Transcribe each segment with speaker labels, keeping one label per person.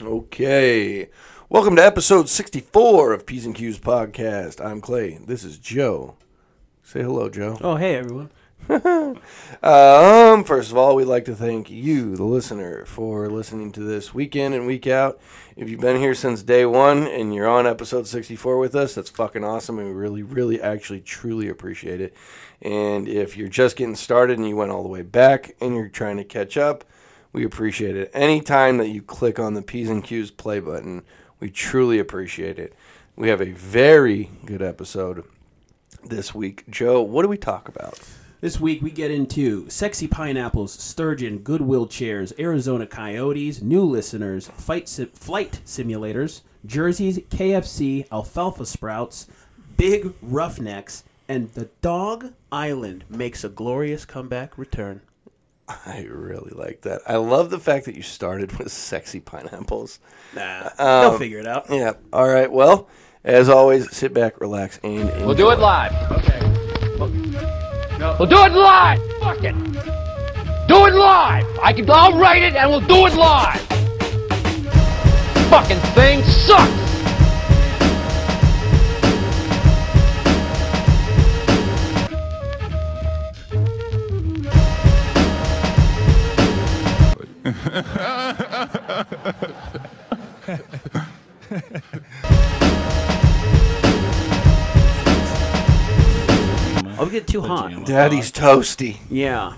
Speaker 1: Okay. Welcome to episode 64 of P's and Q's podcast. I'm Clay. This is Joe. Say hello, Joe.
Speaker 2: Oh, hey, everyone.
Speaker 1: Um, first of all, we'd like to thank you, the listener, for listening to this week in and week out. If you've been here since day one and you're on episode 64 with us, that's fucking awesome. And we really, really, actually, truly appreciate it. And if you're just getting started and you went all the way back and you're trying to catch up, we appreciate it. Any time that you click on the P's and Q's play button, we truly appreciate it. We have a very good episode this week. Joe, what do we talk about?
Speaker 2: This week we get into sexy pineapples, sturgeon, goodwill chairs, Arizona coyotes, new listeners, fight si- flight simulators, jerseys, KFC, alfalfa sprouts, big roughnecks, and the dog island makes a glorious comeback return.
Speaker 1: I really like that. I love the fact that you started with sexy pineapples.
Speaker 2: Nah, they'll figure it out.
Speaker 1: Yeah. All right. Well, as always, sit back, relax, and enjoy.
Speaker 3: We'll do it live.
Speaker 4: Okay.
Speaker 3: We'll do it live. Fuck it. Do it live. I can. I'll write it and we'll do it live. Fucking thing sucks.
Speaker 2: I'll Oh, get too hot.
Speaker 1: Daddy's toasty.
Speaker 2: Yeah.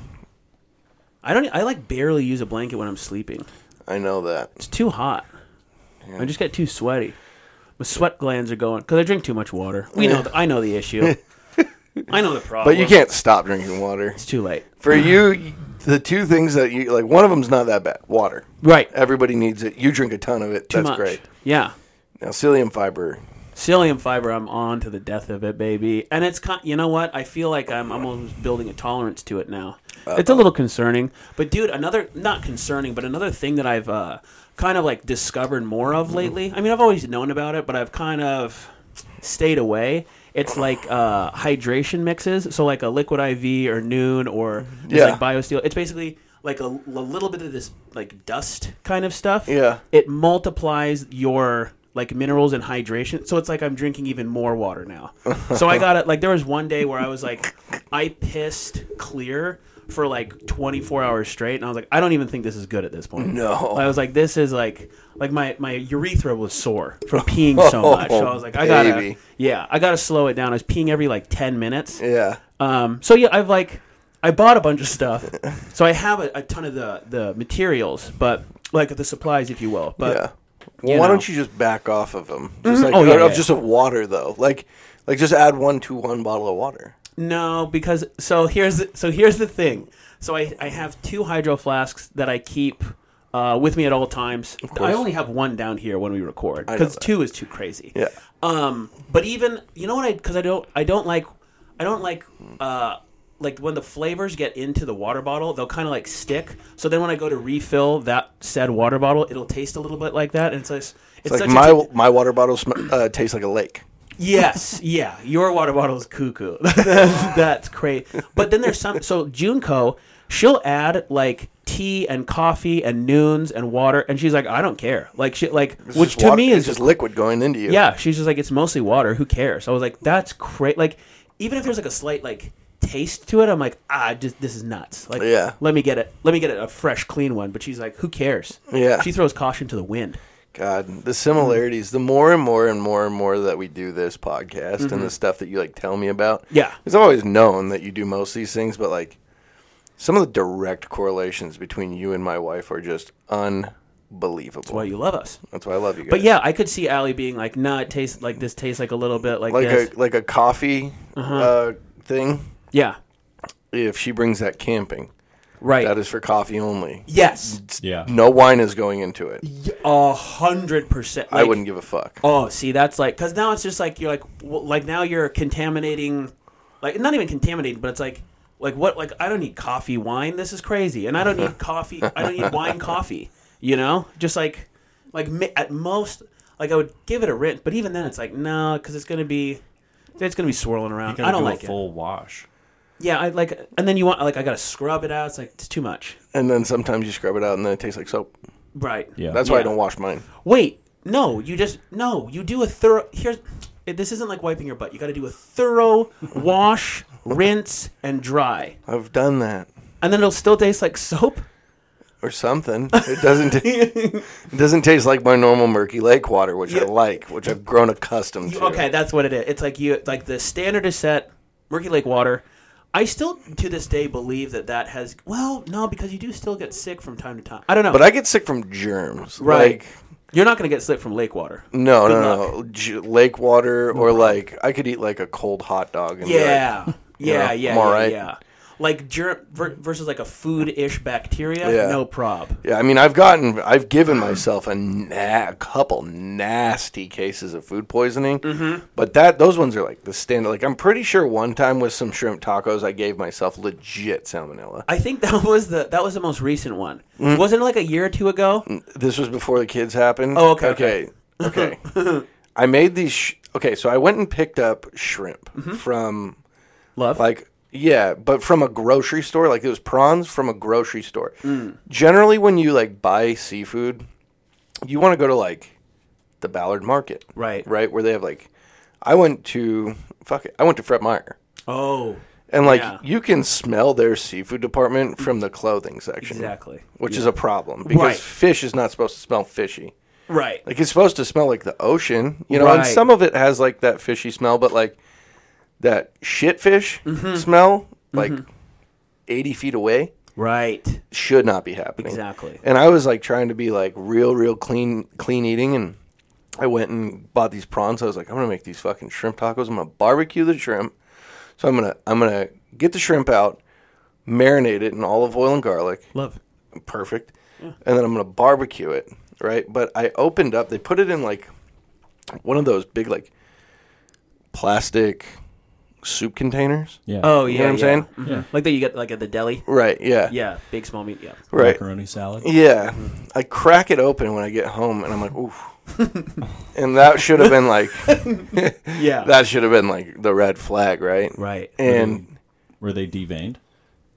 Speaker 2: I don't. e, I like barely use a blanket when I'm sleeping.
Speaker 1: I know that.
Speaker 2: It's too hot. I just get too sweaty. My sweat glands are going because I drink too much water. We know. The, I know the issue. I know the problem.
Speaker 1: But you can't stop drinking water.
Speaker 2: It's too late.
Speaker 1: For you, the two things that you like, one of them's not that bad. Water.
Speaker 2: Right.
Speaker 1: Everybody needs it. You drink a ton of it.
Speaker 2: Too
Speaker 1: That's
Speaker 2: much.
Speaker 1: great.
Speaker 2: Yeah.
Speaker 1: Now, psyllium fiber.
Speaker 2: Psyllium fiber. I'm on to the death of it, baby. And it's kind. You know what? I feel like I'm almost building a tolerance to it now. It's a little concerning. But dude, another not concerning, but another thing that I've uh, kind of like discovered more of lately. I mean, I've always known about it, but I've kind of stayed away. It's like uh, hydration mixes, so like a liquid IV or noon or just
Speaker 1: Yeah.
Speaker 2: like BioSteel. It's basically like a, a little bit of this like dust kind of stuff.
Speaker 1: Yeah.
Speaker 2: it multiplies your like minerals and hydration, so it's like I'm drinking even more water now. so I got it. Like there was one day where I was like, I pissed clear for like 24 hours straight, and I was like, I don't even think this is good at this point.
Speaker 1: No.
Speaker 2: I was like, this is like like my my urethra was sore from peeing so much. So I was like, I gotta
Speaker 1: Baby.
Speaker 2: yeah, I gotta slow it down. I was peeing every like 10 minutes.
Speaker 1: Yeah.
Speaker 2: Um, so yeah, I've like I bought a bunch of stuff, so I have a, a ton of the the materials, but like the supplies, if you will. But
Speaker 1: yeah.
Speaker 2: Uh, you
Speaker 1: why
Speaker 2: know.
Speaker 1: don't you just back off of them? Just like,
Speaker 2: Oh, yeah,
Speaker 1: or- or
Speaker 2: yeah.
Speaker 1: just of water though. Like, like just add one to one bottle of water.
Speaker 2: No, because so here's the, so here's the thing. So I, I have two hydro flasks that I keep uh, with me at all times. I only have one down here when we record
Speaker 1: know
Speaker 2: because
Speaker 1: that.
Speaker 2: two is too crazy.
Speaker 1: Yeah.
Speaker 2: Um. But even you know what I because I don't I don't like I don't like uh like when the flavors get into the water bottle they'll kind of like stick. So then when I go to refill that said water bottle it'll taste a little bit like that and it's like, it's,
Speaker 1: It's
Speaker 2: such
Speaker 1: like
Speaker 2: a
Speaker 1: my
Speaker 2: t-
Speaker 1: my water bottle sm- uh, tastes like a lake.
Speaker 2: Yes, yeah. Your water bottle is cuckoo. that's, that's great. But then there's some. So Junko, she'll add like tea and coffee and noons and water, and she's like, I don't care. Like she like,
Speaker 1: It's
Speaker 2: which
Speaker 1: just
Speaker 2: to
Speaker 1: water-
Speaker 2: me is
Speaker 1: it's just liquid going into you.
Speaker 2: yeah. She's just like, it's mostly water. Who cares? I was like, that's great. Like even if there's like a slight like taste to it, I'm like, ah, just, this is nuts. Like
Speaker 1: Yeah.
Speaker 2: let me get it. Let me get it a fresh, clean one. But she's like, who cares?
Speaker 1: Yeah.
Speaker 2: She throws caution to the wind.
Speaker 1: God, the similarities. The more and more and more and more that we do this podcast and the stuff that you like tell me about.
Speaker 2: Mm-hmm. Yeah.
Speaker 1: It's always known that you do most of these things, but like some of the direct correlations between you and my wife are just unbelievable. That's
Speaker 2: Why you love us.
Speaker 1: I love you guys.
Speaker 2: But yeah, I could see Allie being like, "Nah, it tastes like this. Tastes like a little bit like,
Speaker 1: like
Speaker 2: this."
Speaker 1: a like a coffee
Speaker 2: Uh-huh.
Speaker 1: uh, thing.
Speaker 2: yeah,
Speaker 1: If she brings that camping,
Speaker 2: right.
Speaker 1: that is for coffee only.
Speaker 2: yes,
Speaker 4: Yeah.
Speaker 1: No wine is going into it.
Speaker 2: a hundred percent.
Speaker 1: I wouldn't give a fuck.
Speaker 2: Oh, see, that's like because now it's just like you're like well, like now you're contaminating, like not even contaminating, but it's like like what like I don't need coffee wine. This is crazy, and I don't need coffee. I don't need wine coffee. You know, just like like mi- at most like I would give it a rinse, but even then it's like no, because it's gonna be it's gonna be swirling around. I don't like
Speaker 4: a
Speaker 2: it.
Speaker 4: full wash.
Speaker 2: Yeah, I like, and then you want like I gotta scrub it out. It's like it's too much.
Speaker 1: And then sometimes you scrub it out, and then it tastes like soap.
Speaker 2: Right.
Speaker 4: Yeah.
Speaker 1: That's why I
Speaker 2: Yeah.
Speaker 1: don't wash mine.
Speaker 2: Wait, no, you just no, you do a thorough here's it- this isn't like wiping your butt. You got to do a thorough wash, rinse, and dry,
Speaker 1: I've done that
Speaker 2: and then it'll still taste like soap.
Speaker 1: or something. It doesn't. ta- it doesn't taste like my normal murky lake water, which I like, which I've grown accustomed to.
Speaker 2: Okay, that's what it is. It's like you like the standard is set murky lake water. I still to this day believe that that has well no because you do still get sick from time to time. I don't know,
Speaker 1: But I get sick from germs.
Speaker 2: Right.
Speaker 1: Like,
Speaker 2: you're not gonna get sick from lake water.
Speaker 1: no,
Speaker 2: Good
Speaker 1: no, no, J- Lake water or like I could eat like a cold hot dog. And be
Speaker 2: Yeah, yeah, yeah,
Speaker 1: I'm
Speaker 2: yeah,
Speaker 1: all right.
Speaker 2: yeah. Like germ ver- versus like a food ish bacteria.
Speaker 1: Yeah.
Speaker 2: No prob.
Speaker 1: like- yeah. I mean, I've gotten, I've given myself a, na- a couple nasty cases of food poisoning. Mm-hmm. But that those ones are like the standard. Like I'm pretty sure one time with some shrimp tacos, I gave myself legit salmonella.
Speaker 2: I think that was the that was the most recent one.
Speaker 1: Mm.
Speaker 2: Wasn't it like a year or two ago?
Speaker 1: This was before the kids happened.
Speaker 2: Oh, okay,
Speaker 1: Okay. Okay. I made these. Sh- okay, so I went and picked up shrimp from
Speaker 2: Love.
Speaker 1: like yeah, but from a grocery store. Like it was prawns from a grocery store.
Speaker 2: Mm.
Speaker 1: Generally, when you like buy seafood, you want to go to like the Ballard Market,
Speaker 2: Right.
Speaker 1: Right, where they have like. I went to fuck it. I went to Fred Meyer.
Speaker 2: oh,
Speaker 1: And like
Speaker 2: Yeah. Mm.
Speaker 1: you can smell their seafood department from the clothing section,
Speaker 2: Exactly.
Speaker 1: which is a problem because
Speaker 2: Right.
Speaker 1: fish is not supposed to smell fishy.
Speaker 2: right.
Speaker 1: Like it's supposed to smell like the ocean, you know. And
Speaker 2: Right.
Speaker 1: some of it has like that fishy smell, but like that shit fish
Speaker 2: Mm-hmm.
Speaker 1: smell, like eighty feet away,
Speaker 2: right.
Speaker 1: should not be happening.
Speaker 2: Exactly.
Speaker 1: And I was like trying to be like real, real clean, clean eating, and I went and bought these prawns. I was like, I'm gonna make these fucking shrimp tacos. I'm gonna barbecue the shrimp. So I'm gonna I'm gonna get the shrimp out, marinate it in olive oil and garlic
Speaker 2: Love.
Speaker 1: perfect. And then I'm gonna barbecue it, right? But I opened up. They put it in like one of those big like plastic soup containers.
Speaker 4: Yeah.
Speaker 2: Oh yeah.
Speaker 1: You know what I'm
Speaker 2: yeah.
Speaker 1: saying?
Speaker 2: Mhm.
Speaker 4: Yeah.
Speaker 2: Like that you get like at the deli.
Speaker 1: Right. Yeah.
Speaker 2: Yeah, big small meat. Yeah.
Speaker 1: Right.
Speaker 4: Macaroni salad.
Speaker 1: Yeah. I crack it open when I get home, and I'm like, oof. and that should have been like
Speaker 2: Yeah.
Speaker 1: that should have been like the red flag, right?
Speaker 2: right.
Speaker 4: Mm-hmm.
Speaker 1: And
Speaker 4: Were they deveined?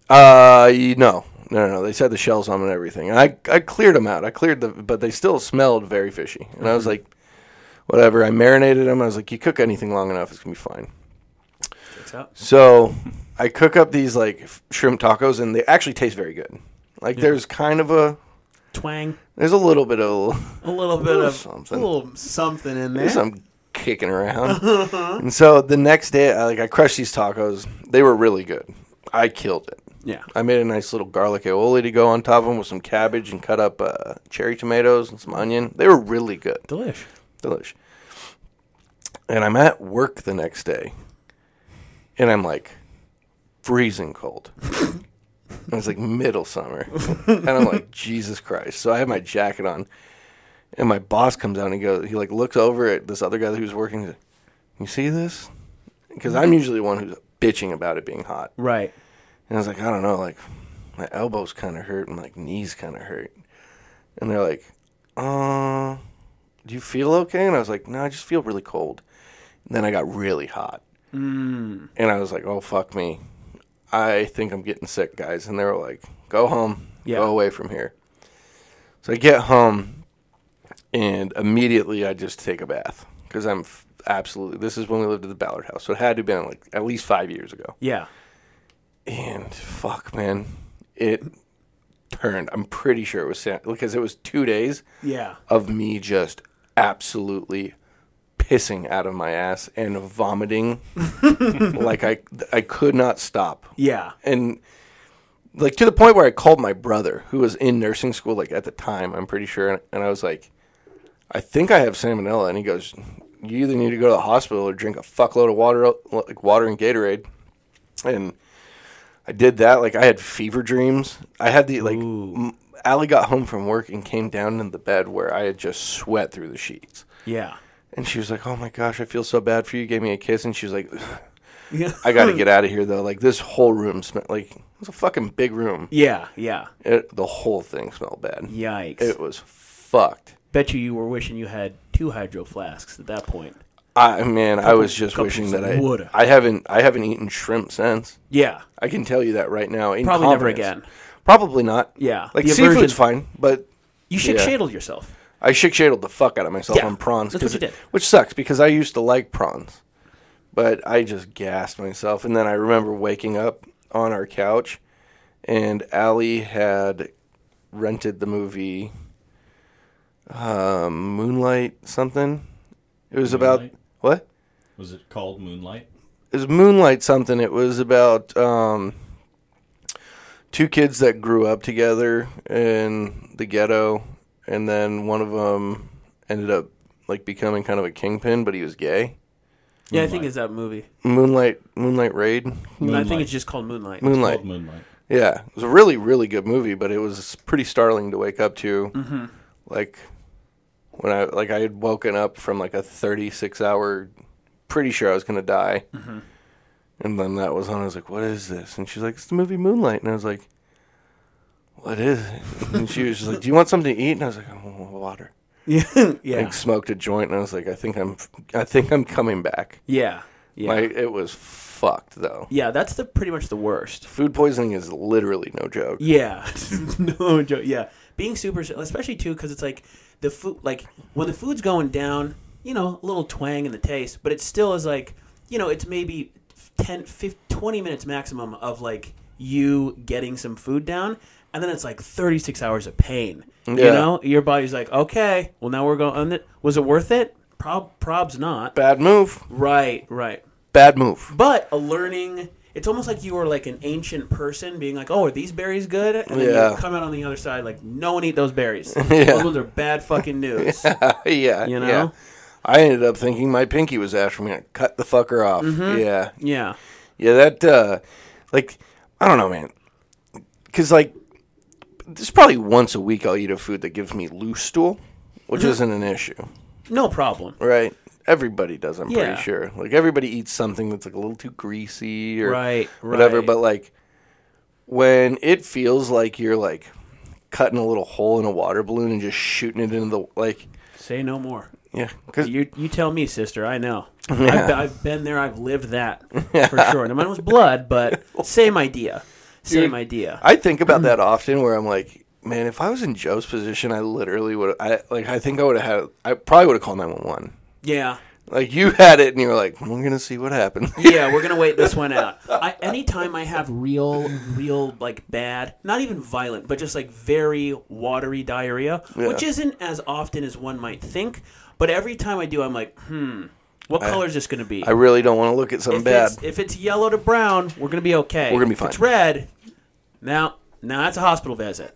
Speaker 1: uh, you know. No, no, no. They said the shells on them and everything. And I, I cleared them out. I cleared the, but they still smelled very fishy. And I was like, whatever. I marinated them. I was like, you cook anything long enough, it's gonna be fine.
Speaker 2: Checks out.
Speaker 1: So I cook up these like f- shrimp tacos, and they actually taste very good. Like there's kind of a,
Speaker 2: Twang.
Speaker 1: there's a little bit of
Speaker 2: A little bit
Speaker 1: little
Speaker 2: of
Speaker 1: something.
Speaker 2: a little something in there.
Speaker 1: there's some kicking around. and so the next day, I, like I crushed these tacos. They were really good. I killed it.
Speaker 2: Yeah.
Speaker 1: I made a nice little garlic aioli to go on top of them with some cabbage and cut up uh, cherry tomatoes and some onion. They were really good.
Speaker 2: Delish.
Speaker 1: Delish. And I'm at work the next day, and I'm like freezing cold. and it's like middle summer, and I'm like Jesus Christ. So I have my jacket on, and my boss comes out and he goes, he like looks over at this other guy who's working. He's like, you see this? Because I'm usually the one who's bitching about it being hot.
Speaker 2: Right.
Speaker 1: And I was like, I don't know, like my elbows kind of hurt and like knees kind of hurt. And they're like, uh, do you feel okay? And I was like, no, I just feel really cold. And then I got really hot. Mm. And I was like, oh, fuck me. I think I'm getting sick, guys. And they were like, go home,
Speaker 2: Yeah.
Speaker 1: go away from here. So I get home and immediately I just take a bath because I'm f- absolutely, this is when we lived at the Ballard house. So it had to have been like at least five years ago
Speaker 2: Yeah.
Speaker 1: and fuck man it turned i'm pretty sure it was sa- because it was two days
Speaker 2: Yeah.
Speaker 1: of me just absolutely pissing out of my ass and vomiting like i i could not stop
Speaker 2: Yeah.
Speaker 1: and like to the point where i called my brother who was in nursing school like at the time i'm pretty sure and, and i was like i think i have salmonella and he goes you either need to go to the hospital or drink a fuckload of water like water and gatorade and I did that. Like I had fever dreams. I had the like. M- Allie got home from work and came down in the bed where I had just sweat through the sheets,
Speaker 2: Yeah.
Speaker 1: and she was like, "Oh my gosh, I feel so bad for you." Gave me a kiss, and she was like,
Speaker 2: Yeah.
Speaker 1: "I got to get out of here though. Like this whole room smelled like it was a fucking big room.
Speaker 2: Yeah. Yeah.
Speaker 1: It, the whole thing smelled bad.
Speaker 2: Yikes.
Speaker 1: It was fucked.
Speaker 2: Bet you you were wishing you had two hydro flasks at that point.
Speaker 1: I man, I was just
Speaker 2: couple
Speaker 1: wishing that I
Speaker 2: woulda.
Speaker 1: I haven't I haven't eaten shrimp since.
Speaker 2: Yeah.
Speaker 1: I can tell you that right now. in
Speaker 2: Probably never
Speaker 1: confidence.
Speaker 2: again.
Speaker 1: Probably not.
Speaker 2: Yeah.
Speaker 1: Like
Speaker 2: The
Speaker 1: seafood's
Speaker 2: aversion-
Speaker 1: fine, but
Speaker 2: You should
Speaker 1: Yeah.
Speaker 2: shadle yourself.
Speaker 1: I shook shadled the fuck out of myself
Speaker 2: Yeah,
Speaker 1: on prawns,
Speaker 2: that's what
Speaker 1: 'cause
Speaker 2: you
Speaker 1: it-
Speaker 2: did.
Speaker 1: which sucks because I used to like prawns, but I just gassed myself. And then I remember waking up on our couch, and Allie had rented the movie um, Moonlight something. It was about
Speaker 4: Moonlight?
Speaker 1: what?
Speaker 4: Was it called Moonlight?
Speaker 1: It was Moonlight something. It was about um, two kids that grew up together in the ghetto, and then one of them ended up like becoming kind of a kingpin, but he was gay.
Speaker 2: Yeah, I think it's that movie.
Speaker 1: Moonlight, Moonlight Raid,
Speaker 2: I think it's just called Moonlight.
Speaker 1: Moonlight.
Speaker 4: Called Moonlight.
Speaker 1: Yeah, it was a really, really good movie, but it was pretty startling to wake up to. Mm-hmm. Like when I like I had woken up from like a thirty-six hour, pretty sure I was gonna die,
Speaker 2: Mm-hmm.
Speaker 1: and then that was on. I was like, "What is this?" And she's like, "It's the movie Moonlight," and I was like, "What is it?" And she was just like, "Do you want something to eat?" And I was like, "I want water."
Speaker 2: yeah, yeah,
Speaker 1: Like smoked a joint, and I was like, "I think I'm, I think I'm coming back."
Speaker 2: yeah, yeah.
Speaker 1: Like it was fucked though.
Speaker 2: yeah, that's the pretty much the worst.
Speaker 1: Food poisoning is literally no joke.
Speaker 2: Yeah, no joke. Yeah, being super, especially too, because it's like the food, like when the food's going down, you know, a little twang in the taste, but it still is like, you know, it's maybe 10, 15, 20 minutes maximum of like you getting some food down, and then it's like thirty six hours of pain. You
Speaker 1: Yeah.
Speaker 2: know, your body's like, okay, well now we're going. Was it worth it? Prob, prob's not.
Speaker 1: Bad move.
Speaker 2: Right, right.
Speaker 1: Bad move.
Speaker 2: but a learning it's almost like you were like an ancient person being like oh are these berries good and then
Speaker 1: Yeah.
Speaker 2: you come out on the other side like no one eat those berries
Speaker 1: Yeah.
Speaker 2: those are bad fucking news
Speaker 1: yeah,
Speaker 2: You know?
Speaker 1: yeah. I ended up thinking my pinky was ash. I'm gonna cut the fucker off.
Speaker 2: Mm-hmm.
Speaker 1: Yeah,
Speaker 2: yeah
Speaker 1: yeah. That, uh, like, I don't know, man. Because like, there's probably once a week I'll eat a food that gives me loose stool, which
Speaker 2: Mm-hmm.
Speaker 1: isn't an issue,
Speaker 2: no problem
Speaker 1: right? Everybody does. I'm
Speaker 2: Yeah.
Speaker 1: pretty sure. Like everybody eats something that's like a little too greasy or
Speaker 2: Right,
Speaker 1: whatever.
Speaker 2: right.
Speaker 1: But like, when it feels like you're like cutting a little hole in a water balloon and just shooting it into the like,
Speaker 2: say no more
Speaker 1: yeah, because
Speaker 2: you you tell me sister i know I've, I've been there i've lived that for sure and mine was blood but same idea same
Speaker 1: Dude,
Speaker 2: idea
Speaker 1: I think
Speaker 2: Mm.
Speaker 1: about that often where I'm like, man, if I was in Joe's position, I literally would I like I think I would have had I probably would have called 911.
Speaker 2: yeah
Speaker 1: Like you had it and you were like, we're going to see what happens.
Speaker 2: yeah, we're gonna wait this one out. I, anytime I have real, real like bad, not even violent, but just like very watery diarrhea, which isn't as often as one might think. But every time I do, I'm like, hmm, what color is this gonna be?
Speaker 1: I really don't want to look at something
Speaker 2: if,
Speaker 1: bad.
Speaker 2: It's, if it's yellow to brown, we're gonna be okay.
Speaker 1: We're gonna be
Speaker 2: If
Speaker 1: fine.
Speaker 2: it's red, now. Now that's a hospital visit.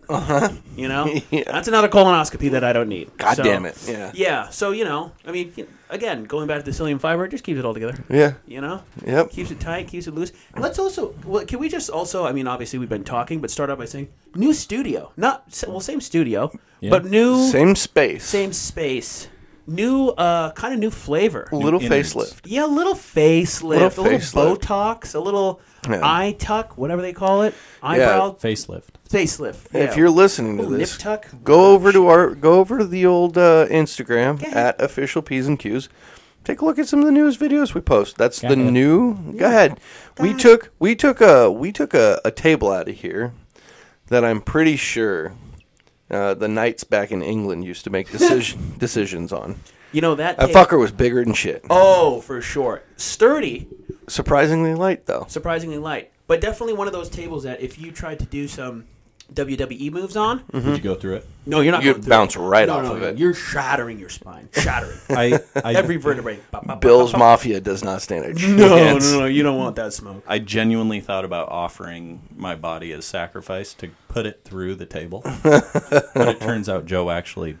Speaker 2: You know, that's another colonoscopy that I don't need.
Speaker 1: Uh-huh. God
Speaker 2: So-
Speaker 1: damn it. Yeah.
Speaker 2: Yeah. So you know, I mean, again, going back to the psyllium fiber, it just keeps it all together.
Speaker 1: Yeah.
Speaker 2: You know?
Speaker 1: Yep.
Speaker 2: Keeps it tight, keeps it loose. And let's also, well, can we just also, I mean, obviously we've been talking, but start out by saying new studio. Not, s- well, same studio, but new, same,
Speaker 1: Same space.
Speaker 2: space, new, uh, kind of new flavor.
Speaker 1: little
Speaker 4: innards.
Speaker 1: facelift.
Speaker 2: Yeah, a little facelift,
Speaker 1: Little
Speaker 2: a little
Speaker 1: facelift.
Speaker 2: Botox, a little
Speaker 1: Yeah.
Speaker 2: eye tuck, whatever they call it, eyebrow
Speaker 4: Facelift.
Speaker 2: facelift.
Speaker 1: If
Speaker 2: yeah.
Speaker 1: you're listening to
Speaker 2: Little nip
Speaker 1: this,
Speaker 2: tuck.
Speaker 1: go over to our go over to the old uh, Instagram
Speaker 2: ahead.
Speaker 1: at official P's and Q's. Take a look at some of the newest videos we post. That's the
Speaker 4: ahead.
Speaker 1: new. Go ahead. we took we took a we took a, a table out of here that I'm pretty sure uh, the knights back in England used to make decision decisions on.
Speaker 2: you know that.
Speaker 1: That
Speaker 2: tape-
Speaker 1: fucker was bigger than shit.
Speaker 2: Oh, for sure. Sturdy,
Speaker 1: Surprisingly light though.
Speaker 2: surprisingly light, but definitely one of those tables that if you tried to do some WWE moves on,
Speaker 1: Mm-hmm.
Speaker 4: Did you go through it?
Speaker 2: no, you're not.
Speaker 1: You'd
Speaker 2: going through
Speaker 1: bounce
Speaker 2: it.
Speaker 1: right
Speaker 2: No,
Speaker 1: off
Speaker 2: no,
Speaker 1: of
Speaker 2: no,
Speaker 1: it.
Speaker 2: You're shattering your spine, shattering
Speaker 4: I, I
Speaker 2: every vertebrae. Bop, bop,
Speaker 1: Bill's
Speaker 2: bop, bop,
Speaker 1: Mafia does not stand a
Speaker 2: bop. No, no,
Speaker 1: chance.
Speaker 2: no, you don't want that smoke.
Speaker 4: I genuinely thought about offering my body as sacrifice to put it through the table. but it turns out Joe actually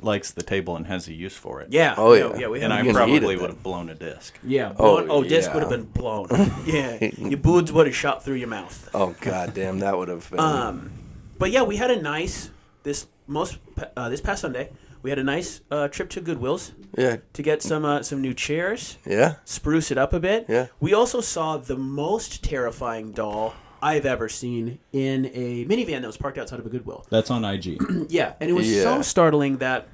Speaker 4: likes the table and has a use for it.
Speaker 2: Yeah.
Speaker 1: Oh,
Speaker 2: no,
Speaker 1: yeah.
Speaker 2: yeah, we
Speaker 4: And
Speaker 2: have.
Speaker 4: I
Speaker 1: You can eat it
Speaker 4: probably
Speaker 1: then.
Speaker 4: would have blown a disc.
Speaker 2: yeah.
Speaker 1: Oh,
Speaker 2: Blown, oh, disc
Speaker 1: yeah.
Speaker 2: would have been blown. Yeah, your boobs would have shot through your mouth.
Speaker 1: Oh goddamn, that would have been.
Speaker 2: Um, but yeah, we had a nice this most uh, this past Sunday. We had a nice uh, trip to Goodwill's
Speaker 1: yeah,
Speaker 2: to get some uh, some new chairs.
Speaker 1: yeah.
Speaker 2: spruce it up a bit.
Speaker 1: Yeah.
Speaker 2: We also saw the most terrifying doll I've ever seen in a minivan that was parked outside of a Goodwill.
Speaker 4: That's on IG.
Speaker 2: Yeah, and it was
Speaker 1: Yeah.
Speaker 2: so startling that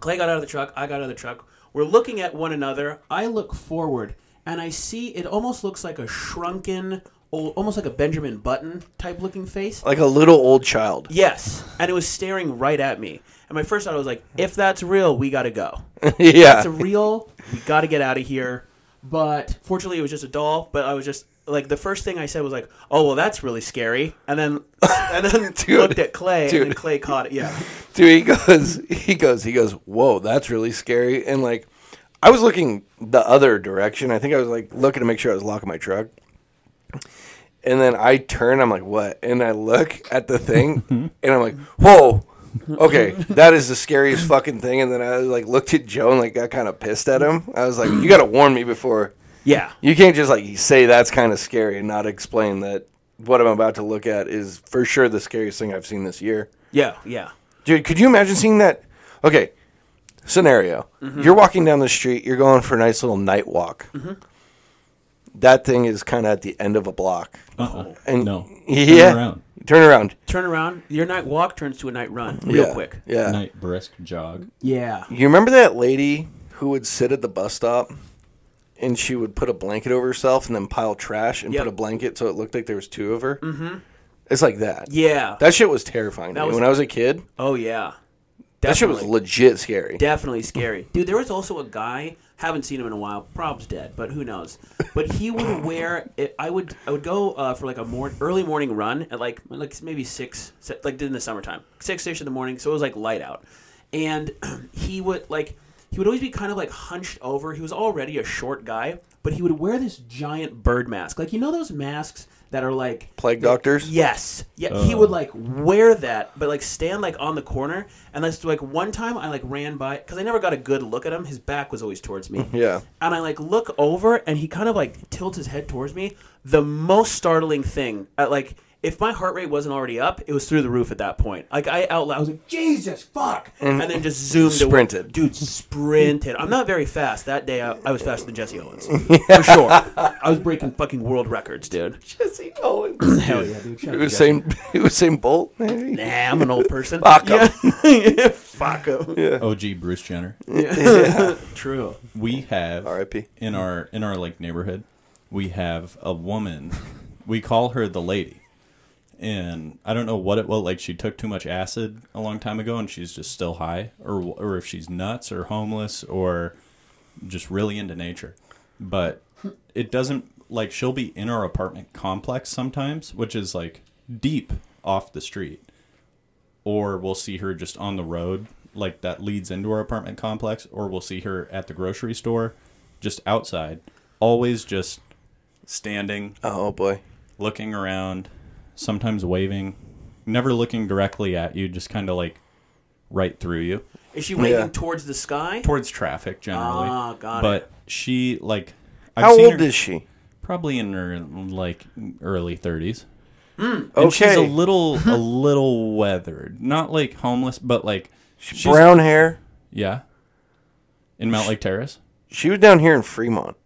Speaker 2: Clay got out of the truck, I got out of the truck. We're looking at one another. I look forward and I see it almost looks like a shrunken old, almost like a Benjamin Button type looking face.
Speaker 1: Like a little old child.
Speaker 2: Yes, and it was staring right at me. And my first thought was like, if that's real, we gotta go.
Speaker 1: yeah.
Speaker 2: It's a real. We gotta get out of here. But fortunately, it was just a doll. But I was just like, the first thing I said was like, oh well, that's really scary. And then and then looked at Clay, and then
Speaker 1: dude.
Speaker 2: Clay caught it. Yeah.
Speaker 1: Dude, he goes, he goes, he goes, whoa, that's really scary. And like, I was looking the other direction. I think I was like looking to make sure I was locking my truck. And then I turn, I'm like, what? And I look at the thing and I'm like, whoa, okay, that is the scariest fucking thing. And then I like looked at Joe and like got kind of pissed at him. I was like, you got to warn me before.
Speaker 2: Yeah.
Speaker 1: You can't just like say that's kind of scary and not explain that what I'm about to look at is for sure the scariest thing I've seen this year.
Speaker 2: Yeah. Yeah.
Speaker 1: Dude, could you imagine seeing that? Okay, scenario.
Speaker 4: Mm-hmm.
Speaker 1: You're walking down the street, you're going for a nice little night walk. That thing is kind of at the end of a block.
Speaker 4: Uh-uh.
Speaker 1: And
Speaker 4: no.
Speaker 1: Yeah.
Speaker 4: Turn around.
Speaker 1: Turn around.
Speaker 2: Turn around. Your night walk turns to a night run real
Speaker 1: Yeah,
Speaker 2: quick.
Speaker 1: Yeah.
Speaker 4: Night brisk jog.
Speaker 2: Yeah.
Speaker 1: You remember that lady who would sit at the bus stop and she would put a blanket over herself and then pile trash and
Speaker 2: Yep.
Speaker 1: put a blanket so it looked like there was two of her? Mm-hmm. It's like that.
Speaker 2: Yeah.
Speaker 1: That shit was terrifying to
Speaker 2: That
Speaker 1: me.
Speaker 2: was-
Speaker 1: when I was a kid,
Speaker 2: oh yeah.
Speaker 1: that shit was
Speaker 2: Definitely.
Speaker 1: legit scary.
Speaker 2: definitely scary. Dude, there was also a guy. Haven't seen him in a while. Prob's dead, but who knows? But he would wear. It, I would. I would go uh, for like a more early morning run at like like maybe six, se- like in the summertime, six ish in the morning. So it was like light out, and he would like he would always be kind of like hunched over. He was already a short guy, but he would wear this giant bird mask. Like you know those masks that are like
Speaker 1: Plague doctors?
Speaker 2: Yes. Yeah, he would like wear that, but like stand like on the corner. And that's like one time I like ran by because I never got a good look at him. His back was always towards me.
Speaker 1: Yeah.
Speaker 2: And I like look over and he kind of like tilts his head towards me. The most startling thing, at, like if my heart rate wasn't already up, it was through the roof at that point. Like I out loud, I was like, Jesus fuck, and then just zoomed. away.
Speaker 1: Sprinted.
Speaker 2: dude, sprinted. I'm not very fast. That day I, I was faster than Jesse Owens for sure. I was breaking fucking world records, dude.
Speaker 1: Jesse Owens.
Speaker 2: Hell yeah, dude. Shout out
Speaker 1: It
Speaker 2: to
Speaker 1: was same. It was same Bolt, maybe.
Speaker 2: Nah, I'm an old person.
Speaker 1: Fuck 'em.
Speaker 2: Yeah. Fuck 'em.
Speaker 4: OG Bruce Jenner.
Speaker 2: True.
Speaker 4: We have
Speaker 1: R.I.P..
Speaker 4: in our in our like neighborhood, we have a woman. We call her the lady. And I don't know what it was like. She took too much acid a long time ago, and she's just still high, or or if she's nuts, or homeless, or just really into nature. But it doesn't like she'll be in our apartment complex sometimes, which is like deep off the street. Or we'll see her just on the road, like that leads into our apartment complex, or we'll see her at the grocery store, just outside, always just standing,
Speaker 1: Oh boy.
Speaker 4: looking around, sometimes waving, never looking directly at you, just kind of like right through you
Speaker 2: Is she waving
Speaker 1: Yeah.
Speaker 2: towards the sky?
Speaker 4: towards traffic generally.
Speaker 2: Ah, got
Speaker 4: but
Speaker 2: it.
Speaker 4: she like I've
Speaker 1: How
Speaker 4: seen
Speaker 1: old
Speaker 4: her-
Speaker 1: is she?
Speaker 4: Probably in her like early thirties.
Speaker 1: Okay.
Speaker 4: And she's a little a little weathered, not like homeless, but like she's,
Speaker 1: Brown hair.
Speaker 4: Yeah, in Mount Lake Terrace.
Speaker 1: She was down here in Fremont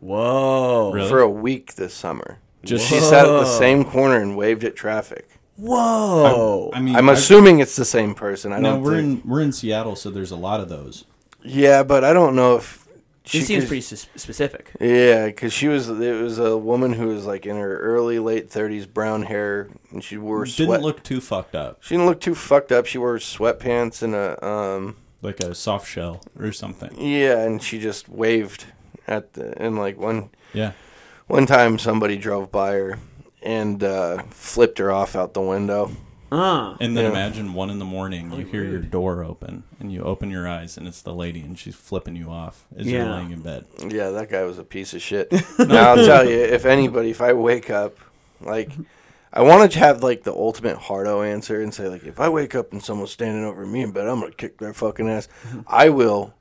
Speaker 2: Whoa.
Speaker 4: Really?
Speaker 1: for a week this summer.
Speaker 4: Just-
Speaker 1: she sat at the same corner and waved at traffic.
Speaker 2: Whoa.
Speaker 4: Oh. I mean,
Speaker 1: I'm
Speaker 4: I-
Speaker 1: assuming it's the same person. I
Speaker 4: now
Speaker 1: don't.
Speaker 4: we're
Speaker 1: think-
Speaker 4: in we're in Seattle, so there's a lot of those.
Speaker 1: Yeah, but I don't know if
Speaker 2: she seems
Speaker 1: could-
Speaker 2: pretty s- specific.
Speaker 1: Yeah, because she was. It was a woman who was like in her early late 30s, brown hair, and she wore
Speaker 4: Didn't
Speaker 1: sweat.
Speaker 4: look too fucked up,
Speaker 1: she didn't look too fucked up. She wore sweatpants and a um.
Speaker 4: like a soft shell or something.
Speaker 1: Yeah, and she just waved at the and like one
Speaker 4: Yeah,
Speaker 1: One time somebody drove by her and uh, flipped her off out the window.
Speaker 2: Ah.
Speaker 4: and then
Speaker 1: Yeah.
Speaker 4: imagine one in the morning, you hear your door open, and you open your eyes, and it's the lady, and she's flipping you off as you're
Speaker 2: Yeah.
Speaker 4: laying in bed.
Speaker 1: Yeah, that guy was a piece of shit. now, I'll tell you, if anybody, if I wake up, like, I want to have, like, the ultimate hardo answer and say, like, if I wake up and someone's standing over me in bed, I'm going to kick their fucking ass.
Speaker 2: Mm-hmm.
Speaker 1: I will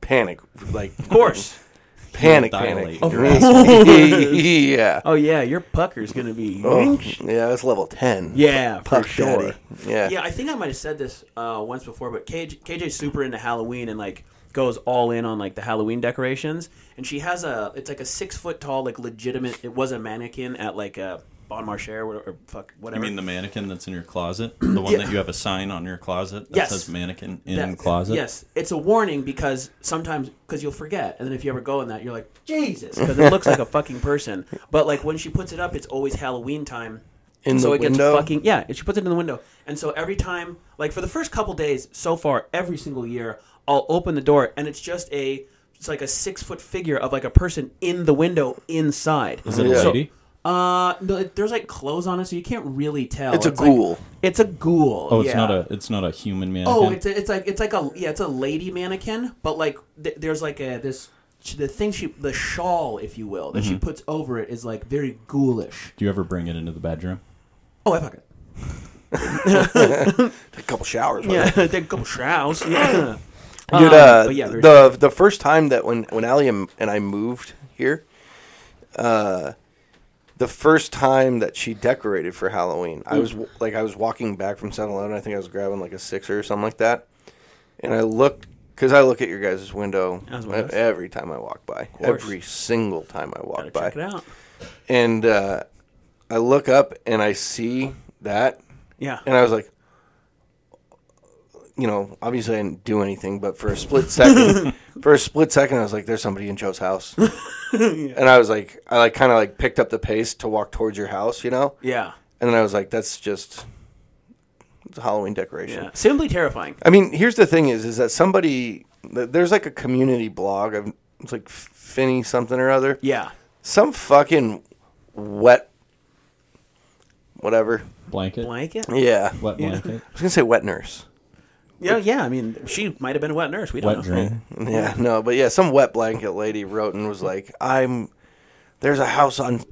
Speaker 1: panic. Like,
Speaker 2: Of course.
Speaker 1: Panic,
Speaker 4: Dilate
Speaker 1: panic.
Speaker 4: your
Speaker 1: yeah.
Speaker 2: Oh yeah, your pucker's gonna be.
Speaker 1: Oh, yeah, that's level 10.
Speaker 2: Yeah, for
Speaker 1: Puck
Speaker 2: sure.
Speaker 1: daddy. Yeah.
Speaker 2: Yeah, I think I might have said this uh, once before, but KJ, KJ's super into Halloween and like goes all in on like the Halloween decorations. And she has a, it's like a six foot tall, like legitimate. It was a mannequin at like a Bon Marché or whatever. Or fuck,
Speaker 4: You
Speaker 2: whatever.
Speaker 4: mean the mannequin that's in your closet? The one that you have a sign on your closet that
Speaker 2: Yes.
Speaker 4: says mannequin in
Speaker 2: That-
Speaker 4: closet?
Speaker 2: Yes, it's a warning because sometimes because you'll forget, and then if you ever go in that, you're like Jesus, because it looks like a fucking person. But like when she puts it up, it's always Halloween time.
Speaker 1: In
Speaker 2: so
Speaker 1: the
Speaker 2: it
Speaker 1: window?
Speaker 2: gets fucking yeah. and She puts it in the window, and so every time, like for the first couple days so far, every single year, I'll open the door and it's just a it's like a six foot figure of like a person in the window inside.
Speaker 4: Is it a
Speaker 1: Yeah.
Speaker 4: lady?
Speaker 2: Uh, no, it- there's like clothes on it, so you can't really tell.
Speaker 1: It's a
Speaker 2: like-
Speaker 1: ghoul.
Speaker 2: it's a ghoul.
Speaker 4: oh, it's
Speaker 2: yeah.
Speaker 4: not a it's not a human mannequin.
Speaker 2: Oh, it's a, it's like it's like a yeah, it's a lady mannequin, but like th- there's like a this the thing she the shawl, if you will, that she puts over it is like very ghoulish.
Speaker 4: Do you ever bring it into the bedroom?
Speaker 2: Oh, I fuck it.
Speaker 1: A couple showers. with
Speaker 2: Yeah,
Speaker 1: it.
Speaker 2: they go shrouds. Yeah. Um,
Speaker 1: Dude, uh,
Speaker 2: but yeah, very-
Speaker 1: the the first time that when when Ali and and I moved here, uh, the first time that she decorated for Halloween,
Speaker 2: Mm.
Speaker 1: I was w- like I was walking back from 7-Eleven. I think I was grabbing like a sixer or something like that, and I looked because I look at your guys' window e,
Speaker 2: As well as.
Speaker 1: every time I walk by,
Speaker 2: course.
Speaker 1: every single time I walk
Speaker 2: Gotta
Speaker 1: by,
Speaker 2: check it out.
Speaker 1: and uh, I look up and I see that,
Speaker 2: Yeah.
Speaker 1: and I was like, you know, obviously I didn't do anything, but for a split second, for a split second, I was like, "There's somebody in Joe's house," and I was like, I like kind of like picked up the pace to walk towards your house, you know,
Speaker 2: Yeah.
Speaker 1: and then I was like, "That's just it's a Halloween decoration."
Speaker 2: Yeah. Simply terrifying.
Speaker 1: I mean, here's the thing: is is that somebody th- there's like a community blog of it's like Finney something or other,
Speaker 2: Yeah.
Speaker 1: some fucking wet, whatever,
Speaker 4: Blanket?
Speaker 2: Blanket.
Speaker 1: yeah.
Speaker 4: Wet blanket?
Speaker 1: I was gonna say wet nurse.
Speaker 2: Yeah. Yeah. I mean, she might have been a wet nurse. We don't
Speaker 4: Wet
Speaker 2: know.
Speaker 4: dream?
Speaker 1: Yeah, no, but yeah, some wet blanket lady wrote and was like, "I'm there's a house on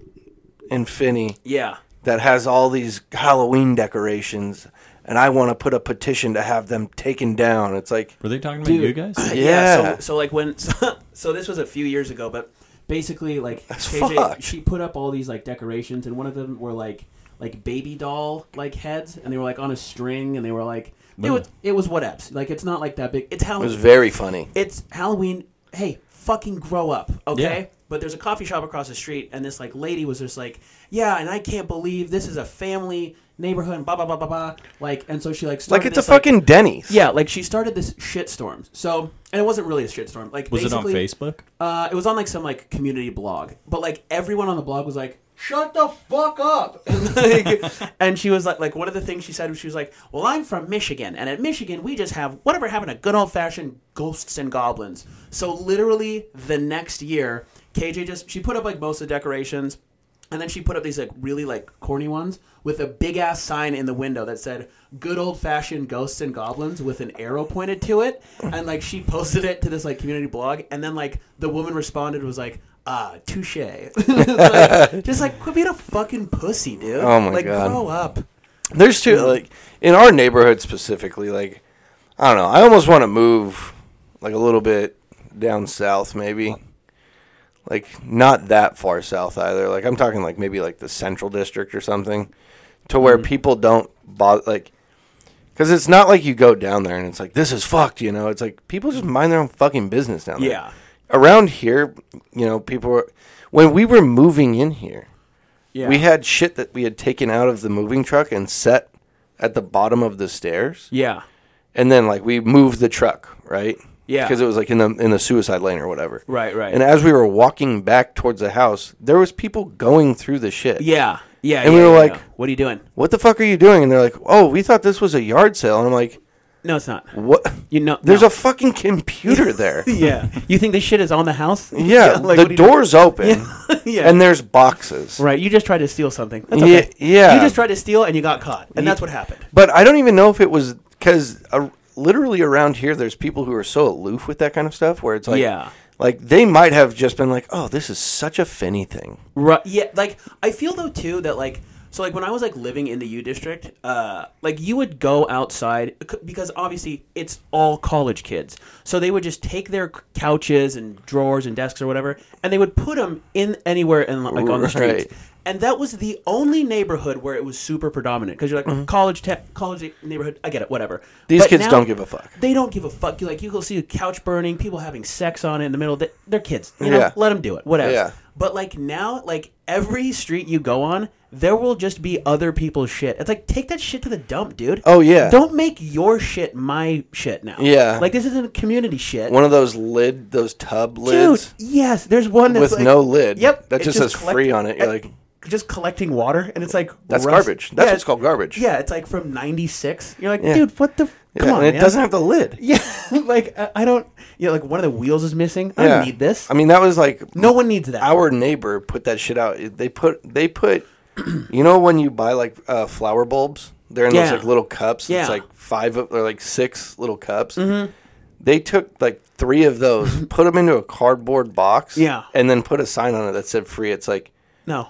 Speaker 1: in Finney
Speaker 2: Yeah.
Speaker 1: that has all these Halloween decorations, and I want to put a petition to have them taken down." It's like,
Speaker 4: Were they talking about
Speaker 2: Dude.
Speaker 4: you guys?
Speaker 1: yeah,
Speaker 2: So, so like when so, this was a few years ago, but basically like KJ,
Speaker 1: fucked.
Speaker 2: she put up all these like decorations, and one of them were like like baby doll like heads, and they were like on a string, and they were like it
Speaker 4: Ooh.
Speaker 2: was it was what eps. Like it's not like that big. It's
Speaker 1: it
Speaker 2: Halloween.
Speaker 1: was very funny.
Speaker 2: it's Halloween. Hey, fucking grow up, okay?
Speaker 4: Yeah.
Speaker 2: But there's a coffee shop across the street, and this like lady was just like, "Yeah," and I can't believe this is a family neighborhood, and blah blah blah blah blah. Like, and so she like
Speaker 1: Like
Speaker 2: started
Speaker 1: it's a
Speaker 2: this,
Speaker 1: fucking Denny's.
Speaker 2: yeah, like she started this shitstorm. So, and it wasn't really a shitstorm. Like,
Speaker 4: Was it on
Speaker 2: basically,
Speaker 4: Facebook?
Speaker 2: Uh, it was on like some like community blog, but like everyone on the blog was like, "Shut the fuck up!" And, like, and she was like, like one of the things she said was she was like, "Well, I'm from Michigan, and at Michigan we just have whatever happened to good old fashioned ghosts and goblins." So literally the next year, KJ just she put up like most of the decorations. And then she put up these like really like corny ones with a big ass sign in the window that said "Good old fashioned ghosts and goblins" with an arrow pointed to it, and like she posted it to this like community blog, and then like the woman responded was like, "Ah, touche," Like, just like quit being a fucking pussy, dude.
Speaker 1: Oh my
Speaker 2: like,
Speaker 1: God.
Speaker 2: grow up.
Speaker 1: There's two like in our neighborhood specifically. Like I don't know. I almost want to move like a little bit down south, maybe. Like not that far south either. Like I'm talking like maybe like the central district or something, to where people don't bother like. Because it's not like you go down there and it's like this is fucked, you know. It's like people just mind their own fucking business down there.
Speaker 2: Yeah.
Speaker 1: Around here, you know, people. Were, when we were moving in here,
Speaker 2: Yeah,
Speaker 1: we had shit that we had taken out of the moving truck and set at the bottom of the stairs.
Speaker 2: yeah,
Speaker 1: And then like we moved the truck, right?
Speaker 2: Yeah.
Speaker 1: Because it was like in the in the suicide lane or whatever.
Speaker 2: Right, right.
Speaker 1: And as we were walking back towards the house, there was people going through the shit.
Speaker 2: yeah, yeah.
Speaker 1: And we
Speaker 2: yeah,
Speaker 1: were
Speaker 2: yeah,
Speaker 1: like-
Speaker 2: yeah. "What are you doing?"
Speaker 1: What the fuck are you doing? And they're like, "Oh, we thought this was a yard sale." And I'm like,
Speaker 2: No, it's not.
Speaker 1: "What?
Speaker 2: You know,
Speaker 1: There's
Speaker 2: no.
Speaker 1: a fucking computer there."
Speaker 2: yeah. You think this shit is on the house?
Speaker 1: Yeah,
Speaker 2: like, what are
Speaker 1: the
Speaker 2: you doing?
Speaker 1: door's open.
Speaker 2: Yeah.
Speaker 1: And there's boxes.
Speaker 2: Right, you just tried to steal something. That's
Speaker 1: Ye-
Speaker 2: okay.
Speaker 1: yeah.
Speaker 2: You just tried to steal and you got caught. And that's what happened.
Speaker 1: But I don't even know if it was because uh, literally around here, there's people who are so aloof with that kind of stuff where it's like,
Speaker 2: Yeah.
Speaker 1: like they might have just been like, oh, this is such a finny thing.
Speaker 2: Right. Yeah, like I feel though too that like so like when I was like living in the U district, uh like you would go outside c- because obviously it's all college kids. So they would just take their c- couches and drawers and desks or whatever and they would put them in anywhere in like on the streets.
Speaker 1: Right.
Speaker 2: And that was the only neighborhood where it was super predominant because you're like college te- college neighborhood. I get it, whatever.
Speaker 1: Mm-hmm. These kids don't give a fuck.
Speaker 2: They don't give a fuck. You like you go see a couch burning, people having sex on it in the middle. Of the, they're kids, you know.
Speaker 1: Yeah.
Speaker 2: Let them do it, whatever.
Speaker 1: Yeah.
Speaker 2: But like now, like every street you go on, there will just be other people's shit. It's like take that shit to the dump, dude.
Speaker 1: Oh, yeah.
Speaker 2: Don't make your shit my shit now.
Speaker 1: Yeah.
Speaker 2: Like this isn't a community shit.
Speaker 1: One of those lid, those tub
Speaker 2: dude,
Speaker 1: lids
Speaker 2: yes, there's one that's
Speaker 1: with
Speaker 2: like-
Speaker 1: no lid.
Speaker 2: Yep.
Speaker 1: that
Speaker 2: it's
Speaker 1: just, says
Speaker 2: collect-
Speaker 1: free on it. You're
Speaker 2: uh,
Speaker 1: like,
Speaker 2: just collecting water, and it's like
Speaker 1: that's
Speaker 2: rust-
Speaker 1: garbage. That's
Speaker 2: Yeah,
Speaker 1: what's called garbage.
Speaker 2: Yeah, it's like from '96. You're like,
Speaker 1: Yeah.
Speaker 2: dude, what the? f-
Speaker 1: Yeah,
Speaker 2: Come on,
Speaker 1: and it
Speaker 2: man.
Speaker 1: doesn't have the lid.
Speaker 2: Yeah, like I, I don't. Yeah, like one of the wheels is missing. I
Speaker 1: Yeah.
Speaker 2: don't need this.
Speaker 1: I mean, that was like
Speaker 2: no one needs that.
Speaker 1: our neighbor put that shit out. They put they put you know when you buy like uh, flower bulbs, they're in
Speaker 2: Yeah.
Speaker 1: those like little cups.
Speaker 2: Yeah. Mm-hmm.
Speaker 1: It's like five of, or like six little cups. They took like three of those, put them into a cardboard box,
Speaker 2: Yeah.
Speaker 1: and then put a sign on it that said free. It's like,
Speaker 2: no.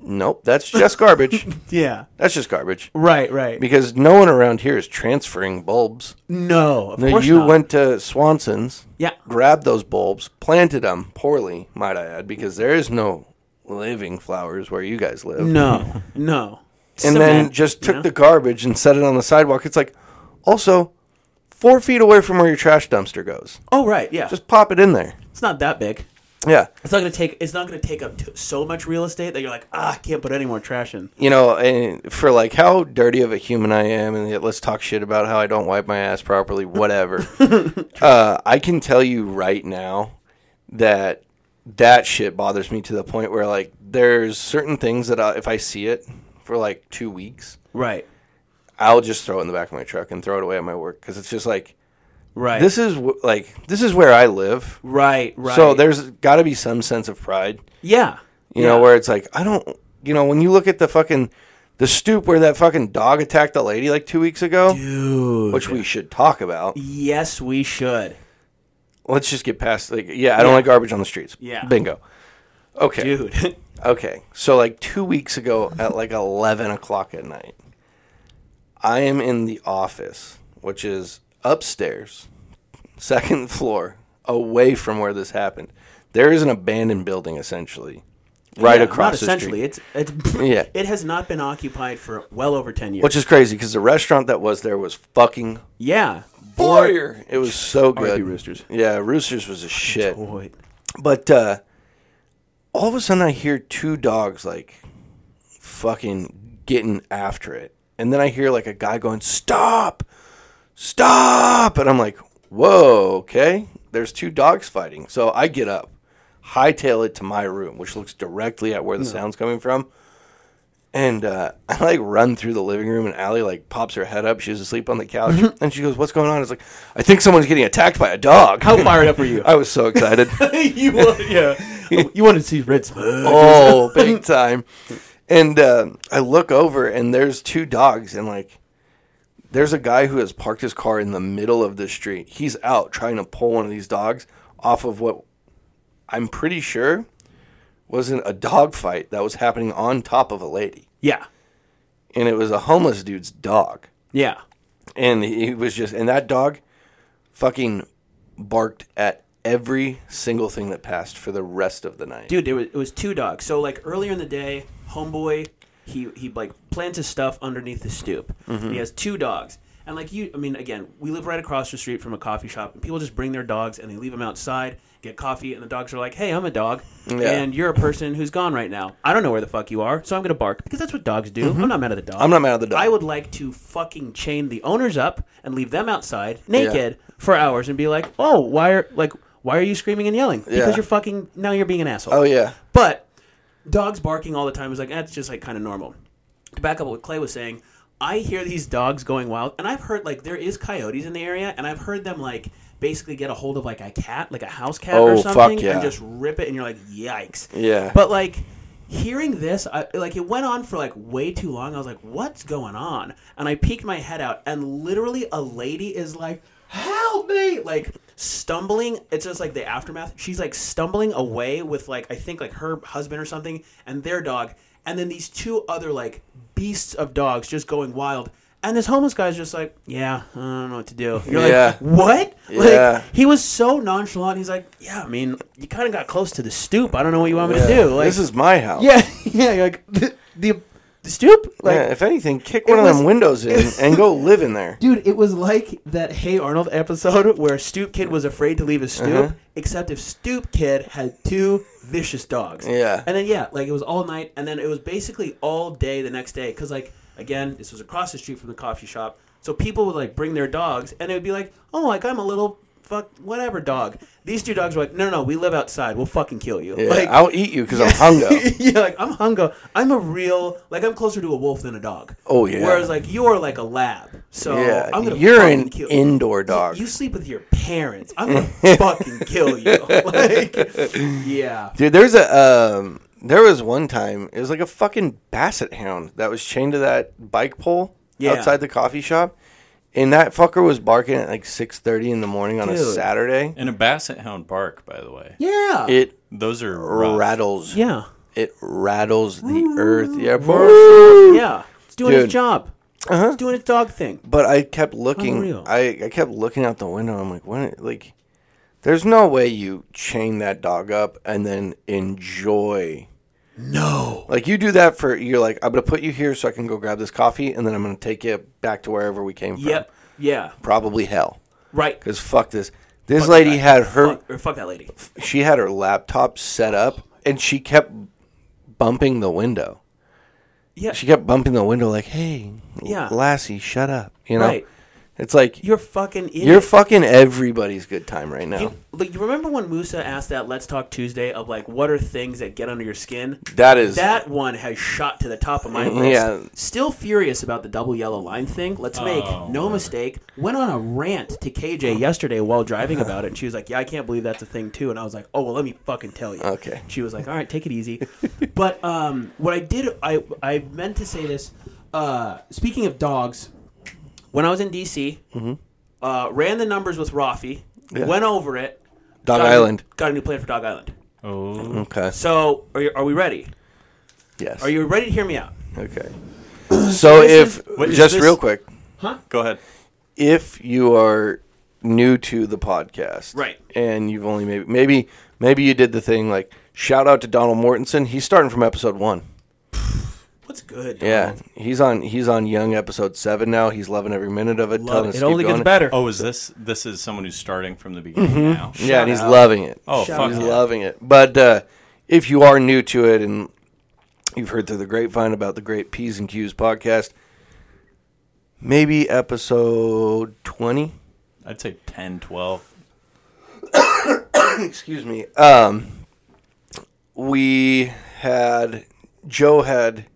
Speaker 1: nope, that's just garbage.
Speaker 2: Yeah.
Speaker 1: that's just garbage.
Speaker 2: Right. Right.
Speaker 1: Because no one around here is transferring bulbs.
Speaker 2: no. Of
Speaker 1: No,
Speaker 2: course
Speaker 1: you
Speaker 2: not.
Speaker 1: went to Swanson's,
Speaker 2: Yeah.
Speaker 1: grabbed those bulbs, planted them poorly, might I add, because there is no living flowers where you guys live.
Speaker 2: No. No.
Speaker 1: and then just took the garbage and set it on the sidewalk. It's like, also, four feet away from where your trash dumpster goes.
Speaker 2: Oh right. Yeah.
Speaker 1: Just pop it in there.
Speaker 2: it's not that big.
Speaker 1: Yeah.
Speaker 2: It's not gonna take. It's not gonna take up t- so much real estate that you're like, ah, I can't put any more trash in.
Speaker 1: You know, and for like how dirty of a human I am, and yet let's talk shit about how I don't wipe my ass properly, whatever. uh, I can tell you right now that that shit bothers me to the point where like there's certain things that I, if I see it for like two weeks,
Speaker 2: Right.
Speaker 1: I'll just throw it in the back of my truck and throw it away at my work because it's just like
Speaker 2: Right.
Speaker 1: this is wh- like this is where I live.
Speaker 2: Right. Right.
Speaker 1: So there's got to be some sense of pride,
Speaker 2: Yeah.
Speaker 1: you
Speaker 2: Yeah.
Speaker 1: know, where it's like I don't, you know, when you look at the fucking the stoop where that fucking dog attacked the lady like two weeks ago,
Speaker 2: Dude.
Speaker 1: which we should talk about.
Speaker 2: Yes, we should.
Speaker 1: Let's just get past like yeah, I don't
Speaker 2: Yeah.
Speaker 1: like garbage on the streets.
Speaker 2: Yeah.
Speaker 1: bingo. Okay,
Speaker 2: Dude.
Speaker 1: okay. So like two weeks ago at like eleven o'clock at night, I am in the office, which is upstairs, second floor, away from where this happened. There is an abandoned building essentially, right
Speaker 2: Yeah,
Speaker 1: across
Speaker 2: not
Speaker 1: the
Speaker 2: essentially
Speaker 1: street.
Speaker 2: it's it's
Speaker 1: Yeah.
Speaker 2: it has not been occupied for well over 10 years
Speaker 1: Which is crazy because the restaurant that was there was fucking
Speaker 2: yeah
Speaker 1: warrior. It was so good.
Speaker 2: Roosters.
Speaker 1: Yeah, Roosters was a shit.
Speaker 2: Boy.
Speaker 1: But uh, all of a sudden, I hear two dogs like fucking getting after it, and then I hear like a guy going, "Stop, stop!" And I'm like, "Whoa, okay." There's two dogs fighting, so I get up, hightail it to my room, which looks directly at where the sound's coming from. And uh, I like run through the living room, and Allie like pops her head up. She was asleep on the couch,
Speaker 2: Mm-hmm.
Speaker 1: and she goes, "What's going on?" It's like, "I think someone's getting attacked by a dog."
Speaker 2: how fired up were you
Speaker 1: I was so excited.
Speaker 2: you want, yeah you wanted to see red smoke
Speaker 1: oh, big time. And uh, I look over, and there's two dogs, and like, there's a guy who has parked his car in the middle of the street. He's out trying to pull one of these dogs off of what I'm pretty sure wasn't a dog fight that was happening on top of a lady.
Speaker 2: yeah
Speaker 1: And it was a homeless dude's dog.
Speaker 2: yeah
Speaker 1: And he was just, and that dog fucking barked at every single thing that passed for the rest of the night.
Speaker 2: dude it was, it was two dogs so like earlier in the day homeboy he he like plants his stuff underneath the stoop he has two dogs and like you i mean again we live right across the street from a coffee shop and people just bring their dogs and they leave them outside get coffee and the dogs are like hey i'm a dog and you're a person who's gone right now i don't know where the fuck you are so i'm gonna bark because that's what dogs do Mm-hmm. i'm not mad at the dog
Speaker 1: I'm not mad at the dog.
Speaker 2: i would like to fucking chain the owners up and leave them outside naked for hours and be like oh why are like why are you screaming and yelling because
Speaker 1: Yeah.
Speaker 2: you're fucking now you're being an asshole
Speaker 1: Oh, yeah.
Speaker 2: but dogs barking all the time is like that's just like kind of normal. To back up what Clay was saying, I hear these dogs going wild, and I've heard like there is coyotes in the area, and I've heard them like basically get a hold of like a cat, like a house cat or
Speaker 1: Oh, fuck
Speaker 2: something,
Speaker 1: yeah.
Speaker 2: and just rip it, and you're like, yikes.
Speaker 1: Yeah.
Speaker 2: But like hearing this, I, like it went on for like way too long. I was like, what's going on? And I peeked my head out, and literally a lady is like, help me! Like stumbling. It's just like the aftermath. She's like stumbling away with like I think like her husband or something and their dog, and then these two other like beasts of dogs just going wild. And this homeless guy's just like, yeah, I don't know what to do. You're
Speaker 1: Yeah.
Speaker 2: like, what?
Speaker 1: Yeah.
Speaker 2: Like, he was so nonchalant. He's like, "Yeah, I mean, you kind of got close to the stoop. I don't know what you want me to do." Like,
Speaker 1: this is my house.
Speaker 2: yeah, yeah. You're like the, the, the stoop. Like,
Speaker 1: yeah, if anything, kick one of
Speaker 2: was-
Speaker 1: them windows in and go live in there.
Speaker 2: dude, it was like that Hey Arnold
Speaker 1: Uh-huh.
Speaker 2: episode where Stoop Kid was afraid to leave his stoop, except if Stoop Kid had two vicious dogs.
Speaker 1: Yeah.
Speaker 2: And then yeah, like it was all night, and then it was basically all day the next day, because like again, this was across the street from the coffee shop, so people would like bring their dogs, and it would be like, oh, like I'm a little fuck whatever dog. These two dogs were like, no, no, no we live outside, we'll fucking kill you.
Speaker 1: Yeah,
Speaker 2: Like,
Speaker 1: I'll eat you because I'm hungry.
Speaker 2: yeah, like I'm hungo. I'm a real like I'm closer to a wolf than a dog.
Speaker 1: Oh, yeah.
Speaker 2: Whereas like you're like a lab. So
Speaker 1: yeah,
Speaker 2: I'm gonna
Speaker 1: you're
Speaker 2: fucking
Speaker 1: an
Speaker 2: kill you.
Speaker 1: indoor dog.
Speaker 2: You sleep with your parents. I'm gonna fucking kill you. Like Yeah.
Speaker 1: Dude, there's a um, there was one time it was like a fucking basset hound that was chained to that bike pole
Speaker 2: Yeah.
Speaker 1: outside the coffee shop, and that fucker was barking at like six thirty in the morning on a
Speaker 2: Dude.
Speaker 1: Saturday.
Speaker 4: And a basset hound bark, by the way.
Speaker 2: Yeah.
Speaker 1: It
Speaker 4: Those are rough.
Speaker 1: rattles.
Speaker 2: yeah.
Speaker 1: It rattles the earth. Yeah,
Speaker 2: Yeah. It's doing
Speaker 1: Dude. Uh-huh.
Speaker 2: its job. It's doing its dog thing.
Speaker 1: but I kept looking.
Speaker 2: Unreal.
Speaker 1: I, I kept looking out the window. I'm like, when? Like, there's no way you chain that dog up and then enjoy. No. Like you do that for you're like I'm gonna put you here so I can go grab this coffee and then I'm gonna take you back to wherever we came from.
Speaker 2: Yep. Yeah.
Speaker 1: Probably hell.
Speaker 2: Right.
Speaker 1: Cause fuck this. This lady
Speaker 2: that.
Speaker 1: had her
Speaker 2: fuck, or fuck that lady.
Speaker 1: she had her laptop set up and she kept bumping the window.
Speaker 2: Yeah.
Speaker 1: She kept bumping the window like, "Hey,
Speaker 2: Yeah.
Speaker 1: Lassie, shut up." You know.
Speaker 2: Right.
Speaker 1: It's like
Speaker 2: You're fucking idiot.
Speaker 1: you're fucking everybody's good time right now.
Speaker 2: You, like, you remember when Musa asked that Let's Talk Tuesday of like, what are things that get under your skin?
Speaker 1: that is Mm,
Speaker 2: That one has shot to the top of my list.
Speaker 1: Yeah.
Speaker 2: Still furious about the double yellow line thing. Let's make no mistake. Went on a rant to KJ yesterday while driving about it, and she was like, "Yeah, I can't believe that's a thing too." And I was like, "Oh well, let me fucking tell you."
Speaker 1: Okay.
Speaker 2: She was like, "All right, take it easy." but um, what I did, I I meant to say this. Uh, speaking of dogs, when I was in DC,
Speaker 1: Mm-hmm.
Speaker 2: uh, ran the numbers with Rafi, went over it.
Speaker 1: Dog
Speaker 2: got a-
Speaker 1: Island.
Speaker 2: got a new plan for Dog Island.
Speaker 4: Oh,
Speaker 1: Okay.
Speaker 2: So, are, you, are we ready?
Speaker 1: Yes.
Speaker 2: Are you ready to hear me out?
Speaker 1: okay? So if
Speaker 4: Wait, is
Speaker 1: just
Speaker 4: this-
Speaker 1: real quick,
Speaker 4: go ahead.
Speaker 1: if you are new to the podcast,
Speaker 2: Right.
Speaker 1: and you've only maybe maybe maybe you did the thing like shout out to Donald Mortensen. He's starting from episode one.
Speaker 2: What's good?
Speaker 1: Yeah,
Speaker 2: Mm-hmm.
Speaker 1: he's on he's on Young episode seven now. He's loving every minute of it.
Speaker 2: Love
Speaker 1: telling
Speaker 2: it.
Speaker 1: us
Speaker 2: It
Speaker 1: to keep
Speaker 2: only gets
Speaker 1: going.
Speaker 2: better.
Speaker 4: Oh, is this this is someone who's starting from the beginning
Speaker 2: Mm-hmm.
Speaker 4: now?
Speaker 1: Yeah, and he's
Speaker 2: out.
Speaker 1: loving it.
Speaker 4: Oh,
Speaker 2: Shout
Speaker 4: fuck
Speaker 2: out.
Speaker 1: He's
Speaker 4: yeah.
Speaker 1: loving it. But uh, if you are new to it and you've heard through the grapevine about the great P's and Q's podcast, maybe episode 20,
Speaker 4: I'd say 10, 12.
Speaker 1: excuse me, um, we had, Joe had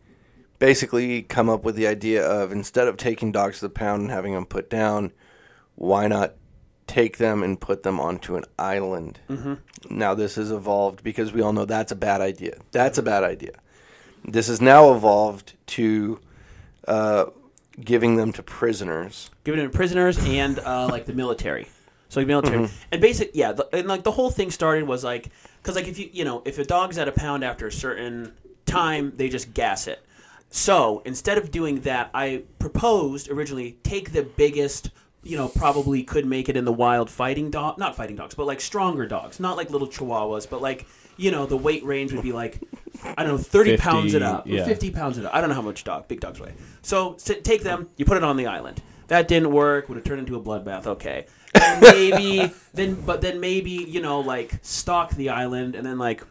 Speaker 1: basically come up with the idea of instead of taking dogs to the pound and having them put down, why not take them and put them onto an island?
Speaker 2: Mm-hmm.
Speaker 1: Now, this has evolved because we all know that's a bad idea. That's a bad idea. This has now evolved to uh, giving them to prisoners.
Speaker 2: Giving it to prisoners and uh, like the military. So like military and basic, yeah. The, and like the whole thing started was like because like if you you know if a dog's at a pound after a certain time, they just gas it. So instead of doing that, I proposed originally take the biggest. You know, probably could make it in the wild fighting dog, not fighting dogs, but like stronger dogs, not like little chihuahuas, but like, you know, the weight range would be like, I don't know, 30
Speaker 4: 50,
Speaker 2: pounds it up,
Speaker 4: yeah.
Speaker 2: 50 50 pounds of I don't know how much dog big dogs weigh. So s take them. You put it on the island. That didn't work. Would have turned into a bloodbath. Okay. Then maybe then, but then maybe you know like stalk the island and then like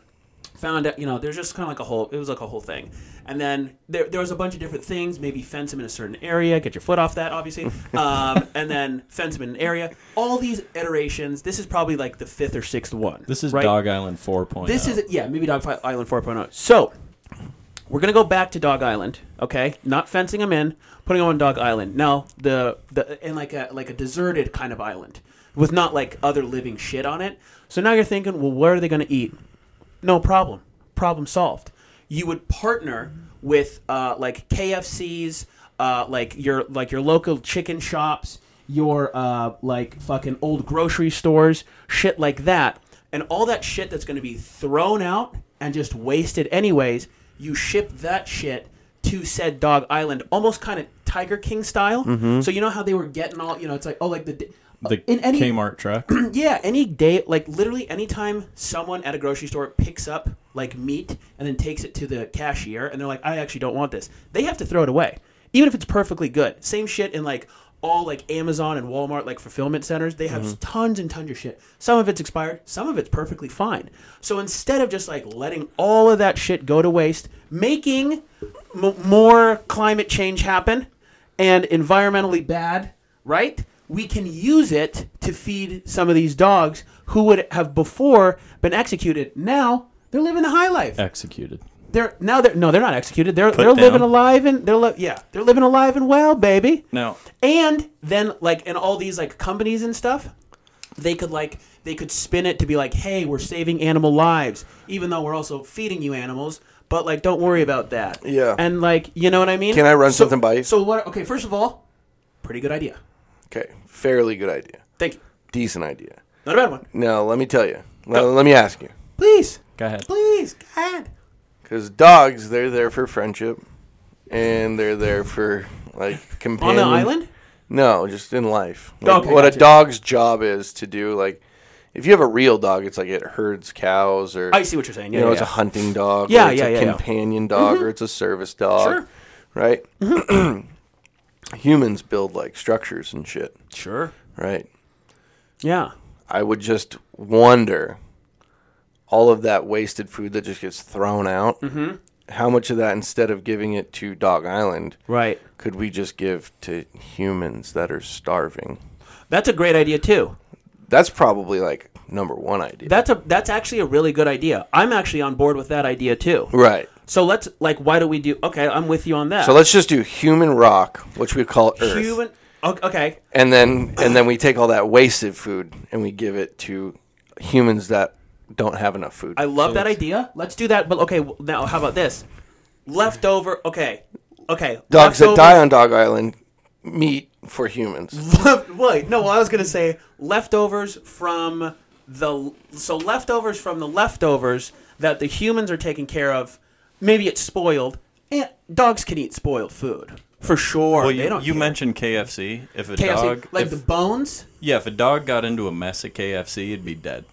Speaker 2: found out you know there's just kind of like a whole it was like a whole thing and then there, there was a bunch of different things maybe fence them in a certain area get your foot off that obviously um, and then fence them in an area all these iterations this is probably like the fifth or sixth one
Speaker 4: This is
Speaker 2: right?
Speaker 4: Dog Island oh. 4.0.
Speaker 2: This is yeah, maybe Dog Fi- Island 4.0. So, we're gonna go back to Dog Island, okay? Not fencing them in, putting them on Dog Island. Now the the and like a like a deserted kind of island with not like other living shit on it. So now you're thinking, well, where are they gonna eat? No problem. Problem solved. You would partner with uh, like KFC's, uh, like your like your local chicken shops, your uh, like fucking old grocery stores, shit like that, and all that shit that's going to be thrown out and just wasted anyways. You ship that shit to said dog island, almost kind of Tiger King style. So you know how they were getting all you know, it's like oh like the.
Speaker 4: Mm-hmm. the
Speaker 2: in any
Speaker 4: Kmart truck.
Speaker 2: yeah, any day, like literally anytime someone at a grocery store picks up like meat and then takes it to the cashier and they're like, I actually don't want this, they have to throw it away. Even if it's perfectly good. Same shit in like all like Amazon and Walmart, like fulfillment centers, they have tons and tons of shit. Some of it's expired, some of it's perfectly fine. So instead of just like letting all of that shit go to waste, making m- more climate change happen and environmentally bad, right? We can use it to feed some of these dogs who would have before been executed. Now they're living the high life
Speaker 4: Executed.
Speaker 2: they're now they're no they're not executed they're they're living
Speaker 4: down.
Speaker 2: alive and they're li- yeah they're living alive and well baby
Speaker 4: Now,
Speaker 2: and then like and all these like companies and stuff they could like they could spin it to be like hey we're saving animal lives even though we're also feeding you animals but like don't worry about that
Speaker 1: Yeah.
Speaker 2: and like you know what i mean
Speaker 1: Can I run
Speaker 2: So-
Speaker 1: something by you?
Speaker 2: so what okay first of all pretty good idea
Speaker 1: Okay, fairly good idea,
Speaker 2: thank you
Speaker 1: decent idea.
Speaker 2: not a bad one
Speaker 1: Now let me tell you. Now,
Speaker 2: Oh.
Speaker 1: let me ask you,
Speaker 2: please
Speaker 4: go ahead.
Speaker 2: please god
Speaker 1: because dogs they're there for friendship, and they're there for like
Speaker 2: on
Speaker 1: companion.
Speaker 2: the island
Speaker 1: No, just in life. Like,
Speaker 2: Okay,
Speaker 1: what
Speaker 2: gotcha.
Speaker 1: a dog's job is to do, like, if you have a real dog, it's like it herds cows or.
Speaker 2: I see what you're saying. Yeah,
Speaker 1: you know,
Speaker 2: yeah,
Speaker 1: it's a
Speaker 2: yeah.
Speaker 1: hunting dog.
Speaker 2: Yeah,
Speaker 1: or it's
Speaker 2: yeah,
Speaker 1: a
Speaker 2: yeah, yeah.
Speaker 1: companion dog or it's a service dog.
Speaker 2: Sure. Mm-hmm.
Speaker 1: Right? Humans build, like, structures and shit.
Speaker 2: sure
Speaker 1: Right?
Speaker 2: yeah
Speaker 1: I would just wonder all of that wasted food that just gets thrown out. Mm-hmm. How much of that, instead of giving it to Dog Island,
Speaker 2: right
Speaker 1: could we just give to humans that are starving?
Speaker 2: that's a great idea too
Speaker 1: That's probably like number one idea.
Speaker 2: That's a that's actually a really good idea. I'm actually on board with that idea too.
Speaker 1: right.
Speaker 2: So let's like why do we do okay, I'm with you on that.
Speaker 1: So let's just do human rock, which we call Earth,
Speaker 2: human o- okay.
Speaker 1: and then and then we take all that wasted food and we give it to humans that don't have enough food.
Speaker 2: I love that idea. Let's do that. But okay, w- now how about this? Leftover okay. Okay.
Speaker 1: Dogs that
Speaker 2: leftovers-
Speaker 1: die on Dog Island, meat for humans.
Speaker 2: Left, wait, no, I was gonna say leftovers from the so leftovers from the leftovers that the humans are taking care of. Maybe it's spoiled. And dogs can eat spoiled food for sure.
Speaker 4: Well,
Speaker 2: they
Speaker 4: you,
Speaker 2: don't
Speaker 4: you
Speaker 2: care.
Speaker 4: mentioned KFC. If a
Speaker 2: KFC,
Speaker 4: dog,
Speaker 2: like
Speaker 4: if-
Speaker 2: the bones.
Speaker 4: yeah, if a dog got into a mess at KFC, it'd be dead.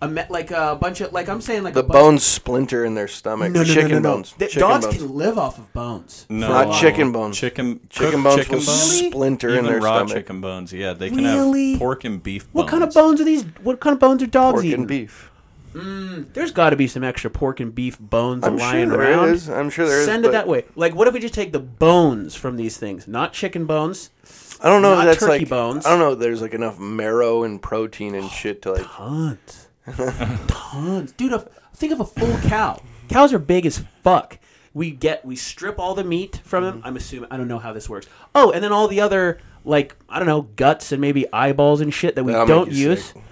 Speaker 2: a me- like a bunch of like I'm saying like
Speaker 1: The
Speaker 2: a bunch
Speaker 1: bones splinter in their stomach.
Speaker 2: no, no,
Speaker 1: chicken
Speaker 2: no, no, no.
Speaker 1: bones.
Speaker 2: The-
Speaker 1: chicken
Speaker 2: dogs
Speaker 1: bones.
Speaker 2: can live off of bones.
Speaker 4: No,
Speaker 1: Not chicken bones.
Speaker 4: Chicken,
Speaker 1: Chicken
Speaker 4: cooked
Speaker 1: bones
Speaker 4: chicken
Speaker 1: will
Speaker 4: bones?
Speaker 1: splinter
Speaker 4: Even
Speaker 1: in their
Speaker 4: raw
Speaker 1: stomach.
Speaker 4: chicken bones. Yeah, they can
Speaker 2: Really?
Speaker 4: have pork and beef. Bones.
Speaker 2: What kind of bones are these? What kind of bones are dogs
Speaker 1: Pork
Speaker 2: eating?
Speaker 1: and beef.
Speaker 2: There's got to be some extra pork and beef bones
Speaker 1: I'm
Speaker 2: lying
Speaker 1: sure there
Speaker 2: around.
Speaker 1: is. I'm sure there is,
Speaker 2: Send it
Speaker 1: but-
Speaker 2: that way. Like, what if we just take the bones from these things, not chicken bones?
Speaker 1: I don't know.
Speaker 2: Not
Speaker 1: if that's
Speaker 2: turkey
Speaker 1: like
Speaker 2: bones.
Speaker 1: I don't know. If there's like enough marrow and protein and shit to like.
Speaker 2: Tons, tons, dude. A, think of a full cow. Cows are big as fuck. We get we strip all the meat from
Speaker 1: Mm-hmm.
Speaker 2: them. I'm assuming I don't know how this works. Oh, and then all the other like I don't know guts and maybe eyeballs and shit that we
Speaker 1: That'll make
Speaker 2: don't
Speaker 1: you
Speaker 2: use.
Speaker 1: sick.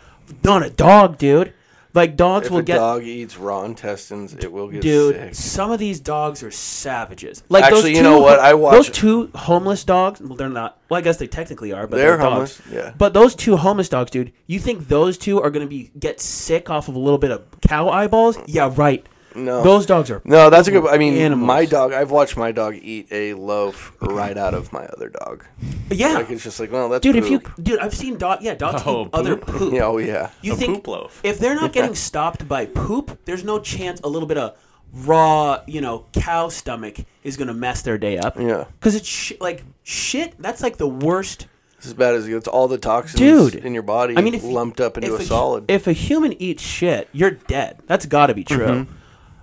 Speaker 2: Not a dog, dude. Like dogs
Speaker 1: If
Speaker 2: will
Speaker 1: a
Speaker 2: get
Speaker 1: dog eats raw intestines, it will get
Speaker 2: dude.
Speaker 1: sick.
Speaker 2: Some of these dogs are savages. Like those
Speaker 1: Actually,
Speaker 2: two,
Speaker 1: you know what? I watch-
Speaker 2: those two homeless dogs. Well, they're not. Well, I guess they technically are, but
Speaker 1: They're
Speaker 2: they're, dogs.
Speaker 1: homeless, yeah.
Speaker 2: But those two homeless dogs, dude. You think those two are gonna be get sick off of a little bit of cow eyeballs? Yeah, right.
Speaker 1: No.
Speaker 2: those dogs are.
Speaker 1: No, that's a good. I mean,
Speaker 2: Animals.
Speaker 1: my dog. I've watched my dog eat a loaf right out of my other dog.
Speaker 2: Yeah,
Speaker 1: Like it's just like, well, that's
Speaker 2: dude. If
Speaker 1: poop.
Speaker 2: you, dude, I've seen dog. Yeah, dogs
Speaker 4: Oh,
Speaker 2: eat other
Speaker 4: poop.
Speaker 2: poop.
Speaker 1: Yeah, oh yeah.
Speaker 2: You
Speaker 4: A
Speaker 2: think
Speaker 4: poop loaf.
Speaker 2: if they're not getting stopped by poop, there's no chance a little bit of raw, you know, cow stomach is gonna mess their day up.
Speaker 1: Yeah.
Speaker 2: because it's sh- like shit. That's like the worst,
Speaker 1: It's as bad as it gets. All the toxins
Speaker 2: dude.
Speaker 1: in your body.
Speaker 2: I mean, if,
Speaker 1: lumped up into
Speaker 2: if
Speaker 1: a, solid.
Speaker 2: If a human eats shit, you're dead. That's got to be true.
Speaker 1: Mm-hmm.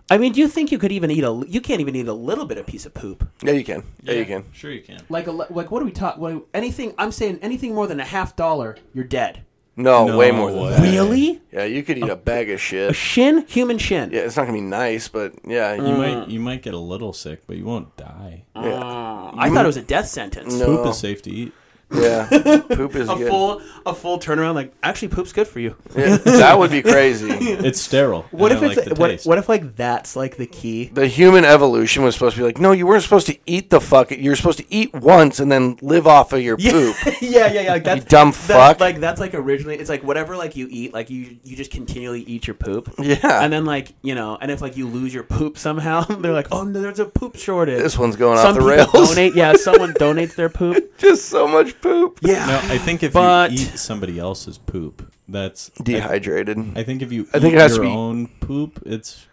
Speaker 2: I mean, do you think you could even eat a? You can't even eat a little bit of piece of poop.
Speaker 1: yeah, you can. Yeah, you
Speaker 4: Yeah,
Speaker 1: can.
Speaker 4: Sure, you can.
Speaker 2: Like a li- like, what are we talking? Anything? I'm saying anything more than a half dollar, you're dead.
Speaker 1: No,
Speaker 4: No
Speaker 1: way more than
Speaker 4: way.
Speaker 1: that.
Speaker 2: Really?
Speaker 1: Yeah, you could eat a bag of
Speaker 2: A
Speaker 1: shit.
Speaker 2: shin? Human shin?
Speaker 1: Yeah, it's not gonna be nice, but yeah, you
Speaker 2: Mm.
Speaker 4: You
Speaker 1: might.
Speaker 4: might you might get a little sick, but you won't die.
Speaker 2: Oh, I thought it was a death sentence.
Speaker 1: No.
Speaker 4: Poop is safe to eat.
Speaker 1: Yeah, poop is
Speaker 2: A
Speaker 1: good.
Speaker 2: full a full turnaround. Like actually, poop's good for you.
Speaker 1: Yeah, that would be crazy.
Speaker 4: It's sterile.
Speaker 2: What
Speaker 4: I
Speaker 2: if
Speaker 4: don't
Speaker 2: it's
Speaker 4: like the
Speaker 2: what,
Speaker 4: taste.
Speaker 2: what if like that's like the key?
Speaker 1: The human evolution was supposed to be like, no, you weren't supposed to eat the fuck. You were supposed to eat once and then live off of your poop.
Speaker 2: yeah, yeah, yeah. Like that's,
Speaker 1: dumb
Speaker 2: that-
Speaker 1: fuck.
Speaker 2: Like that's like originally, it's like whatever like you eat, like you you just continually eat your poop.
Speaker 1: Yeah.
Speaker 2: And then like you know, and if like you lose your poop somehow, they're like, oh no, there's a poop shortage.
Speaker 1: This one's going
Speaker 2: Some
Speaker 1: off the
Speaker 2: people
Speaker 1: rails.
Speaker 2: Donate, yeah, someone donates their poop.
Speaker 1: Just so much poop.
Speaker 2: Yeah.
Speaker 4: No, I think if
Speaker 2: But-
Speaker 4: you eat somebody else's poop, that's I,
Speaker 1: Dehydrated.
Speaker 4: I think if you
Speaker 1: I think
Speaker 4: eat
Speaker 1: it has
Speaker 4: your
Speaker 1: to be-
Speaker 4: own poop, it's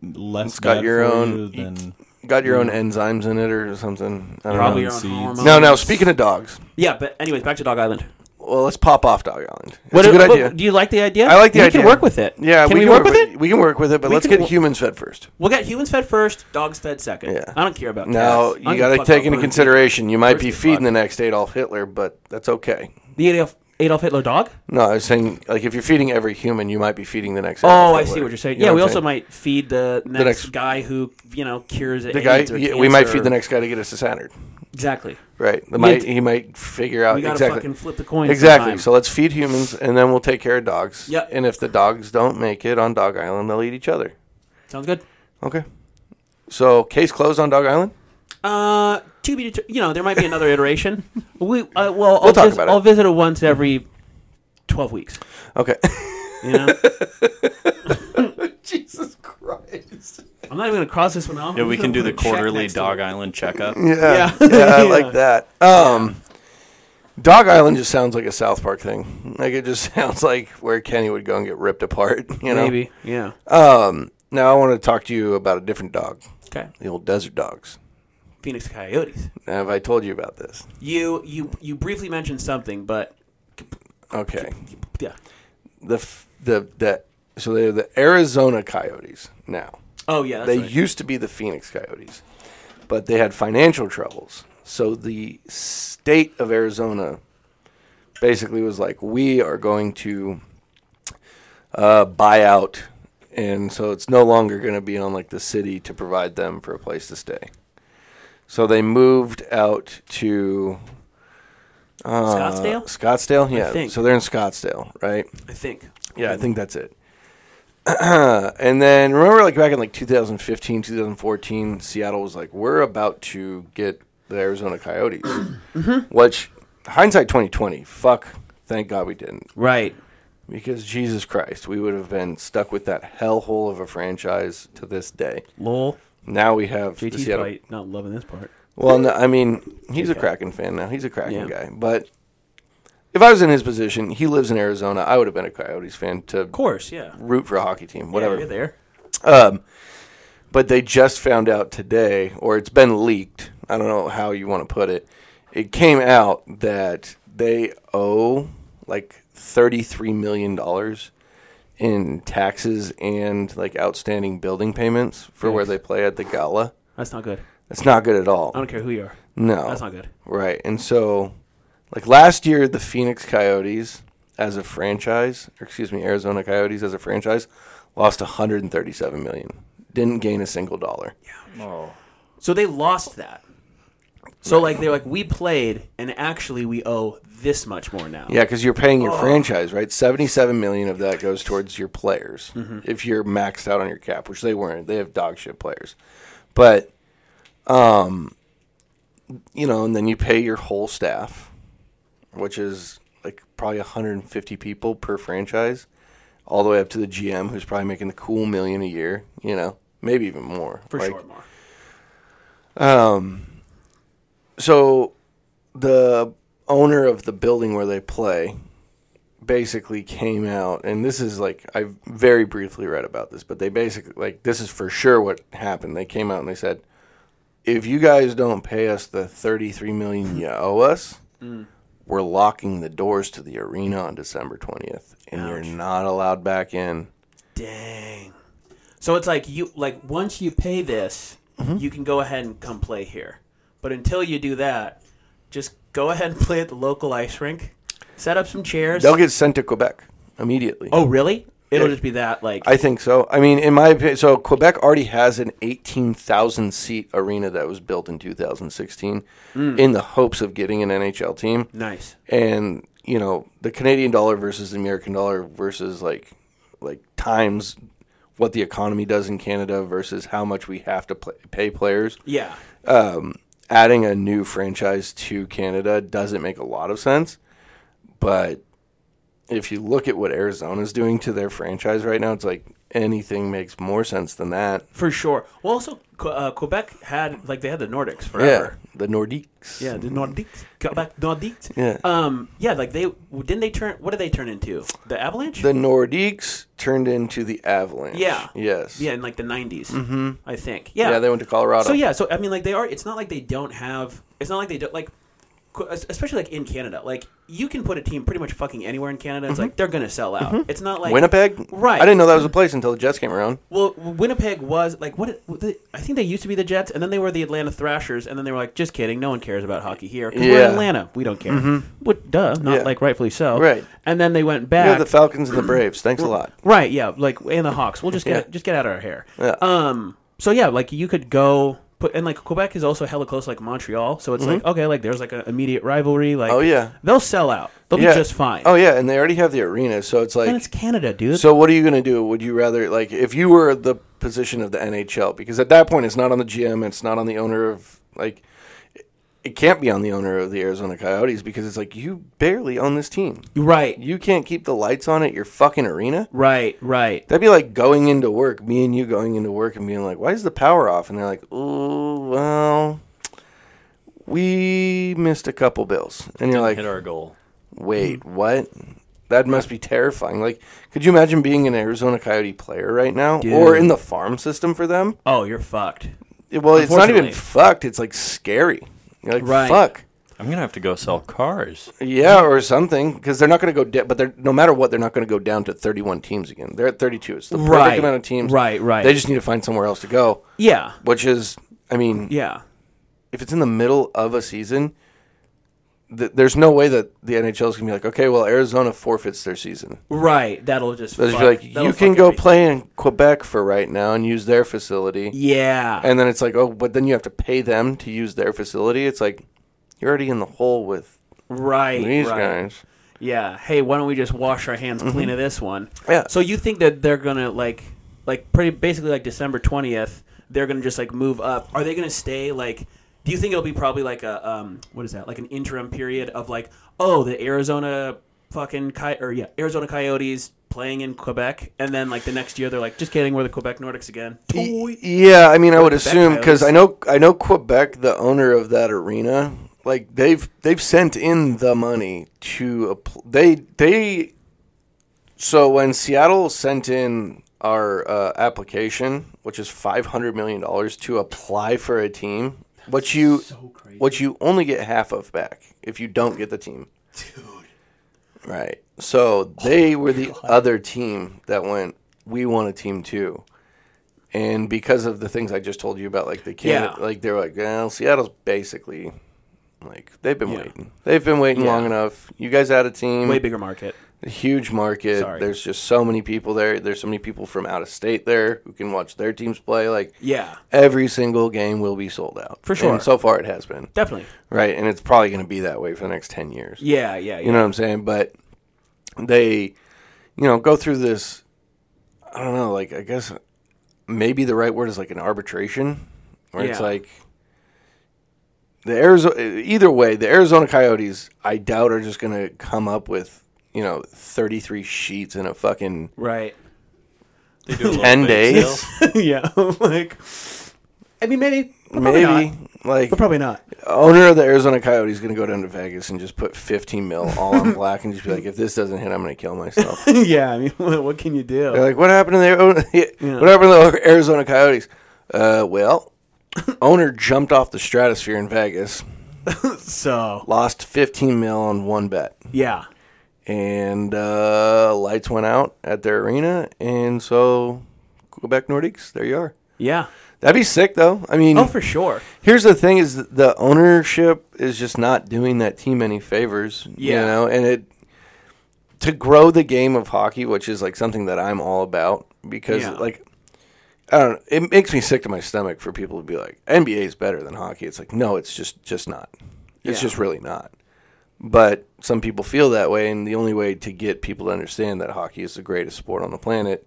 Speaker 4: less
Speaker 1: got
Speaker 4: bad
Speaker 1: your
Speaker 4: for
Speaker 1: own-
Speaker 4: you than
Speaker 1: got your own enzymes in it or something. I don't
Speaker 2: Mm. Probably
Speaker 1: know.
Speaker 2: your
Speaker 4: Seeds.
Speaker 2: own hormones.
Speaker 1: No, no. Speaking of dogs,
Speaker 2: Yeah, but anyways, back to Dog Island.
Speaker 1: well, let's pop off Dog Island. It's
Speaker 2: What-
Speaker 1: a good
Speaker 2: what-
Speaker 1: idea.
Speaker 2: Do you like the idea?
Speaker 1: I like the
Speaker 2: we
Speaker 1: idea.
Speaker 2: can work with it.
Speaker 1: Yeah,
Speaker 2: can we, work with it?
Speaker 1: We can work with it, but
Speaker 2: We
Speaker 1: let's
Speaker 2: can
Speaker 1: get
Speaker 2: wo-
Speaker 1: humans fed first.
Speaker 2: We'll get humans fed first, dogs fed second.
Speaker 1: Yeah.
Speaker 2: I don't care about
Speaker 1: Now
Speaker 2: cats. I don't
Speaker 1: you
Speaker 2: give a
Speaker 1: got to
Speaker 2: fuck
Speaker 1: take
Speaker 2: about
Speaker 1: into
Speaker 2: birds.
Speaker 1: consideration you might
Speaker 2: birds
Speaker 1: be
Speaker 2: give a
Speaker 1: feeding
Speaker 2: fuck.
Speaker 1: the next Adolf Hitler, but that's okay.
Speaker 2: the Adolf, Adolf Hitler dog.
Speaker 1: No, I was saying like if you're feeding every human, you might be feeding the next.
Speaker 2: Oh,
Speaker 1: Adolf
Speaker 2: I
Speaker 1: Hitler.
Speaker 2: see what you're saying.
Speaker 1: You know
Speaker 2: yeah, we
Speaker 1: I'm
Speaker 2: also
Speaker 1: saying?
Speaker 2: might feed the next,
Speaker 1: next-
Speaker 2: guy who you know cures it.
Speaker 1: The guy, yeah, we might feed the next guy to get us to Saturn.
Speaker 2: Exactly.
Speaker 1: Right. The might,
Speaker 2: Yeah.
Speaker 1: he might figure out
Speaker 2: We gotta
Speaker 1: exactly.
Speaker 2: fucking flip the coin.
Speaker 1: Exactly.
Speaker 2: sometime.
Speaker 1: So let's feed humans, and then we'll take care of dogs.
Speaker 2: Yep.
Speaker 1: And if the dogs don't make it on Dog Island, they'll eat each other.
Speaker 2: sounds good.
Speaker 1: Okay. So case closed on Dog Island.
Speaker 2: Uh, to be deter- you know, there might be another iteration. We uh, well, I'll,
Speaker 1: talk
Speaker 2: vis-
Speaker 1: about it.
Speaker 2: I'll visit it once every twelve weeks.
Speaker 1: Okay.
Speaker 2: You know,
Speaker 1: Jesus Christ.
Speaker 2: I'm not even gonna cross this one off.
Speaker 4: Yeah,
Speaker 2: I'm
Speaker 4: we
Speaker 2: just
Speaker 4: can do
Speaker 2: gonna
Speaker 4: the
Speaker 2: put a check
Speaker 4: quarterly
Speaker 2: next to
Speaker 4: Dog
Speaker 2: it.
Speaker 4: Island checkup.
Speaker 1: Yeah.
Speaker 2: Yeah.
Speaker 1: Yeah, I
Speaker 2: Yeah.
Speaker 1: like that. Um, Dog Island just sounds like a South Park thing. Like it just sounds like where Kenny would go and get ripped apart. You know.
Speaker 2: Maybe. Yeah.
Speaker 1: Um. Now I want to talk to you about a different dog,
Speaker 2: okay.
Speaker 1: the old desert dogs.
Speaker 2: Phoenix Coyotes.
Speaker 1: Now, have I told you about this?
Speaker 2: You you you briefly mentioned something, but
Speaker 1: Okay.
Speaker 2: yeah.
Speaker 1: The f- the the so they're the Arizona Coyotes now.
Speaker 2: Oh yeah. That's
Speaker 1: They
Speaker 2: right.
Speaker 1: used to be the Phoenix Coyotes, but they had financial troubles. So the state of Arizona basically was like, we are going to uh, buy out. And so it's no longer going to be on like the city to provide them for a place to stay. So they moved out to uh,
Speaker 2: Scottsdale.
Speaker 1: Scottsdale, yeah.
Speaker 2: think.
Speaker 1: So they're in Scottsdale, right?
Speaker 2: I think.
Speaker 1: Yeah, I think that's it. and then remember, like back in like 2015, 2014, Seattle was like, we're about to get the Arizona Coyotes,
Speaker 2: Mm-hmm.
Speaker 1: which hindsight 2020, fuck, thank God we didn't,
Speaker 2: Right.
Speaker 1: because Jesus Christ, we would have been stuck with that hellhole of a franchise to this day.
Speaker 2: Lol.
Speaker 1: Now we have the
Speaker 2: JT's
Speaker 1: Seattle.
Speaker 2: probably not loving this part.
Speaker 1: Well, no, I mean, he's a Kraken fan now. He's a Kraken
Speaker 2: Yeah.
Speaker 1: guy. But if I was in his position, he lives in Arizona. I would have been a Coyotes fan to
Speaker 2: Of course. Yeah.
Speaker 1: root for a hockey team, whatever.
Speaker 2: Yeah, you're there.
Speaker 1: Um, but they just found out today, or it's been leaked. I don't know how you want to put it. It came out that they owe like thirty-three million dollars in taxes and like outstanding building payments for where they play at the gala.
Speaker 2: That's not good.
Speaker 1: That's not good at all.
Speaker 2: I don't care who you are.
Speaker 1: No,
Speaker 2: That's not good.
Speaker 1: Right, and so like last year, the Phoenix Coyotes as a franchise, or excuse me, Arizona Coyotes as a franchise, lost one hundred and thirty-seven million. Didn't gain a single dollar.
Speaker 2: So they lost that. So like they're like we played and actually we owe this much more now.
Speaker 1: Yeah, because you're paying
Speaker 2: Oh.
Speaker 1: your franchise, right? Seventy-seven million of that goes towards your players
Speaker 2: Mm-hmm.
Speaker 1: if you're maxed out on your cap, which they weren't. They have dog shit players, but um, you know, and then you pay your whole staff, which is like probably 150 people per franchise, all the way up to the GM, who's probably making the cool million a year. You know, maybe even more.
Speaker 2: for
Speaker 1: Like,
Speaker 2: sure more.
Speaker 1: so the owner of the building where they play basically came out and this is like I very briefly read about this but they basically like this is for sure what happened they came out and they said if you guys don't pay us the 33 million you owe us we're locking the doors to the arena on December 20th and you're not allowed back in
Speaker 2: Dang. So it's like you like once you pay this,
Speaker 1: Mm-hmm.
Speaker 2: you can go ahead and come play here. But until you do that, just go ahead and play at the local ice rink. Set up some chairs.
Speaker 1: they'll get sent to Quebec immediately
Speaker 2: oh really? It'll
Speaker 1: Yeah.
Speaker 2: just be that like
Speaker 1: I think so. I mean, in my opinion, so Quebec already has an 18,000 seat arena that was built in 2016 in the hopes of getting an NHL team.
Speaker 2: nice.
Speaker 1: And, you know, the Canadian dollar versus the American dollar versus like like times what the economy does in Canada versus how much we have to play, pay players.
Speaker 2: Yeah.
Speaker 1: Adding a new franchise to Canada doesn't make a lot of sense, but if you look at what Arizona's doing to their franchise right now, it's like anything makes more sense than that.
Speaker 2: for sure. Well, also Que- uh, Quebec had like they had the Nordics forever.
Speaker 1: Yeah, the Nordiques.
Speaker 2: Yeah, the Nordiques, Quebec Nordiques.
Speaker 1: Yeah.
Speaker 2: Um. Yeah, like they didn't they turn. What did they turn into? The Avalanche.
Speaker 1: The Nordiques turned into the Avalanche.
Speaker 2: yeah.
Speaker 1: Yes.
Speaker 2: Yeah, in like the 90s mm-hmm. I think. Yeah.
Speaker 1: Yeah, they went to Colorado.
Speaker 2: So yeah, so I mean, like they are. It's not like they don't have. It's not like they don't like, qu- es- especially like in Canada. Like you can put a team pretty much fucking anywhere in Canada. It's like they're gonna sell out. It's not like
Speaker 1: Mm-hmm. Winnipeg?
Speaker 2: Right.
Speaker 1: I didn't know that was a place until the Jets came around.
Speaker 2: Well, Winnipeg was like what? what the- I think they used to be the Jets, and then they were the Atlanta Thrashers, and then they were like, just kidding. No one cares about hockey here. 'cause We're
Speaker 1: Yeah. Mm-hmm.
Speaker 2: Atlanta. We don't care. What? Duh. Not
Speaker 1: Yeah.
Speaker 2: like rightfully so.
Speaker 1: Right.
Speaker 2: And then they went
Speaker 1: Yeah,
Speaker 2: back.
Speaker 1: the Falcons and the Braves. Thanks a lot.
Speaker 2: Right, yeah, like and the Hawks. We'll just get
Speaker 1: Yeah.
Speaker 2: just get out of our hair.
Speaker 1: Yeah.
Speaker 2: Um. So yeah, like you could go put and like Quebec is also hella close, like Montreal. So it's like okay, like there's like an immediate rivalry. Like
Speaker 1: Mm-hmm. Oh, yeah.
Speaker 2: they'll sell out. They'll
Speaker 1: Yeah.
Speaker 2: be just fine.
Speaker 1: Oh yeah, and they already have the arena, so it's
Speaker 2: and
Speaker 1: like
Speaker 2: it's Canada, dude.
Speaker 1: So what are you going to do? Would you rather like if you were the position of the NHL because at that point it's not on the GM, it's not on the owner of like it can't be on the owner of the Arizona Coyotes because it's like you barely own this team.
Speaker 2: right,
Speaker 1: You can't keep the lights on at your fucking arena.
Speaker 2: right, right.
Speaker 1: That'd be like going into work, me and you going into work and being like, "Why is the power off?" And they're like, "Oh, well, we missed a couple bills." And you're like,
Speaker 4: hit our goal.
Speaker 1: wait, what? That must be terrifying. Like, could you imagine being an Arizona Coyote player right now, or in the farm system for them?
Speaker 2: Oh, you're fucked.
Speaker 1: It- Well, it's not even
Speaker 2: Unfortunately.
Speaker 1: fucked. It's like scary. You're like,
Speaker 2: Right.
Speaker 1: fuck,
Speaker 4: I'm gonna have to go sell cars.
Speaker 1: yeah, or something, because they're not going to go. Da- but they're no matter what, they're not going to go down to thirty-one teams again. They're at thirty-two. It's the perfect
Speaker 2: Right.
Speaker 1: amount of teams.
Speaker 2: Right, right.
Speaker 1: They just need to find somewhere else to go,
Speaker 2: Yeah,
Speaker 1: which is, I mean,
Speaker 2: yeah.
Speaker 1: if it's in the middle of a season, th- there's no way that the NHL is going to be like, okay, well, Arizona forfeits their season.
Speaker 2: Right. That'll just.
Speaker 1: They'll just
Speaker 2: fuck,
Speaker 1: be like,
Speaker 2: that'll
Speaker 1: you can
Speaker 2: fuck
Speaker 1: go
Speaker 2: everything.
Speaker 1: play in Quebec for right now and use their facility.
Speaker 2: Yeah.
Speaker 1: And then it's like, oh, but then you have to pay them to use their facility. It's like, you're already in the hole with
Speaker 2: right.
Speaker 1: these
Speaker 2: right.
Speaker 1: guys.
Speaker 2: Yeah. Hey, why don't we just wash our hands clean of this one?
Speaker 1: Mm-hmm. Yeah.
Speaker 2: So you think that they're gonna like, like pretty basically like December twentieth, they're gonna just like move up. Are they gonna stay like? Do you think it'll be probably like a um what is that like an interim period of like oh the Arizona fucking coy- or yeah Arizona Coyotes playing in Quebec and then like the next year they're like just kidding we're the Quebec Nordics again.
Speaker 1: Y- Yeah, I mean, I would assume because
Speaker 2: Coyotes.
Speaker 1: I know I know Quebec, the owner of that arena, like they've they've sent in the money to a pl- they they. So when Seattle sent in our uh, application, which is five hundred million dollars to apply for a team, what you what you only get half of back if you don't get the team. Dude. Right. So
Speaker 2: Oh
Speaker 1: they were the other team that went. We want a team too and because of the things I just told you about, like they can't,
Speaker 2: Yeah.
Speaker 1: like they're like, well, Seattle's basically like they've been waiting, they've been waiting long enough. You guys had a team,
Speaker 2: Way bigger market.
Speaker 1: a huge market.
Speaker 2: Sorry.
Speaker 1: There's just so many people there. There's so many people from out of state there who can watch their teams play. Like
Speaker 2: Yeah.
Speaker 1: every single game will be sold out
Speaker 2: For sure.
Speaker 1: And so far, it has been
Speaker 2: Definitely.
Speaker 1: right, and it's probably going to be that way for the next ten years.
Speaker 2: Yeah. Yeah.
Speaker 1: You
Speaker 2: yeah.
Speaker 1: know what I'm saying? But they, you know, go through this. I don't know. Like, I guess maybe the right word is like an arbitration, where it's
Speaker 2: Yeah.
Speaker 1: like the Arizona. Either way, the Arizona Coyotes, I doubt, are just going to come up with you know 33 sheets in a fucking
Speaker 2: Right.
Speaker 4: They do a little
Speaker 1: 10
Speaker 4: big
Speaker 1: days.
Speaker 4: deal.
Speaker 2: yeah. Like. I mean, maybe. but probably
Speaker 1: Maybe
Speaker 2: not.
Speaker 1: like
Speaker 2: But probably not.
Speaker 1: owner of the Arizona Coyotes is going to go down to Vegas and just put 15 mil all on black and just be like, if this doesn't hit, I'm going to kill myself.
Speaker 2: yeah, I mean, what, what can you do?
Speaker 1: They're like, what happened to their own? What happened to the Arizona Coyotes? Uh, well, owner jumped off the stratosphere in Vegas,
Speaker 2: so
Speaker 1: lost 15 mil on one bet,
Speaker 2: yeah,
Speaker 1: and uh, lights went out at their arena, and so Quebec Nordiques, there you are.
Speaker 2: yeah.
Speaker 1: That'd be sick, though. I mean,
Speaker 2: Oh, for sure.
Speaker 1: here's the thing: is the ownership is just not doing that team any favors.
Speaker 2: Yeah.
Speaker 1: You know, and it to grow the game of hockey, which is like something that I'm all about because
Speaker 2: Yeah.
Speaker 1: like I don't know, it makes me sick to my stomach for people to be like NBA is better than hockey. It's like no, it's just just not. It's
Speaker 2: Yeah.
Speaker 1: just really not. But some people feel that way, and the only way to get people to understand that hockey is the greatest sport on the planet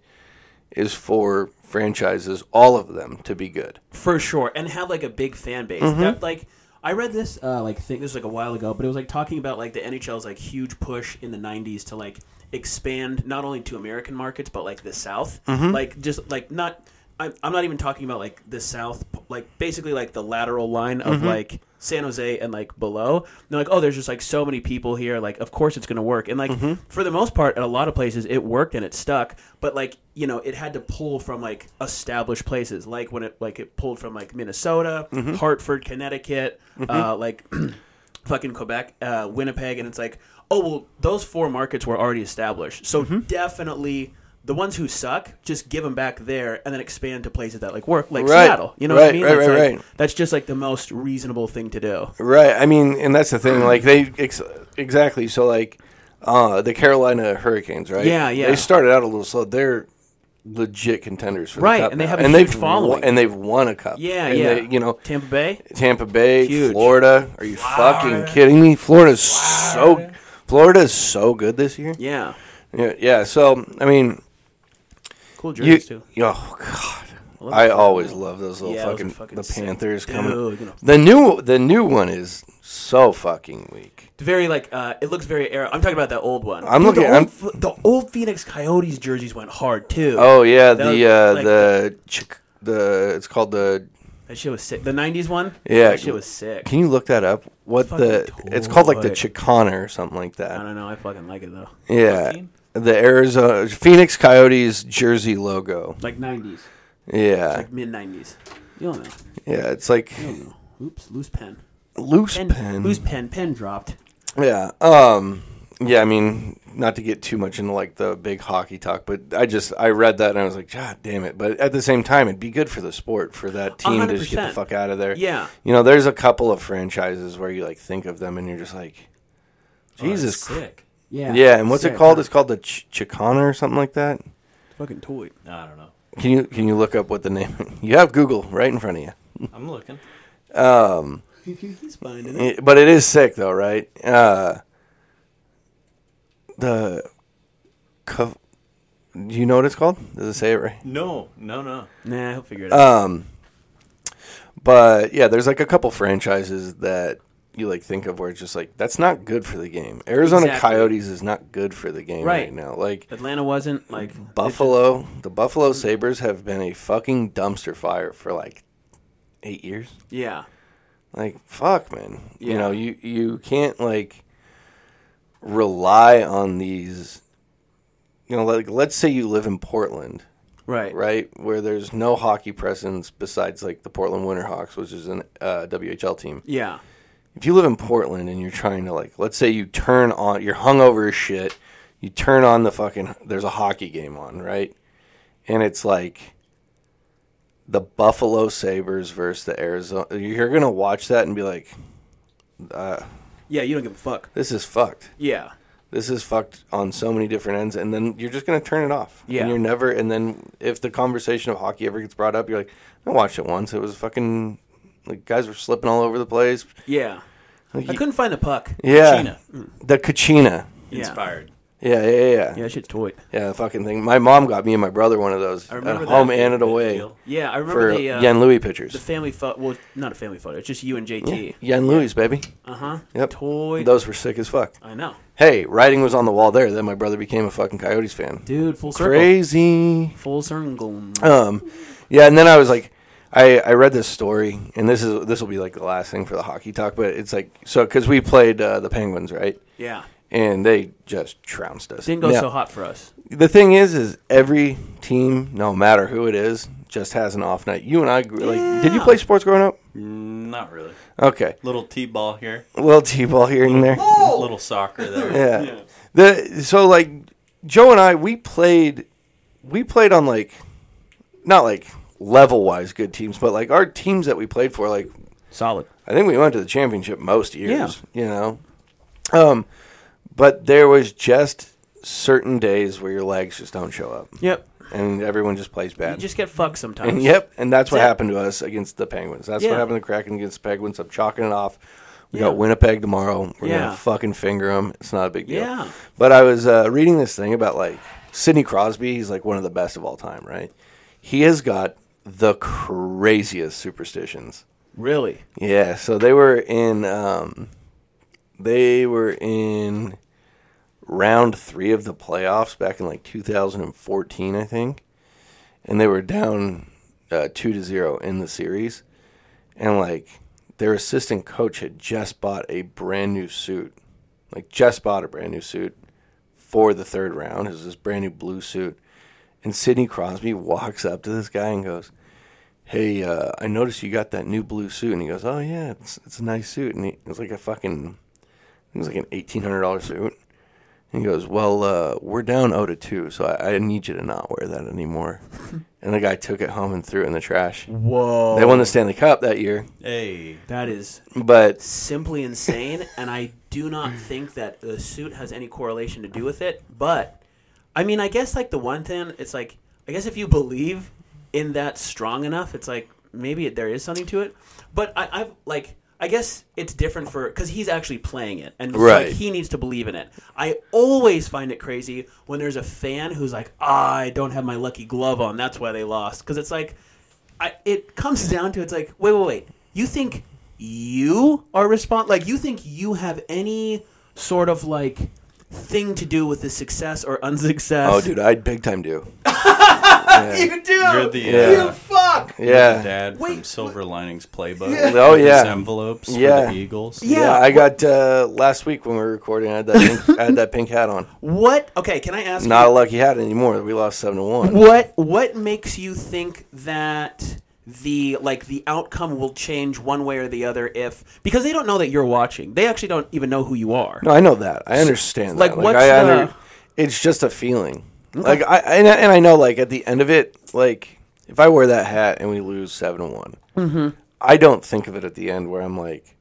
Speaker 1: is for franchises, all of them, to be good.
Speaker 2: for sure and have like a big fan base that like i read this uh like thing this was like a while ago but it was like talking about like the nhl's like huge push in the 90s to like expand not only to American markets but like the South, like just like not. I'm, I'm not even talking about like the South, like basically like the lateral line of like San Jose and like below. And they're like, oh, there's just like so many people here. Like, of course it's going to work. And like for the most part, at a lot of places, it worked and it stuck. But like you know, it had to pull from like established places, like when it like it pulled from like Minnesota, Hartford, Connecticut, uh, like fucking Quebec, uh, Winnipeg, and it's like, oh well, those four markets were already established. So
Speaker 1: Mm-hmm.
Speaker 2: definitely the ones who suck, just give them back there, and then expand to places that like work, like
Speaker 1: Right.
Speaker 2: Seattle. You know what I
Speaker 1: Right,
Speaker 2: mean?
Speaker 1: right,
Speaker 2: that's
Speaker 1: right,
Speaker 2: like-
Speaker 1: right.
Speaker 2: That's just like the most reasonable thing to do.
Speaker 1: Right. I mean, and that's the thing. Like they ex- exactly. So like uh, the Carolina Hurricanes, right?
Speaker 2: Yeah, yeah.
Speaker 1: They started out a little slow. They're legit contenders for
Speaker 2: Right,
Speaker 1: the cup
Speaker 2: and they
Speaker 1: now.
Speaker 2: have a
Speaker 1: and
Speaker 2: huge
Speaker 1: they've
Speaker 2: following.
Speaker 1: won- and they've won a cup.
Speaker 2: Yeah,
Speaker 1: And
Speaker 2: yeah.
Speaker 1: they- you know,
Speaker 2: Tampa Bay.
Speaker 1: Tampa Bay,
Speaker 2: Huge.
Speaker 1: Florida. Are you fucking kidding me? Florida's so Florida's so good this year.
Speaker 2: Yeah,
Speaker 1: Yeah. yeah so I mean,
Speaker 2: cool
Speaker 1: you,
Speaker 2: jerseys too.
Speaker 1: oh god, I always love those little
Speaker 2: Yeah, those
Speaker 1: fucking,
Speaker 2: are fucking
Speaker 1: the
Speaker 2: sick.
Speaker 1: Panthers
Speaker 2: Dude,
Speaker 1: coming.
Speaker 2: you know.
Speaker 1: The new the new one is so fucking weak.
Speaker 2: Very like uh, it looks very era. I'm talking about that old one.
Speaker 1: I'm
Speaker 2: Dude,
Speaker 1: looking-
Speaker 2: The
Speaker 1: I'm-
Speaker 2: old, Ph- the old Phoenix Coyotes jerseys went hard too.
Speaker 1: Oh yeah,
Speaker 2: That
Speaker 1: the
Speaker 2: was,
Speaker 1: uh,
Speaker 2: like,
Speaker 1: the chick, the it's called the.
Speaker 2: that shit was sick. The '90s one.
Speaker 1: Yeah.
Speaker 2: that shit was sick.
Speaker 1: Can you look that up? What
Speaker 2: Fucking
Speaker 1: the? It's called like the
Speaker 2: toy.
Speaker 1: Chicana or something like
Speaker 2: I
Speaker 1: that.
Speaker 2: don't know. I fucking like it though.
Speaker 1: Yeah, the Arizona Phoenix Coyotes jersey logo.
Speaker 2: Like '90s,
Speaker 1: Yeah,
Speaker 2: like mid '90s. You don't know.
Speaker 1: yeah, it's like
Speaker 2: You don't know. Oops, loose pen.
Speaker 1: loose
Speaker 2: Pen,
Speaker 1: pen.
Speaker 2: Loose pen. Pen dropped.
Speaker 1: Yeah. Um. Yeah. I mean, not to get too much into like the big hockey talk, but I just I read that and I was like, God damn it! But at the same time, it'd be good for the sport for that team to just get the
Speaker 2: 100%.
Speaker 1: fuck out of there.
Speaker 2: Yeah.
Speaker 1: You know, there's a couple of franchises where you like think of them and you're just like, Jesus. Christ.
Speaker 4: sick.
Speaker 2: Oh, Yeah.
Speaker 1: Yeah. And what's
Speaker 2: Sick,
Speaker 1: it called?
Speaker 2: huh?
Speaker 1: It's called the Ch- Chicana or something like that.
Speaker 2: fucking toy.
Speaker 4: I don't know.
Speaker 1: Can you can you look up what the name? You have Google right in front of you.
Speaker 4: I'm looking.
Speaker 2: He's finding it.
Speaker 1: It- but it is sick though, right? Uh, the co- do you know what it's called? Does it say it right?
Speaker 4: No, no, no.
Speaker 2: Nah, he'll figure it out.
Speaker 1: Um, but yeah, there's like a couple franchises that you like think of where it's just like that's not good for the game. Arizona
Speaker 2: Exactly.
Speaker 1: Coyotes is not good for the game right,
Speaker 2: Right.
Speaker 1: now. Like
Speaker 2: Atlanta wasn't like
Speaker 1: Buffalo, the Buffalo Sabers have been a fucking dumpster fire for like eight years.
Speaker 2: Yeah.
Speaker 1: like fuck man you
Speaker 2: Yeah.
Speaker 1: know you you can't like rely on these you know like let's say you live in portland
Speaker 2: Right.
Speaker 1: right where there's no hockey presence besides like the portland winterhawks which is an uh, whl team
Speaker 2: Yeah.
Speaker 1: if you live in portland and you're trying to like let's say you turn on you're hungover as shit you turn on the fucking there's a hockey game on right and it's like the Buffalo Sabres versus the Arizona. You're going to watch that and be like,
Speaker 2: Yeah. You don't give a fuck.
Speaker 1: this is fucked.
Speaker 2: Yeah.
Speaker 1: This is fucked on so many different ends. And then you're just going to turn it off.
Speaker 2: Yeah.
Speaker 1: And you're never, and then if the conversation of hockey ever gets brought up, you're like, I watched it once. It was fucking, like, guys were slipping all over the place.
Speaker 2: Yeah. I couldn't find the puck.
Speaker 1: Yeah.
Speaker 4: Kachina.
Speaker 1: The Kachina.
Speaker 2: Yeah.
Speaker 4: Inspired.
Speaker 1: Yeah, yeah, yeah.
Speaker 2: Yeah,
Speaker 1: Yeah,
Speaker 2: that shit's toy.
Speaker 1: the fucking thing. My mom got me and my brother one of those at
Speaker 4: remember that
Speaker 1: home
Speaker 4: big-
Speaker 1: and at
Speaker 4: big
Speaker 1: away
Speaker 4: deal.
Speaker 2: Yeah, I remember
Speaker 1: for
Speaker 2: the uh,
Speaker 1: Yen Louis pictures.
Speaker 2: the family photo. Well, not a family photo. It's just you and JT.
Speaker 1: Yen Louis, baby.
Speaker 2: Uh huh.
Speaker 1: Yep.
Speaker 2: Toy.
Speaker 1: Those were sick as fuck.
Speaker 2: I know,
Speaker 1: Hey, writing was on the wall there. Then my brother became a fucking Coyotes fan.
Speaker 2: dude. Full circle.
Speaker 1: Crazy.
Speaker 2: Full circle.
Speaker 1: Um, yeah, and then I was like, I, I read this story, and this is this will be like the last thing for the hockey talk, but it's like so because we played uh, the Penguins, right?
Speaker 2: yeah.
Speaker 1: And they just trounced us.
Speaker 2: Didn't go
Speaker 1: Now,
Speaker 2: so hot for us.
Speaker 1: The thing is, is every team, no matter who it is, just has an off night. You and I, grew- like, did you play sports growing up?
Speaker 4: Not really.
Speaker 1: Okay,
Speaker 4: Little t-ball here.
Speaker 1: a little t-ball here and there.
Speaker 4: Little soccer there.
Speaker 1: Yeah. The so like Joe and I we played we played on like not like level wise good teams, but like our teams that we played for, like
Speaker 2: Solid.
Speaker 1: I think we went to the championship most years. You know. Um but there was just certain days where your legs just don't show up.
Speaker 2: Yep.
Speaker 1: And everyone just plays bad.
Speaker 2: You just get fucked sometimes.
Speaker 1: And yep, and that's what
Speaker 2: That's it.
Speaker 1: happened to us against the Penguins. That's what
Speaker 2: Yeah.
Speaker 1: happened to Kraken against the Penguins. I'm chalking it off. We
Speaker 2: Yeah.
Speaker 1: got Winnipeg tomorrow. We're
Speaker 2: Yeah.
Speaker 1: gonna fucking finger them. It's not a big deal.
Speaker 2: Yeah.
Speaker 1: But I was uh, reading this thing about like Sidney Crosby. He's like one of the best of all time, right? He has got the craziest superstitions.
Speaker 2: Really.
Speaker 1: Yeah. So they were in. Um, they were in round three of the playoffs back in like 2014, I think, and they were down uh, two to zero in the series, and like their assistant coach had just bought a brand new suit, like just bought a brand new suit for the third round. It was this brand new blue suit, and Sidney Crosby walks up to this guy and goes hey, uh, I noticed you got that new blue suit. And he goes, oh, yeah, it's, it's a nice suit. And he, it was like a fucking, it was like an $1,800 suit. And he goes, well, uh, we're down 0 to 2, so I, I need you to not wear that anymore. and the guy took it home and threw it in the trash.
Speaker 2: Whoa.
Speaker 1: They won the Stanley Cup that year,
Speaker 4: Hey,
Speaker 2: that is
Speaker 1: but
Speaker 2: simply insane, and I do not think that the suit has any correlation to do with it. But I mean, I guess like the one thing, it's like I guess if you believe in that strong enough, it's like maybe it, there is something to it. But I, I've like. I guess it's different for because he's actually playing it, and it's
Speaker 1: Right.
Speaker 2: like he needs to believe in it. I always find it crazy when there's a fan who's like, "Ah, "I don't have my lucky glove on, that's why they lost." Because it's like, I, it comes down to it's like, wait, wait, wait. You think you are respond like you think you have any sort of like thing to do with the success or unsuccess?
Speaker 1: oh, dude, I'd big time do.
Speaker 2: you do.
Speaker 4: you're the
Speaker 1: Yeah.
Speaker 4: uh,
Speaker 2: fuck.
Speaker 1: Yeah.
Speaker 4: dad
Speaker 2: Wait,
Speaker 4: from Silver Linings Playbook.
Speaker 1: Oh,
Speaker 4: with his
Speaker 1: yeah.
Speaker 4: envelopes
Speaker 1: Yeah.
Speaker 4: for the Eagles.
Speaker 2: Yeah.
Speaker 1: I got uh, last week when we were recording. I had that pink, I had that pink hat on.
Speaker 2: What? Okay, can I ask?
Speaker 1: Not a
Speaker 2: you,
Speaker 1: lucky hat anymore. We lost seven to one.
Speaker 2: what? What makes you think that? the like the outcome will change one way or the other if because they don't know that you're watching they actually don't even know who you are
Speaker 1: No, I know that. I understand.
Speaker 2: like,
Speaker 1: that.
Speaker 2: what's
Speaker 1: I
Speaker 2: the-
Speaker 1: It's just a feeling. Like I and, I and I know like at the end of it, like if I wear that hat and we lose seven to one,
Speaker 2: Mm-hmm.
Speaker 1: I don't think of it at the end where I'm like,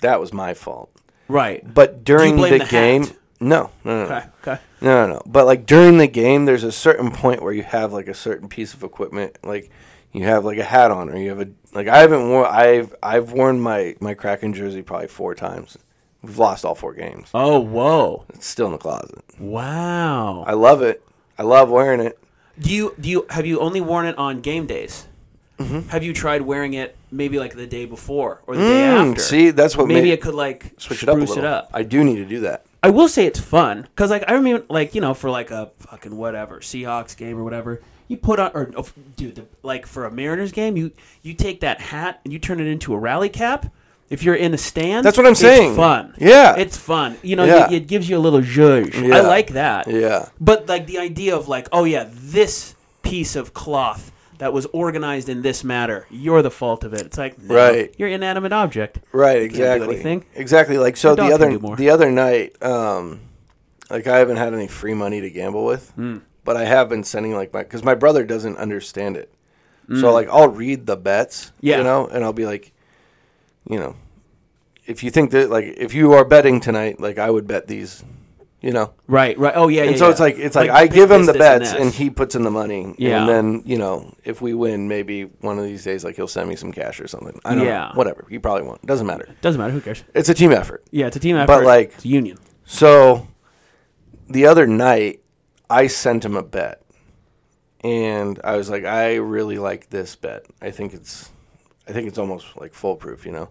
Speaker 1: that was my fault.
Speaker 2: right
Speaker 1: But during
Speaker 2: blame
Speaker 1: the,
Speaker 2: the hat?
Speaker 1: game, no, no, no, no.
Speaker 2: okay okay
Speaker 1: No, no, no. But like during the game, there's a certain point where you have like a certain piece of equipment, like you have like a hat on, or you have a like I haven't worn I've I've worn my my Kraken jersey probably four times. We've lost all four games.
Speaker 2: oh whoa
Speaker 1: It's still in the closet.
Speaker 2: wow
Speaker 1: I love it. I love wearing it.
Speaker 2: Do you do you have you only worn it on game days?
Speaker 1: Mm-hmm.
Speaker 2: Have you tried wearing it maybe like the day before or the day after?
Speaker 1: Mm, See, that's what
Speaker 2: maybe
Speaker 1: made-
Speaker 2: it could like
Speaker 1: switch it up a
Speaker 2: spruce
Speaker 1: little. I do need to do that.
Speaker 2: I will say it's fun because like I remember like you know for like a fucking whatever Seahawks game or whatever you put on or oh, dude the, like for a Mariners game you you take that hat and you turn it into a rally cap. If you're in a stand,
Speaker 1: That's what I'm
Speaker 2: it's
Speaker 1: saying.
Speaker 2: fun.
Speaker 1: Yeah.
Speaker 2: it's fun. You know,
Speaker 1: Yeah.
Speaker 2: it, it gives you a little zhuzh.
Speaker 1: Yeah.
Speaker 2: I like that.
Speaker 1: Yeah.
Speaker 2: But like the idea of like, oh yeah, this piece of cloth that was organized in this matter, you're the fault of it. It's like no,
Speaker 1: Right.
Speaker 2: you're inanimate object.
Speaker 1: Right,
Speaker 2: do
Speaker 1: exactly.
Speaker 2: anything.
Speaker 1: Exactly. Like so
Speaker 2: Your dog
Speaker 1: the
Speaker 2: can
Speaker 1: other
Speaker 2: do more.
Speaker 1: the other night, um like I haven't had any free money to gamble with,
Speaker 2: Hmm.
Speaker 1: but I have been sending like my cuz my brother doesn't understand it. So like I'll read the bets,
Speaker 2: Hmm. Yeah.
Speaker 1: you know, and I'll be like you know, if you think that like if you are betting tonight, like I would bet these, you know.
Speaker 2: Right, right. Oh yeah,
Speaker 1: And
Speaker 2: yeah,
Speaker 1: so
Speaker 2: yeah.
Speaker 1: it's like it's like, I give
Speaker 2: pick
Speaker 1: him
Speaker 2: this,
Speaker 1: the
Speaker 2: this,
Speaker 1: bets
Speaker 2: that.
Speaker 1: and, he puts in the money.
Speaker 2: Yeah.
Speaker 1: And then, you know, if we win, maybe one of these days like he'll send me some cash or something. I don't
Speaker 2: Yeah.
Speaker 1: know. Whatever. He probably won't. Doesn't matter.
Speaker 2: doesn't matter. Who cares?
Speaker 1: It's a team effort.
Speaker 2: Yeah, it's a team effort.
Speaker 1: But, like-
Speaker 2: it's a union.
Speaker 1: So the other night, I sent him a bet. And I was like, I really like this bet. I think it's, I think it's almost like foolproof, you know.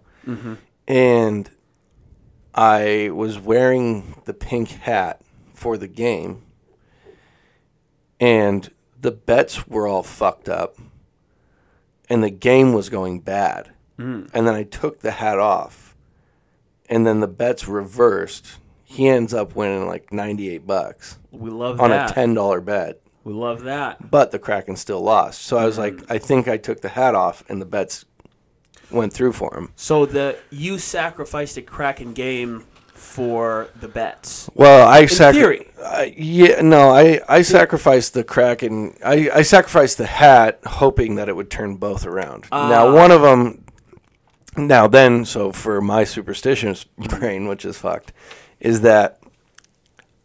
Speaker 1: And I was wearing the pink hat for the game, and the bets were all fucked up, and the game was going bad. And then I took the hat off, and then the bets reversed. He ends up winning like ninety eight bucks
Speaker 2: We love
Speaker 1: on
Speaker 2: that.
Speaker 1: a ten dollar bet,
Speaker 2: We love that.
Speaker 1: but the Kraken still lost. So I was like, I think I took the hat off, and the bets went through for him.
Speaker 2: So the you sacrificed a Kraken game for the bets.
Speaker 1: Well, I sacri-
Speaker 2: theory.
Speaker 1: Uh, yeah, no, I, I sacrificed the Kraken. I, I sacrificed the hat, hoping that it would turn both around.
Speaker 2: Ah.
Speaker 1: now, one of them. Now then, so for my superstitious brain, which is fucked, is that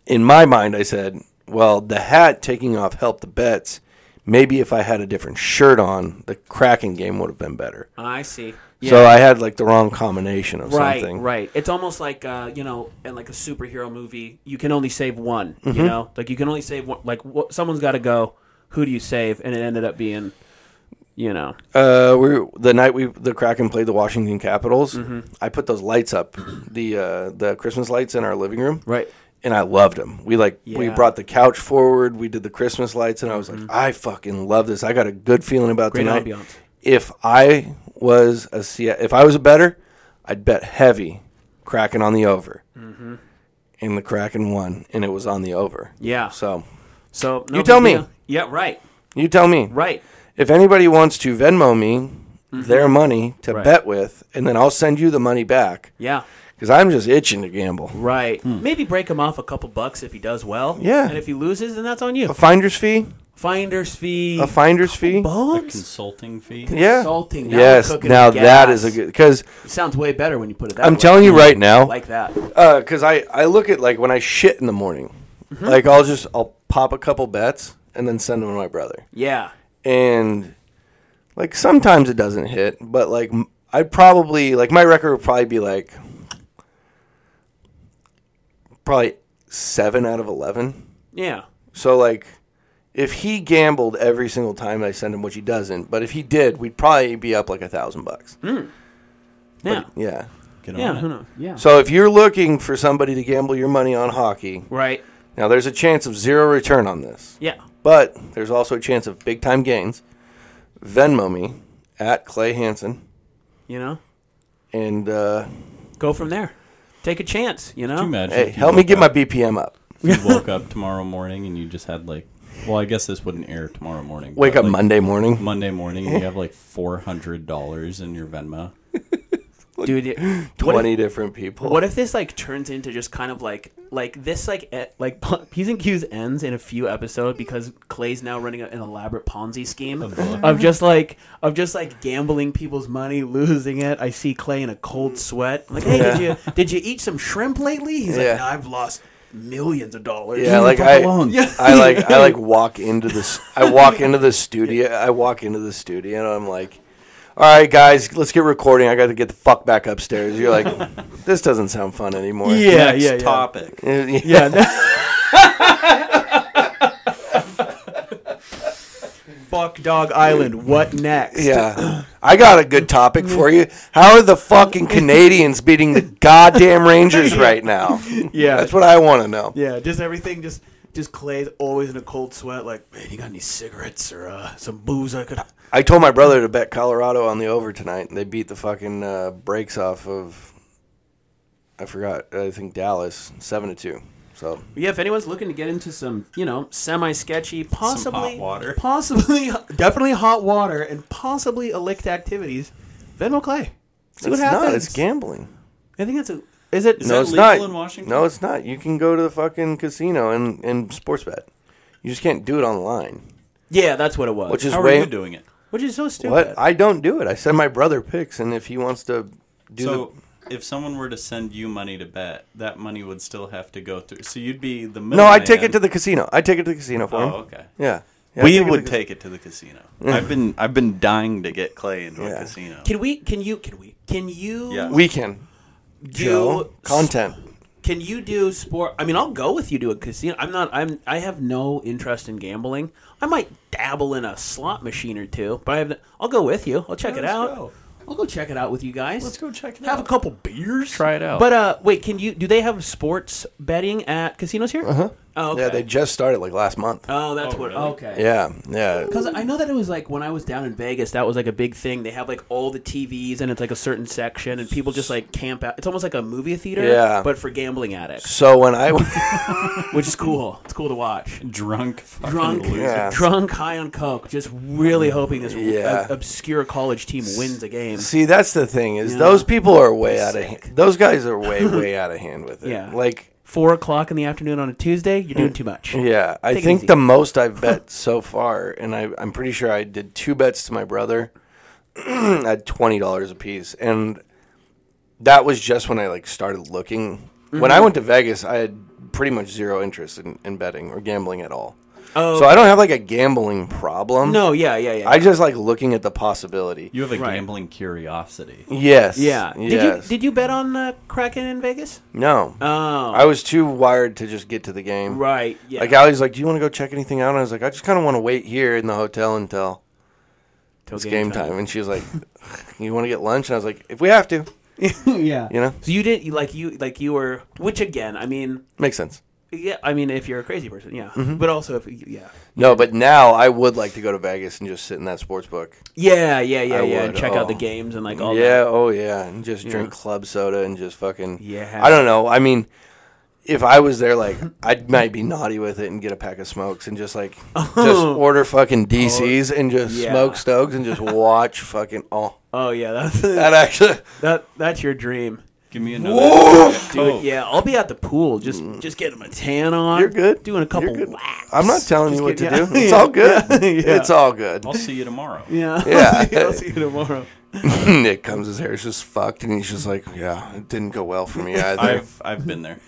Speaker 1: in my mind I said, well, the hat taking off helped the bets. Maybe if I had a different shirt on, the Kraken game would have been better.
Speaker 2: I see.
Speaker 1: So I had like the wrong combination of
Speaker 2: Right,
Speaker 1: something.
Speaker 2: right. It's almost like uh, you know, in like a superhero movie, you can only save one.
Speaker 1: Mm-hmm.
Speaker 2: You know, like you can only save one. Like wh- someone's got to go. Who do you save? And it ended up being, you know,
Speaker 1: Uh, we the night we the Kraken played the
Speaker 2: Mm-hmm.
Speaker 1: Washington Capitals. I put those lights up, the uh, the Christmas lights in our living room,
Speaker 2: right.
Speaker 1: and I loved them. We like we
Speaker 2: Yeah. Mm-hmm.
Speaker 1: brought the couch forward. We did the Christmas lights, and I was like, I fucking love this. I got a good feeling about
Speaker 2: Great
Speaker 1: tonight.
Speaker 2: ambiance.
Speaker 1: If I was a Se- if I was a better, I'd bet heavy, Kraken on the over,
Speaker 2: Mm-hmm.
Speaker 1: and the Kraken won, and it was on the over.
Speaker 2: Yeah. So,
Speaker 1: So
Speaker 2: no
Speaker 1: You tell
Speaker 2: big
Speaker 1: me.
Speaker 2: deal. Yeah. Right.
Speaker 1: you tell me,
Speaker 2: Right.
Speaker 1: if anybody wants to Venmo me their money to
Speaker 2: Mm-hmm. Right.
Speaker 1: bet with, and then I'll send you the money back
Speaker 2: Yeah.
Speaker 1: because I'm just itching to gamble.
Speaker 2: Right. Maybe break him off a couple bucks if he does well.
Speaker 1: Hmm. Yeah.
Speaker 2: And if he loses, then that's on
Speaker 1: A
Speaker 2: you.
Speaker 1: finder's fee,
Speaker 2: Finder's fee.
Speaker 1: a finder's fee.
Speaker 2: bones.
Speaker 4: Consulting fee.
Speaker 1: Yeah.
Speaker 2: Consulting. Now we're
Speaker 1: yes.
Speaker 2: cooking
Speaker 1: Now
Speaker 2: with
Speaker 1: that
Speaker 2: gas.
Speaker 1: is a good because
Speaker 2: Sounds way better when you put it that way.
Speaker 1: I'm telling you right now,
Speaker 2: Like that.
Speaker 1: because I I look at like when I shit in the morning,
Speaker 2: Mm-hmm.
Speaker 1: like I'll just I'll pop a couple bets and then send them to my brother,
Speaker 2: Yeah.
Speaker 1: and like sometimes it doesn't hit, but like m- I'd probably like my record would probably be like probably seven out of eleven.
Speaker 2: Yeah.
Speaker 1: So like if he gambled every single time I send him, which he doesn't, but if he did, we'd probably be up like a thousand bucks.
Speaker 2: Yeah.
Speaker 1: Yeah.
Speaker 4: Get on
Speaker 2: yeah.
Speaker 4: it.
Speaker 2: Who knows? Yeah.
Speaker 1: So if you're looking for somebody to gamble your money on hockey,
Speaker 2: Right.
Speaker 1: now there's a chance of zero return on this.
Speaker 2: Yeah.
Speaker 1: But there's also a chance of big time gains. Venmo me at Clay Hansen
Speaker 2: You know.
Speaker 1: and uh,
Speaker 2: Go from there. Take a chance. You know.
Speaker 4: Could you imagine
Speaker 1: hey,
Speaker 4: if you
Speaker 1: help me
Speaker 4: woke
Speaker 1: get my
Speaker 4: up-
Speaker 1: BPM up.
Speaker 4: if you woke up tomorrow morning and you just had like, well, I guess this wouldn't air tomorrow morning.
Speaker 1: Wake
Speaker 4: but,
Speaker 1: up
Speaker 4: like,
Speaker 1: Monday morning.
Speaker 4: Monday morning and you have like four hundred dollars in your Venmo.
Speaker 2: Dude. it- what if-
Speaker 1: Twenty different people.
Speaker 2: What if this like turns into just kind of like like this like e- like po- p's and q's ends in a few episodes because Clay's now running an elaborate Ponzi scheme of just like of just like gambling people's money, losing it. I see Clay in a cold sweat. I'm like, hey, did you did you eat some shrimp lately? He's
Speaker 1: Yeah.
Speaker 2: like, "No, I've lost millions of dollars.
Speaker 1: yeah, like
Speaker 4: fuck
Speaker 1: I,
Speaker 4: alone. Yeah.
Speaker 1: I like I like walk into this. I walk into the studio. I walk into the studio and I'm like, "All right, guys, let's get recording. I got to get the fuck back upstairs." You're like, "This doesn't sound fun anymore."
Speaker 2: yeah,
Speaker 4: Next
Speaker 2: yeah, yeah.
Speaker 4: topic.
Speaker 1: yeah.
Speaker 2: Yeah. Fuck Dog Island. What next?
Speaker 1: Yeah. I got a good topic for you. How are the fucking Canadians beating the goddamn Rangers right now?
Speaker 2: Yeah.
Speaker 1: That's what I want to know.
Speaker 2: Yeah, just everything. Just just Clay's always in a cold sweat. Like, man, you got any cigarettes or uh, some booze I could?
Speaker 1: I told my brother to bet Colorado on the over tonight, and they beat the fucking uh, brakes off of, I forgot, I think Dallas, 7 to 2. So,
Speaker 2: Yeah, if anyone's looking to get into some, you know, semi sketchy, possibly
Speaker 4: water.
Speaker 2: possibly definitely hot water and possibly illicit activities, Venmo Clay. See what
Speaker 1: It's not,
Speaker 2: happens.
Speaker 1: it's gambling.
Speaker 2: I think that's a. Is it?
Speaker 1: no,
Speaker 4: that
Speaker 1: it's
Speaker 4: legal
Speaker 1: not.
Speaker 4: in Washington?
Speaker 1: No, it's not. You can go to the fucking casino and, and sports bet. You just can't do it online,
Speaker 2: yeah, that's what it was.
Speaker 1: which is
Speaker 4: How
Speaker 1: way.
Speaker 4: are you doing it?
Speaker 2: which is so stupid.
Speaker 1: What? I don't do it. I send my brother picks, and if he wants to do
Speaker 4: So if someone were to send you money to bet, that money would still have to go through. So you'd be
Speaker 1: the,
Speaker 4: the
Speaker 1: no, I take it to the casino. I take it to the casino for
Speaker 4: Oh,
Speaker 1: him.
Speaker 4: okay.
Speaker 1: Yeah. Yeah, I
Speaker 4: we
Speaker 1: take it to
Speaker 4: would
Speaker 1: the-
Speaker 4: take it to the casino. I've been I've been dying to get Clay into
Speaker 1: Yeah.
Speaker 4: a casino.
Speaker 2: Can we? Can you? Can we? Can you?
Speaker 4: Yeah.
Speaker 1: We can.
Speaker 2: Do
Speaker 1: Joe, content.
Speaker 2: Can you do sport? I mean, I'll go with you to a casino. I'm not. I'm. I have no interest in gambling. I might dabble in a slot machine or two, but I have. I'll go with you. I'll check it
Speaker 4: Let's
Speaker 2: out.
Speaker 4: go.
Speaker 2: I'll go check it out with you guys.
Speaker 4: Let's go check it
Speaker 2: Have
Speaker 4: out.
Speaker 2: a couple beers.
Speaker 4: Try it out.
Speaker 2: But uh, wait. Can you? Do they have sports betting at casinos here? Uh huh. Oh,
Speaker 1: Uh-huh.
Speaker 2: okay.
Speaker 1: Yeah, they just started like last month.
Speaker 2: Oh, that's
Speaker 4: Oh,
Speaker 2: what.
Speaker 4: really?
Speaker 2: Okay.
Speaker 1: yeah, yeah.
Speaker 2: Because I know that it was like when I was down in Vegas, that was like a big thing. They have like all the TVs and it's like a certain section, and people just like camp out. It's almost like a movie theater,
Speaker 1: Yeah.
Speaker 2: but for gambling addicts,
Speaker 1: So when I w-
Speaker 2: which is cool. It's cool to watch.
Speaker 4: drunk, fucking
Speaker 2: Drunk,
Speaker 4: loser.
Speaker 1: Yeah.
Speaker 2: drunk, high on coke, just really hoping this
Speaker 1: Yeah.
Speaker 2: ob- obscure college team wins a game.
Speaker 1: see, that's the thing is those people are way out of hand. Those guys are way way out of hand with it.
Speaker 2: Yeah.
Speaker 1: Like
Speaker 2: Four o'clock in the afternoon on a Tuesday, you're doing too much.
Speaker 1: yeah, I
Speaker 2: Take it
Speaker 1: think
Speaker 2: easy.
Speaker 1: the most I've bet so far, and I, I'm pretty sure I did two bets to my brother at twenty dollars a piece, and that was just when I like started looking. When
Speaker 2: Mm-hmm.
Speaker 1: I went to Vegas, I had pretty much zero interest in, in betting or gambling at all.
Speaker 2: Oh.
Speaker 1: so I don't have like a gambling problem.
Speaker 2: No, yeah, yeah, yeah.
Speaker 1: I just like looking at the possibility.
Speaker 4: You have a
Speaker 2: Right.
Speaker 4: gambling curiosity.
Speaker 1: yes.
Speaker 2: yeah. Did
Speaker 1: Yes.
Speaker 2: you did you bet on uh, Kraken in Vegas?
Speaker 1: no.
Speaker 2: Oh,
Speaker 1: I was too wired to just get to the game.
Speaker 2: right. Yeah.
Speaker 1: Like Allie's like, do you want to go check anything out? And I was like, I just kind of want to wait here in the hotel until
Speaker 2: Till
Speaker 1: it's game time. And she was like, you want to get lunch? And I was like, if we have to,
Speaker 2: yeah.
Speaker 1: you know,
Speaker 2: So you did like you like you were which again I mean
Speaker 1: makes sense.
Speaker 2: yeah, I mean, if you're a crazy person, yeah.
Speaker 1: Mm-hmm.
Speaker 2: But also, if yeah,
Speaker 1: No, but now I would like to go to Vegas and just sit in that sports book.
Speaker 2: yeah, yeah, yeah,
Speaker 1: I
Speaker 2: yeah.
Speaker 1: would,
Speaker 2: and check out the
Speaker 1: oh.
Speaker 2: games and like all
Speaker 1: yeah,
Speaker 2: that.
Speaker 1: oh yeah, and just drink club soda and just fucking.
Speaker 2: Yeah.
Speaker 1: I don't know. I mean, if I was there, like I might be naughty with it and get a pack of smokes and just like just order fucking DCs and just
Speaker 2: Oh, yeah.
Speaker 1: smoke Stokes and just watch fucking. Oh,
Speaker 2: Oh yeah, that's
Speaker 1: that actually.
Speaker 2: that that's your dream.
Speaker 4: Give me another.
Speaker 2: Do it. Yeah, I'll be at the pool. Just just getting my tan on.
Speaker 1: Mm. You're good.
Speaker 2: Doing a couple
Speaker 1: You're good.
Speaker 2: laps.
Speaker 1: I'm not telling
Speaker 2: Just
Speaker 1: you what
Speaker 2: get-
Speaker 1: to
Speaker 2: yeah.
Speaker 1: do. It's
Speaker 2: Yeah.
Speaker 1: all good.
Speaker 2: Yeah.
Speaker 1: It's all good.
Speaker 4: I'll see you tomorrow.
Speaker 2: Yeah.
Speaker 1: Yeah.
Speaker 2: I'll see you tomorrow.
Speaker 1: Nick comes, his hair's just fucked, and he's just like, "Yeah, it didn't go well for me either."
Speaker 4: I've I've been there.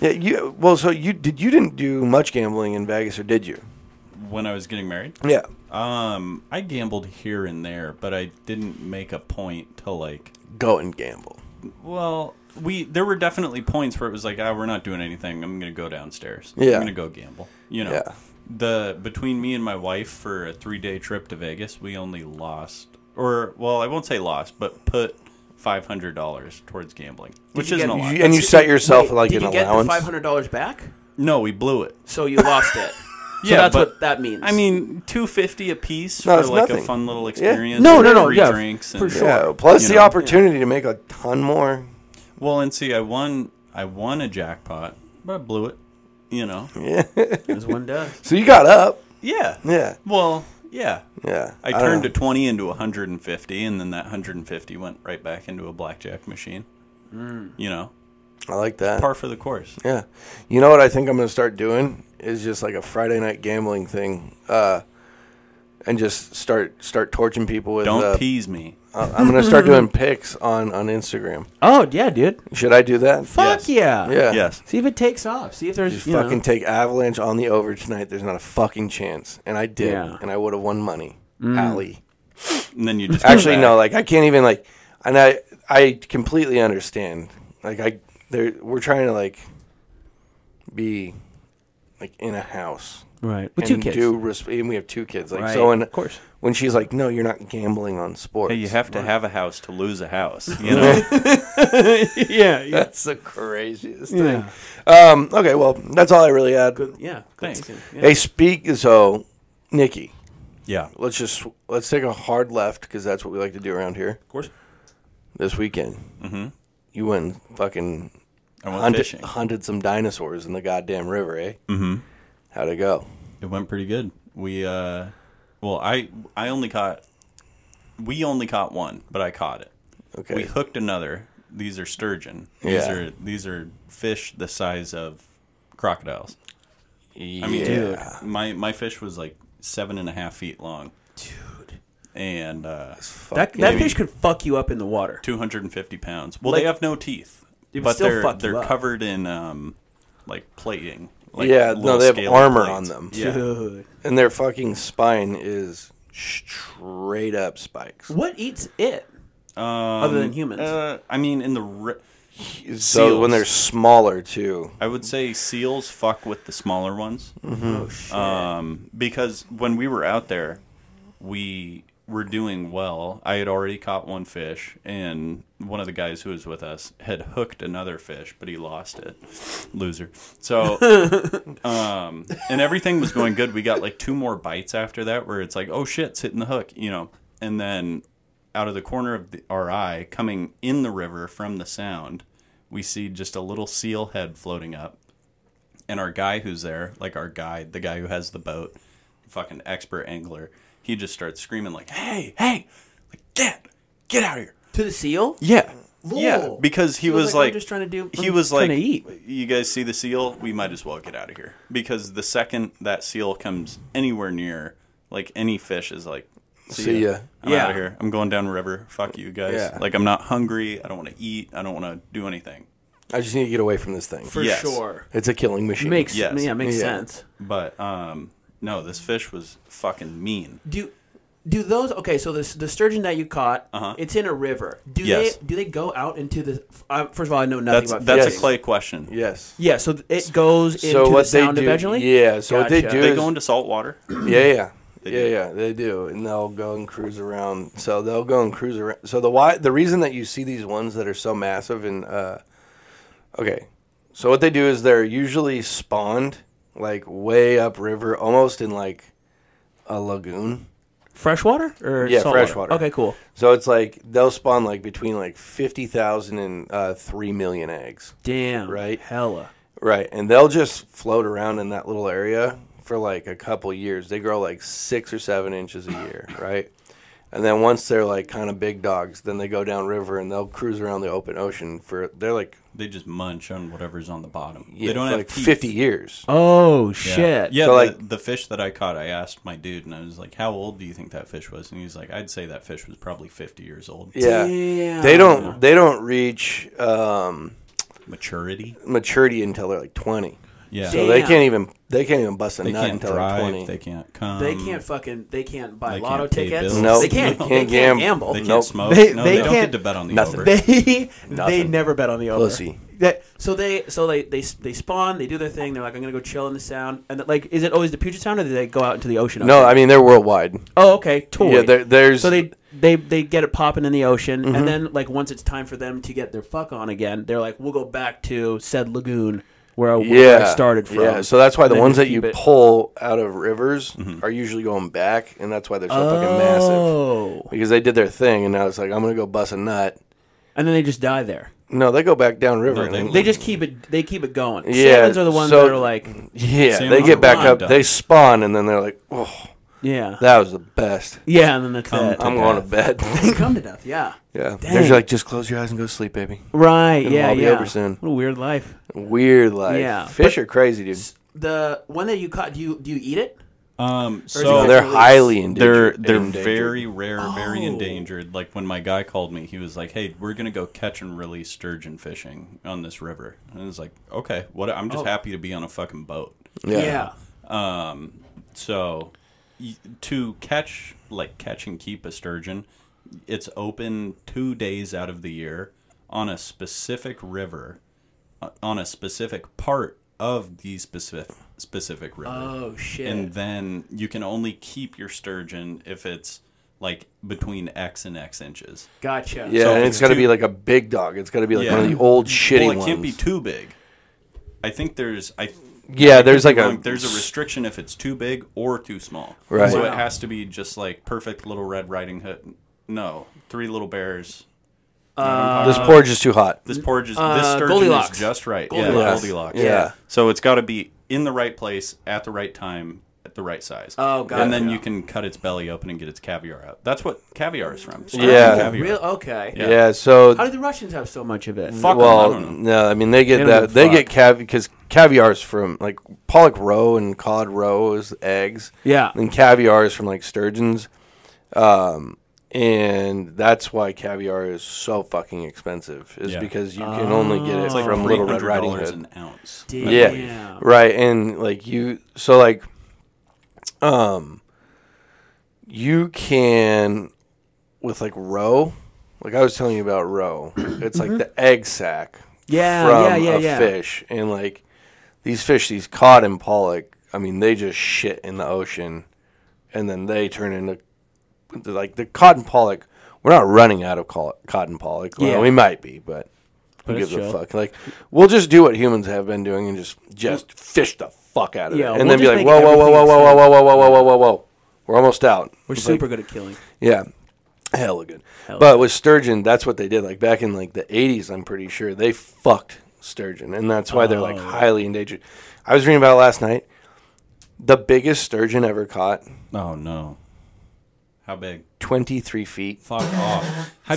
Speaker 1: Yeah, you. Well, so you did. You didn't do much gambling in Vegas, or did you?
Speaker 4: When I was getting married,
Speaker 1: Yeah.
Speaker 4: um, I gambled here and there, but I didn't make a point to like.
Speaker 1: Go and gamble.
Speaker 4: Well, we there were definitely points where it was like, ah, we're not doing anything. I'm gonna go downstairs.
Speaker 1: Yeah.
Speaker 4: I'm gonna go gamble. You know,
Speaker 1: Yeah.
Speaker 4: the between me and my wife for a three day trip to Vegas, we only lost, or well, I won't say lost, but put five hundred dollars towards gambling, which
Speaker 2: you
Speaker 4: isn't
Speaker 2: get-
Speaker 4: a lot.
Speaker 1: and you set yourself
Speaker 2: Wait,
Speaker 1: like
Speaker 2: did
Speaker 1: an
Speaker 2: you get
Speaker 1: allowance.
Speaker 2: the five hundred dollars back?
Speaker 4: No, we blew it.
Speaker 2: So you lost it. So
Speaker 4: Yeah,
Speaker 2: that's
Speaker 4: but-
Speaker 2: what that means.
Speaker 4: I mean, two fifty a piece
Speaker 1: No,
Speaker 4: for
Speaker 1: it's
Speaker 4: like a
Speaker 1: nothing.
Speaker 4: fun little
Speaker 1: Yeah.
Speaker 4: experience.
Speaker 2: No,
Speaker 4: and
Speaker 2: no, no,
Speaker 4: free
Speaker 2: yeah,
Speaker 4: drinks
Speaker 2: for
Speaker 4: and-
Speaker 2: sure.
Speaker 1: Yeah. Plus
Speaker 4: You
Speaker 1: the
Speaker 4: know.
Speaker 1: opportunity to make a ton more.
Speaker 4: Well, and see, I won. I won a jackpot, but I blew it. You know.
Speaker 2: as one does.
Speaker 1: So you got up.
Speaker 4: Yeah.
Speaker 1: Yeah.
Speaker 4: Well, yeah.
Speaker 1: Yeah.
Speaker 4: I
Speaker 1: don't
Speaker 4: turned
Speaker 1: know.
Speaker 4: a twenty into a hundred and fifty, and then that hundred and fifty went right back into a blackjack machine. You know,
Speaker 1: I like that.
Speaker 4: par for the course.
Speaker 1: Yeah. You know what I think I'm gonna start doing is just like a Friday night gambling thing. Uh, and just start start torching people with.
Speaker 4: Don't
Speaker 1: uh,
Speaker 4: tease me.
Speaker 1: I- I'm gonna start doing picks on on Instagram.
Speaker 2: Oh yeah, dude.
Speaker 1: Should I do that?
Speaker 2: Fuck yeah.
Speaker 1: Yeah.
Speaker 4: Yes.
Speaker 2: See if it takes off. See if there's
Speaker 1: Just
Speaker 2: you know.
Speaker 1: fucking take Avalanche on the over tonight. There's not a fucking chance. And I did.
Speaker 2: Yeah. Mm.
Speaker 1: And I would have won money. Alley.
Speaker 4: And then you just go
Speaker 1: Actually,
Speaker 4: back.
Speaker 1: no. Like I can't even like, and I I completely understand. Like I, there we're trying to like be like in a house
Speaker 2: right with
Speaker 1: and
Speaker 2: two kids.
Speaker 1: do res- and we have two kids. Like
Speaker 2: Right,
Speaker 1: so, and
Speaker 2: of course.
Speaker 1: when she's like, "No, you're not gambling on sports."
Speaker 4: Hey, you have to have a house to lose a house. You know.
Speaker 2: yeah, yeah,
Speaker 1: That's the craziest thing.
Speaker 2: yeah.
Speaker 1: Um. Okay. Well, that's all I really had.
Speaker 2: yeah.
Speaker 4: Thanks.
Speaker 1: Hey, speak. So, Nikki,
Speaker 4: Yeah.
Speaker 1: let's just let's take a hard left because that's what we like to do around here.
Speaker 2: Of course.
Speaker 1: This weekend, mm-hmm. you went and fucking
Speaker 4: I went
Speaker 1: hunted,
Speaker 4: fishing.
Speaker 1: hunted some dinosaurs in the goddamn river, eh? Mm-hmm. How'd it go?
Speaker 4: It went pretty good. We uh well, I I only caught we only caught one, but I caught it.
Speaker 1: Okay.
Speaker 4: We hooked another. These are sturgeon. These
Speaker 1: Yeah.
Speaker 4: are these are fish the size of crocodiles.
Speaker 1: yeah.
Speaker 4: I mean, dude, my my fish was like seven and a half feet long,
Speaker 2: Dude,
Speaker 4: and uh,
Speaker 2: that
Speaker 1: Fucking-
Speaker 2: that fish could fuck you up in the water.
Speaker 4: two hundred and fifty pounds. Well,
Speaker 2: Like-
Speaker 4: they have no teeth,
Speaker 2: It would
Speaker 4: but
Speaker 2: still
Speaker 4: they're
Speaker 2: fuck you
Speaker 4: they're
Speaker 2: up.
Speaker 4: covered in um like plating. Like
Speaker 1: Yeah, no,
Speaker 4: little
Speaker 1: they have
Speaker 4: scaly
Speaker 1: armor on them.
Speaker 4: Yeah.
Speaker 2: Dude,
Speaker 1: and their fucking spine is straight up spikes.
Speaker 2: what eats it
Speaker 4: Um,
Speaker 2: other than humans?
Speaker 4: uh, I mean, in the ri-
Speaker 1: So when
Speaker 4: Seals.
Speaker 1: they're smaller too.
Speaker 4: I would say seals fuck with the smaller ones. Mm,
Speaker 2: oh shit.
Speaker 4: Um, because when we were out there, we were doing well. I had already caught one fish, and one of the guys who was with us had hooked another fish, but he lost it. Loser. So, um, and everything was going good. We got like two more bites after that, where it's like, oh shit, it's hitting the hook, you know. And then out of the corner of the, our eye, coming in the river from the sound, we see just a little seal head floating up and our guy who's there, like our guide, the guy who has the boat, fucking expert angler, he just starts screaming like, "Hey, hey, like get, get out of here!"
Speaker 2: to the seal?
Speaker 4: Yeah, yeah,
Speaker 2: Lord.
Speaker 4: because he
Speaker 2: So, like,
Speaker 4: was,
Speaker 2: I'm
Speaker 4: like,
Speaker 2: just trying to do-
Speaker 4: He
Speaker 2: I'm
Speaker 4: was
Speaker 2: trying
Speaker 4: like,
Speaker 2: to eat.
Speaker 4: "You guys see the seal? We might as well get out of here because the second that seal comes anywhere near, like any fish is like." See,
Speaker 1: See
Speaker 4: ya.
Speaker 1: ya."
Speaker 4: I'm
Speaker 2: Yeah.
Speaker 4: out of here. I'm going down river. Fuck you guys.
Speaker 1: Yeah.
Speaker 4: Like I'm not hungry. I don't want to eat. I don't want to do anything.
Speaker 1: I just need to get away from this thing.
Speaker 2: For
Speaker 4: yes.
Speaker 2: sure.
Speaker 1: it's a killing machine.
Speaker 2: Makes
Speaker 4: Yes.
Speaker 2: yeah, makes
Speaker 1: Yeah.
Speaker 2: sense.
Speaker 4: But um, no, this fish was fucking mean.
Speaker 2: Do do those okay? So this the sturgeon that you caught, it's in a river. Do
Speaker 4: Uh-huh. Yes.
Speaker 2: they do they go out into the? Uh, first of all, I know nothing
Speaker 4: That's
Speaker 2: about
Speaker 4: that's
Speaker 1: Yes.
Speaker 4: a clay question.
Speaker 1: yes.
Speaker 2: Yeah, so th- it goes into the sound
Speaker 1: do,
Speaker 2: eventually.
Speaker 1: Yeah. So what they
Speaker 2: Gotcha.
Speaker 1: do
Speaker 4: They
Speaker 1: is,
Speaker 4: go into salt water.
Speaker 1: Yeah, yeah. yeah,
Speaker 4: do.
Speaker 1: yeah, they do, and they'll go and cruise around. So they'll go and cruise around. So the why the reason that you see these ones that are so massive and uh, okay, So what they do is they're usually spawned like way upriver, almost in like a lagoon.
Speaker 2: Freshwater or
Speaker 1: Yeah,
Speaker 2: saltwater?
Speaker 1: freshwater.
Speaker 2: Okay, cool.
Speaker 1: So it's like they'll spawn like between like fifty thousand and uh, three million eggs.
Speaker 2: Damn.
Speaker 1: Right.
Speaker 2: Hella.
Speaker 1: Right, and they'll just float around in that little area for like a couple years. They grow like six or seven inches a year, right? And then once they're like kind of big dogs, then they go down river and they'll cruise around the open ocean for they're like
Speaker 4: They just munch on whatever's on the bottom.
Speaker 1: yeah,
Speaker 4: they don't
Speaker 1: for,
Speaker 4: have
Speaker 1: like
Speaker 4: teeth.
Speaker 1: fifty years.
Speaker 2: Oh
Speaker 4: Yeah.
Speaker 2: shit.
Speaker 4: Yeah,
Speaker 1: So,
Speaker 4: the,
Speaker 1: like-
Speaker 4: the fish that I caught, I asked my dude, and I was like, "How old do you think that fish was?" And he's like, "I'd say that fish was probably 50 years old."
Speaker 1: Yeah,
Speaker 2: Damn.
Speaker 1: they don't they don't reach um,
Speaker 4: Maturity.
Speaker 1: maturity until they're like twenty.
Speaker 4: Yeah.
Speaker 1: So they
Speaker 2: Damn.
Speaker 1: can't even they can't even bust a
Speaker 4: they
Speaker 1: nut
Speaker 4: can't
Speaker 1: until
Speaker 4: drive.
Speaker 1: they're twenty.
Speaker 4: They can't come.
Speaker 2: They can't fucking. They can't buy
Speaker 4: Um, They
Speaker 2: lotto
Speaker 4: can't pay
Speaker 2: tickets.
Speaker 4: bills.
Speaker 1: Nope.
Speaker 2: They can't.
Speaker 1: Can't
Speaker 2: They can't
Speaker 1: gamble.
Speaker 2: gamble.
Speaker 4: They can't
Speaker 1: Nope.
Speaker 4: smoke.
Speaker 2: They-
Speaker 4: no,
Speaker 2: they
Speaker 4: they, don't
Speaker 2: can't-
Speaker 4: get to bet on the
Speaker 1: Nothing.
Speaker 4: over.
Speaker 2: They they
Speaker 1: Nothing.
Speaker 2: never bet on the over.
Speaker 1: Pussy.
Speaker 2: That, so they so they, they they spawn. They do their thing. They're like, I'm gonna go chill in the sound. And like, is it always the Puget Sound, or do they go out into the ocean?
Speaker 1: no, I mean they're worldwide.
Speaker 2: oh, okay. Toy.
Speaker 1: Yeah, there, there's Mm-hmm.
Speaker 2: so they they they get it popping in the ocean, and then like once it's time for them to get their fuck on again, they're like, we'll go back to said lagoon where, I- where I started from.
Speaker 1: Yeah, so that's why the
Speaker 2: Then
Speaker 1: ones
Speaker 2: you
Speaker 1: that you
Speaker 2: keep it-
Speaker 1: pull out of rivers
Speaker 4: Mm-hmm.
Speaker 1: are usually going back, and that's why they're so fucking massive
Speaker 2: Oh,
Speaker 1: because they did their thing, and now it's like I'm gonna go bust a nut.
Speaker 2: and then they just die there.
Speaker 1: No, they go back down river.
Speaker 4: No, they
Speaker 1: and-
Speaker 2: They just keep it. They keep it going.
Speaker 1: Yeah,
Speaker 2: Salmons are the ones
Speaker 1: so-
Speaker 2: that are like,
Speaker 1: yeah,
Speaker 4: Sam
Speaker 1: they
Speaker 4: on
Speaker 1: get
Speaker 4: the
Speaker 1: back
Speaker 4: run,
Speaker 1: up,
Speaker 4: dog.
Speaker 1: they spawn, and then they're like, "Oh,
Speaker 2: yeah,
Speaker 1: that was the best.
Speaker 2: yeah, and then that's
Speaker 4: Come
Speaker 2: it.
Speaker 4: to-
Speaker 1: I'm
Speaker 4: Yeah.
Speaker 1: going to bed."
Speaker 2: They come to death. Yeah.
Speaker 1: yeah, they're
Speaker 2: Dang.
Speaker 1: just like, "Just close your eyes and go to sleep, baby."
Speaker 2: Right.
Speaker 1: It'll
Speaker 2: yeah.
Speaker 1: all be
Speaker 2: yeah.
Speaker 1: over soon.
Speaker 2: What a weird life.
Speaker 1: Weird life.
Speaker 2: Yeah,
Speaker 1: fish are crazy, dude.
Speaker 2: The one that you caught. Do you do you eat it?
Speaker 4: Um,
Speaker 1: No,
Speaker 4: so
Speaker 1: they're
Speaker 2: release.
Speaker 1: highly endangered.
Speaker 4: they're they're
Speaker 1: endangered.
Speaker 4: very rare, very
Speaker 2: Oh.
Speaker 4: endangered. Like when my guy called me, he was like, "Hey, we're gonna go catch and release sturgeon fishing on this river," and I was like, "Okay, what? I'm
Speaker 2: Oh.
Speaker 4: just happy to be on a fucking boat."
Speaker 1: yeah.
Speaker 4: So y- to catch, like catch and keep a sturgeon, it's open two days out of the year on a specific river, uh, on a specific part of the specific specific river.
Speaker 2: Oh shit.
Speaker 4: and then you can only keep your sturgeon if it's like between X and X inches.
Speaker 2: gotcha.
Speaker 1: Yeah,
Speaker 4: So
Speaker 1: and
Speaker 4: if
Speaker 1: it's
Speaker 4: it's
Speaker 1: got to
Speaker 4: too-
Speaker 1: be like a big dog. It's got to be like
Speaker 4: Yeah.
Speaker 1: one of the old shitty
Speaker 4: well, it
Speaker 1: ones.
Speaker 4: can't be too big. I think there's I.
Speaker 1: yeah, there's like a
Speaker 4: wrong- there's a restriction if it's too big or too small.
Speaker 1: Right.
Speaker 4: So it
Speaker 2: Wow.
Speaker 4: has to be just like perfect little Red Riding Hood. No, Three Little Bears.
Speaker 1: This porridge is too hot.
Speaker 4: This porridge is this
Speaker 2: uh,
Speaker 4: sturgeon
Speaker 2: Goldilocks.
Speaker 4: is just right. Yeah,
Speaker 1: Goldilocks.
Speaker 4: Goldilocks.
Speaker 1: Yeah. Yeah.
Speaker 4: So it's got to be in the right place at the right time at the right size.
Speaker 2: Oh, gotcha.
Speaker 4: And then you can cut its belly open and get its caviar out. That's what caviar is from. Sturgeon
Speaker 1: Yeah.
Speaker 4: Caviar.
Speaker 2: Real okay.
Speaker 1: Yeah,
Speaker 4: Yeah.
Speaker 1: so
Speaker 2: How do the Russians have so much of it?
Speaker 4: Fuck 'em, I
Speaker 1: well,
Speaker 4: don't know.
Speaker 1: no, I mean they get
Speaker 2: They don't
Speaker 1: that
Speaker 2: give a
Speaker 1: they
Speaker 2: fuck.
Speaker 1: get cav because caviar is from like pollock roe and cod roe is eggs.
Speaker 2: Yeah.
Speaker 1: and caviar is from like sturgeons, um, and that's why caviar is so fucking expensive. Is
Speaker 4: Yeah.
Speaker 1: because you can only get it
Speaker 4: It's like
Speaker 1: from Little Red Riding
Speaker 4: $300
Speaker 1: Hood.
Speaker 4: an ounce.
Speaker 2: Damn.
Speaker 1: Yeah. Right. And like you so like um you can with like roe, like I was telling you about roe. It's like the egg sac
Speaker 2: Yeah,
Speaker 1: from
Speaker 2: yeah, yeah,
Speaker 1: a
Speaker 2: yeah.
Speaker 1: fish. And like these fish, these cod and pollock, I mean they just shit in the ocean and then they turn into like the cod and pollock. We're not running out of col- cod and pollock. Well,
Speaker 2: Yeah.
Speaker 1: we might be, but who
Speaker 2: But it's
Speaker 1: gives a
Speaker 2: chill.
Speaker 1: fuck? Like, we'll just do what humans have been doing and just just fish the fuck out of
Speaker 2: Yeah,
Speaker 1: it, and
Speaker 2: we'll
Speaker 1: then be
Speaker 2: just
Speaker 1: like,
Speaker 2: make
Speaker 1: whoa, whoa, whoa, whoa,
Speaker 2: everything
Speaker 1: whoa, whoa, whoa, whoa, whoa, whoa, whoa, whoa, whoa, we're almost out.
Speaker 2: We're
Speaker 1: It's
Speaker 2: super
Speaker 1: Like,
Speaker 2: good at killing.
Speaker 1: yeah, hella good. but with sturgeon, that's what they did. Like back in like the '80s, I'm pretty sure they fucked sturgeon, and that's why they're like
Speaker 2: Oh.
Speaker 1: highly endangered. I was reading about it last night. The biggest sturgeon ever caught,
Speaker 4: Oh no. How big?
Speaker 1: 23 feet.
Speaker 4: Fuck off. How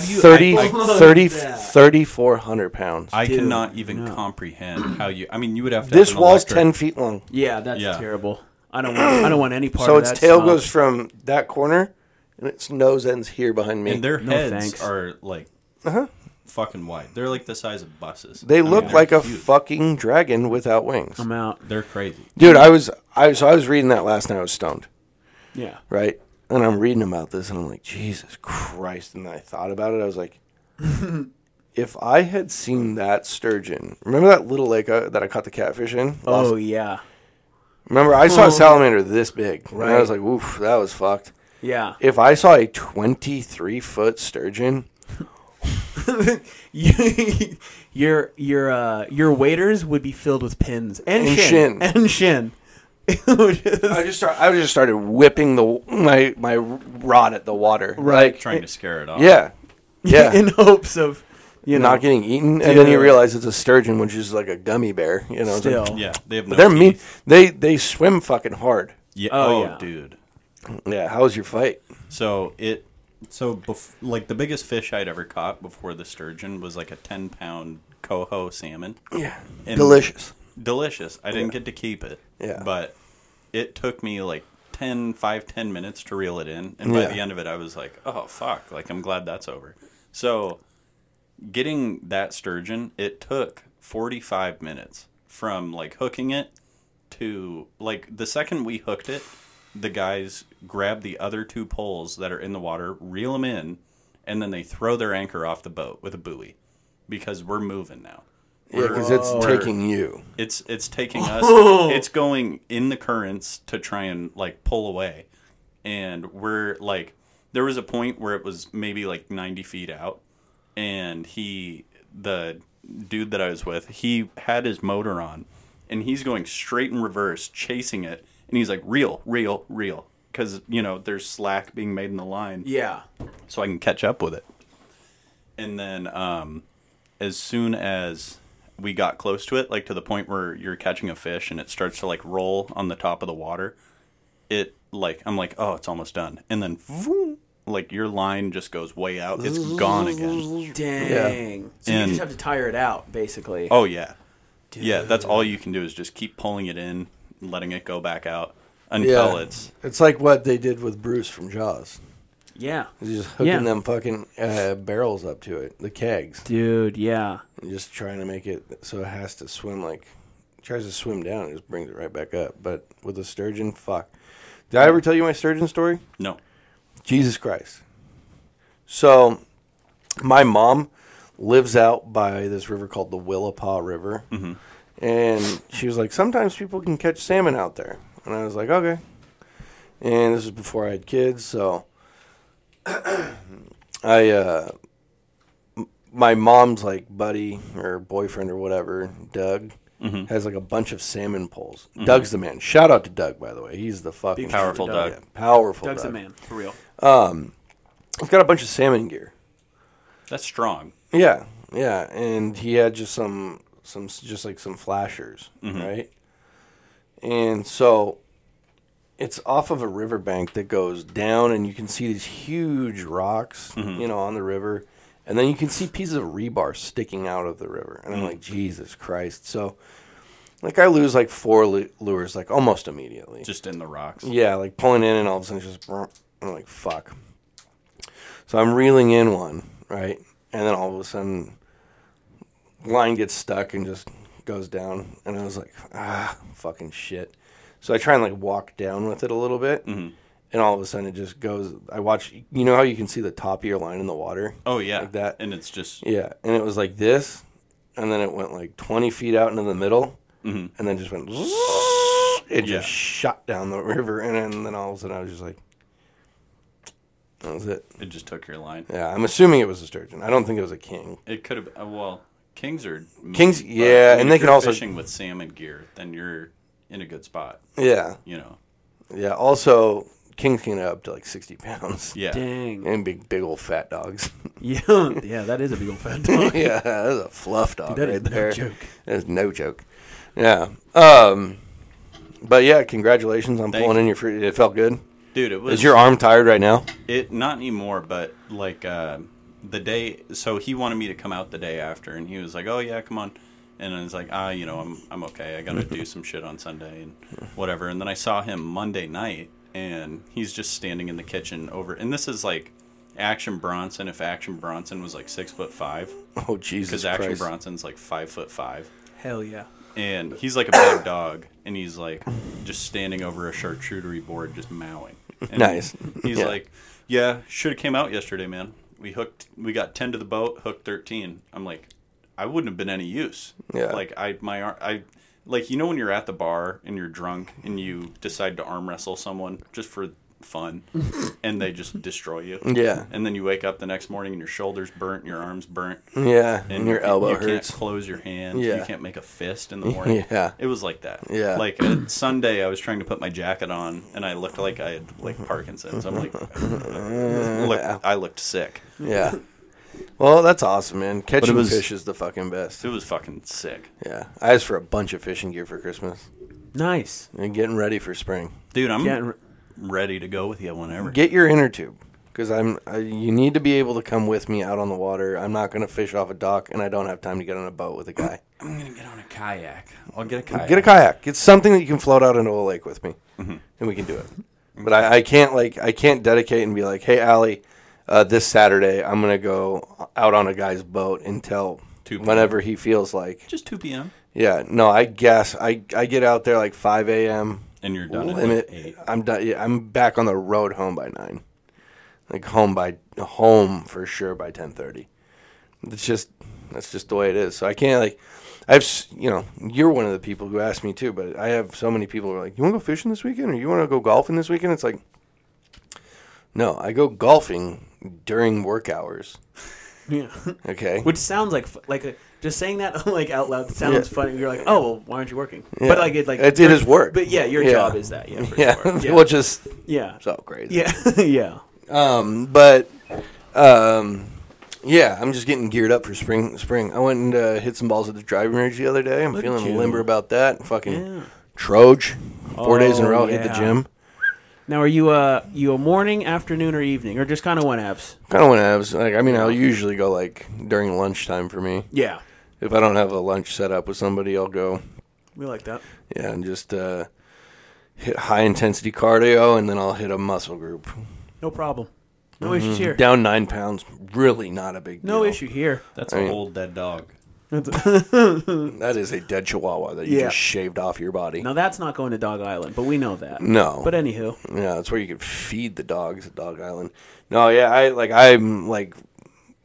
Speaker 4: do you
Speaker 1: 30,
Speaker 4: I, I,
Speaker 1: 30
Speaker 2: that.
Speaker 1: 3,400 pounds.
Speaker 4: I cannot even comprehend how you I mean you would have to
Speaker 1: this
Speaker 4: have an
Speaker 1: wall's
Speaker 4: electric-
Speaker 1: 10 feet long.
Speaker 2: Yeah, that's
Speaker 4: Yeah.
Speaker 2: terrible. I don't want. I don't want any part
Speaker 1: So
Speaker 2: of
Speaker 1: its
Speaker 2: that.
Speaker 1: tail
Speaker 2: smoke.
Speaker 1: goes from that corner, and its nose ends here behind me.
Speaker 4: and their
Speaker 2: No,
Speaker 4: heads
Speaker 2: thanks.
Speaker 4: are like fucking wide. They're like the size of buses.
Speaker 1: Uh-huh. they
Speaker 4: I mean,
Speaker 1: look
Speaker 4: they're
Speaker 1: like a
Speaker 4: huge.
Speaker 1: fucking dragon without wings.
Speaker 2: I'm out.
Speaker 4: They're crazy.
Speaker 1: Dude, I was I so I was reading that last night. I was stoned,
Speaker 2: Yeah.
Speaker 1: right? And I'm reading about this, and I'm like, Jesus Christ! And then I thought about it. I was like, if I had seen that sturgeon, remember that little lake uh, that I caught the catfish in?
Speaker 2: Oh yeah.
Speaker 1: Remember, I saw
Speaker 2: Oh.
Speaker 1: a salamander this big, and I
Speaker 2: Right.
Speaker 1: was like, "Oof, that was fucked."
Speaker 2: Yeah.
Speaker 1: If I saw a 23 foot sturgeon,
Speaker 2: You- your your uh, your waiters would be filled with pins and,
Speaker 1: And
Speaker 2: shin.
Speaker 1: shin.
Speaker 2: and shin. It would just-
Speaker 1: I just start, I just started whipping the my my rod at the water.
Speaker 2: Right.
Speaker 1: Like,
Speaker 4: trying to scare it off.
Speaker 1: yeah, yeah.
Speaker 2: in hopes of you know
Speaker 1: not getting eaten, and then
Speaker 2: Yeah.
Speaker 1: you realize it's a sturgeon, which is like a gummy bear. You know, it's like-
Speaker 2: still.
Speaker 4: yeah. They have no
Speaker 1: but they're mean.
Speaker 4: teeth.
Speaker 1: They they swim fucking hard.
Speaker 4: Yeah.
Speaker 2: Oh,
Speaker 4: Oh,
Speaker 2: yeah.
Speaker 4: dude.
Speaker 1: Yeah, how was your fight?
Speaker 4: So it, so bef- like the biggest fish I'd ever caught before the sturgeon was like a ten pound coho salmon.
Speaker 1: Yeah,
Speaker 4: And-
Speaker 1: delicious.
Speaker 4: Delicious. I didn't get to keep it.
Speaker 1: Yeah.
Speaker 4: But it took me like 10, 5, 10 minutes to reel it in, and by
Speaker 1: Yeah.
Speaker 4: the end of it, I was like, oh fuck! Like I'm glad that's over. So, getting that sturgeon, it took forty five minutes from like hooking it to like the second we hooked it, the guys grab the other two poles that are in the water, reel them in, and then they throw their anchor off the boat with a buoy because we're moving now.
Speaker 1: Yeah, because it's taking you.
Speaker 4: It's it's taking us. It's going in the currents to try and like pull away, and we're like, there was a point where it was maybe like ninety feet out, and he, the dude that I was with, he had his motor on, and he's going straight in reverse, chasing it, and he's like, reel, reel, reel, because you know there's slack being made in the line
Speaker 2: yeah.
Speaker 4: so I can catch up with it. And then um, as soon as we got close to it, like to the point where you're catching a fish and it starts to like roll on the top of the water, it like I'm like, oh, it's almost done. And then vroom, like your line just goes way out. It's gone again.
Speaker 2: Dang. So you
Speaker 4: And-
Speaker 2: just have to tire it out, basically.
Speaker 4: Oh yeah. Yeah, that's all you can do is just keep pulling it in, letting it go back out until it's
Speaker 1: It's like what they did with Bruce from Jaws.
Speaker 2: yeah.
Speaker 1: He's just hooking
Speaker 2: Yeah.
Speaker 1: them fucking uh, barrels up to it, the kegs,
Speaker 2: Dude, yeah.
Speaker 1: and just trying to make it so it has to swim like. Tries to swim down and just brings it right back up. But with a sturgeon, fuck. Did I ever tell you my sturgeon story?
Speaker 4: no.
Speaker 1: Jesus Christ. So, my mom lives out by this river called the Willapa River. And she was like, sometimes people can catch salmon out there. And I was like, okay. And this is before I had kids. So, I, uh, m- my mom's like buddy or boyfriend or whatever, Doug. Has like a bunch of salmon poles. Doug's the man. Shout out to Doug, by the way. He's the fucking
Speaker 4: Powerful
Speaker 2: Doug.
Speaker 4: Doug.
Speaker 1: powerful.
Speaker 2: Doug's a
Speaker 1: Doug.
Speaker 2: man, for real.
Speaker 1: He's got a bunch of salmon gear.
Speaker 4: That's strong.
Speaker 1: Yeah, yeah, and he had just some some just like some flashers, right? And so it's off of a riverbank that goes down, and you can see these huge rocks, you know, on the river, and then you can see pieces of rebar sticking out of the river, and I'm like, Jesus Christ! So, like, I lose like four lu- lures, like almost immediately.
Speaker 4: Just in the rocks.
Speaker 1: Yeah, like pulling in, and all of a sudden it's just, brrr. I'm like, fuck. So I'm reeling in one, right? And then all of a sudden, line gets stuck and just goes down. And I was like, ah, fucking shit. So I try and like walk down with it a little bit. And all of a sudden it just goes. I watch, you know how you can see the top of your line in the water?
Speaker 4: Oh yeah.
Speaker 1: Like that.
Speaker 4: And it's just
Speaker 1: Yeah, and it was like this, and then it went like twenty feet out into the middle, and then just went. It just
Speaker 4: Yeah.
Speaker 1: shot down the river, and then, then all of a sudden I was just like, that was it.
Speaker 4: it just took your line.
Speaker 1: Yeah, I'm assuming it was a sturgeon. I don't think it was a king.
Speaker 4: It could have. Uh, well, kings are
Speaker 1: Kings-
Speaker 4: but
Speaker 1: yeah,
Speaker 4: if
Speaker 1: and they
Speaker 4: you're
Speaker 1: can also-
Speaker 4: fishing with salmon gear. Then you're in a good spot.
Speaker 1: Yeah,
Speaker 4: You know.
Speaker 1: yeah. Also, kings can get up to like sixty pounds.
Speaker 4: Yeah.
Speaker 2: Dang.
Speaker 1: and big, big old fat dogs.
Speaker 2: Yeah, yeah, that is a big old fat dog.
Speaker 1: yeah, that's a fluff dog right
Speaker 2: Dude, that is no
Speaker 1: there.
Speaker 2: joke.
Speaker 1: That's no joke. Yeah. Um. But yeah, congratulations on
Speaker 4: Thank
Speaker 1: pulling
Speaker 4: you.
Speaker 1: in your fruit. It felt good.
Speaker 4: Dude, it was
Speaker 1: Is your arm tired right now?
Speaker 4: it not anymore, but like uh, the day. So he wanted me to come out the day after, and he was like, "Oh yeah, come on." And I was like, "Ah, you know, I'm I'm okay. I gotta do some shit on Sunday and whatever." And then I saw him Monday night, and he's just standing in the kitchen over. And this is like Action Bronson. If Action Bronson was like six foot five,
Speaker 1: Oh Jesus
Speaker 4: because Action
Speaker 1: Christ!
Speaker 4: Bronson's like five foot five,
Speaker 2: Hell yeah.
Speaker 4: and he's like a big dog, and he's like just standing over a charcuterie board, just mowing. And
Speaker 1: Nice.
Speaker 4: He's
Speaker 1: Yeah.
Speaker 4: like, yeah, should have came out yesterday, man. We hooked, we got ten to the boat, hooked thirteen. I'm like, I wouldn't have been any use.
Speaker 1: Yeah.
Speaker 4: Like I, my arm, I. Like you know when you're at the bar and you're drunk and you decide to arm wrestle someone just for
Speaker 5: fun, and they just destroy you.
Speaker 1: Yeah.
Speaker 5: And then you wake up the next morning and your shoulders burnt, your arms burnt,
Speaker 1: Yeah, and, your
Speaker 5: you-
Speaker 1: elbow
Speaker 5: you
Speaker 1: hurts.
Speaker 5: can't close your hand.
Speaker 1: Yeah.
Speaker 5: You can't make a fist in the morning.
Speaker 1: Yeah.
Speaker 5: It was like that.
Speaker 1: Yeah.
Speaker 5: Like uh, Sunday, I was trying to put my jacket on, and I looked like I had like Parkinson's. I'm like, look, I looked sick.
Speaker 1: Yeah. Well, that's awesome, man. Catching
Speaker 5: was-
Speaker 1: fish is the fucking best.
Speaker 5: It was fucking sick,
Speaker 1: Yeah. I asked for a bunch of fishing gear for Christmas
Speaker 2: Nice.
Speaker 1: and getting ready for spring.
Speaker 5: dude. I'm
Speaker 2: Yeah, and-
Speaker 5: ready to go with you whenever.
Speaker 1: Get your inner tube because I'm. I, you need to be able to come with me out on the water. I'm not going to fish off a dock, and I don't have time to get on a boat with a guy.
Speaker 5: I'm gonna get on a kayak. I'll get a kayak.
Speaker 1: Get a kayak. Get something that you can float out into a lake with me, and we can do it. But I, I can't like I can't dedicate and be like, hey, Allie, uh, this Saturday I'm gonna go out on a guy's boat until
Speaker 5: 2 p.m.
Speaker 1: whenever he feels like.
Speaker 5: Just 2 p.m.
Speaker 1: Yeah, no, I guess I I get out there like 5 a.m.
Speaker 5: and you're done. at
Speaker 1: and
Speaker 5: like
Speaker 1: it,
Speaker 5: eight.
Speaker 1: I'm done. Yeah, I'm back on the road home by nine, like home by home for sure by 10:30. It's just that's just the way it is. So I can't like I've s- you know you're one of the people who asked me too, but I have so many people who are like, you want to go fishing this weekend or you want to go golfing this weekend? It's like, no, I go golfing during work hours.
Speaker 2: Yeah.
Speaker 1: Okay,
Speaker 2: Which sounds like f- like a, just saying that like out loud sounds
Speaker 1: Yeah.
Speaker 2: funny. You're like, oh well, why aren't you working?
Speaker 1: Yeah.
Speaker 2: But like it like
Speaker 1: It- it is work.
Speaker 2: But yeah, your
Speaker 1: Yeah.
Speaker 2: job is that. Yeah. For
Speaker 1: yeah,
Speaker 2: Sure. Yeah.
Speaker 1: which is
Speaker 2: yeah.
Speaker 1: so crazy.
Speaker 2: Yeah. yeah.
Speaker 1: Um, but um, yeah, I'm just getting geared up for spring. Spring. I went and uh, hit some balls at the driving range the other day. I'm
Speaker 2: Look at
Speaker 1: feeling
Speaker 2: you.
Speaker 1: limber about that. Fucking
Speaker 2: Yeah.
Speaker 1: Troj, four days in a
Speaker 2: Oh,
Speaker 1: row. Hit the
Speaker 2: yeah.
Speaker 1: gym.
Speaker 2: Now, are you uh you a morning, afternoon, or evening, or just kind of one apps?
Speaker 1: Kind of want to have like. I mean, I'll usually go like during lunchtime for me.
Speaker 2: Yeah.
Speaker 1: If I don't have a lunch set up with somebody, I'll go.
Speaker 2: We like that.
Speaker 1: Yeah, and just uh, hit high intensity cardio, and then I'll hit a muscle group.
Speaker 2: No problem. No
Speaker 1: Mm-hmm.
Speaker 2: issues here.
Speaker 1: Down nine pounds. Really not a big.
Speaker 2: no
Speaker 1: deal.
Speaker 2: issue here.
Speaker 4: That's
Speaker 1: I
Speaker 4: an
Speaker 1: mean-
Speaker 4: old dead dog.
Speaker 1: That is a dead chihuahua that you
Speaker 2: Yeah.
Speaker 1: just shaved off your body.
Speaker 2: Now that's not going to Dog Island, but we know that.
Speaker 1: No.
Speaker 2: But anywho,
Speaker 1: Yeah, that's where you could feed the dogs at Dog Island. No, yeah, I like I'm like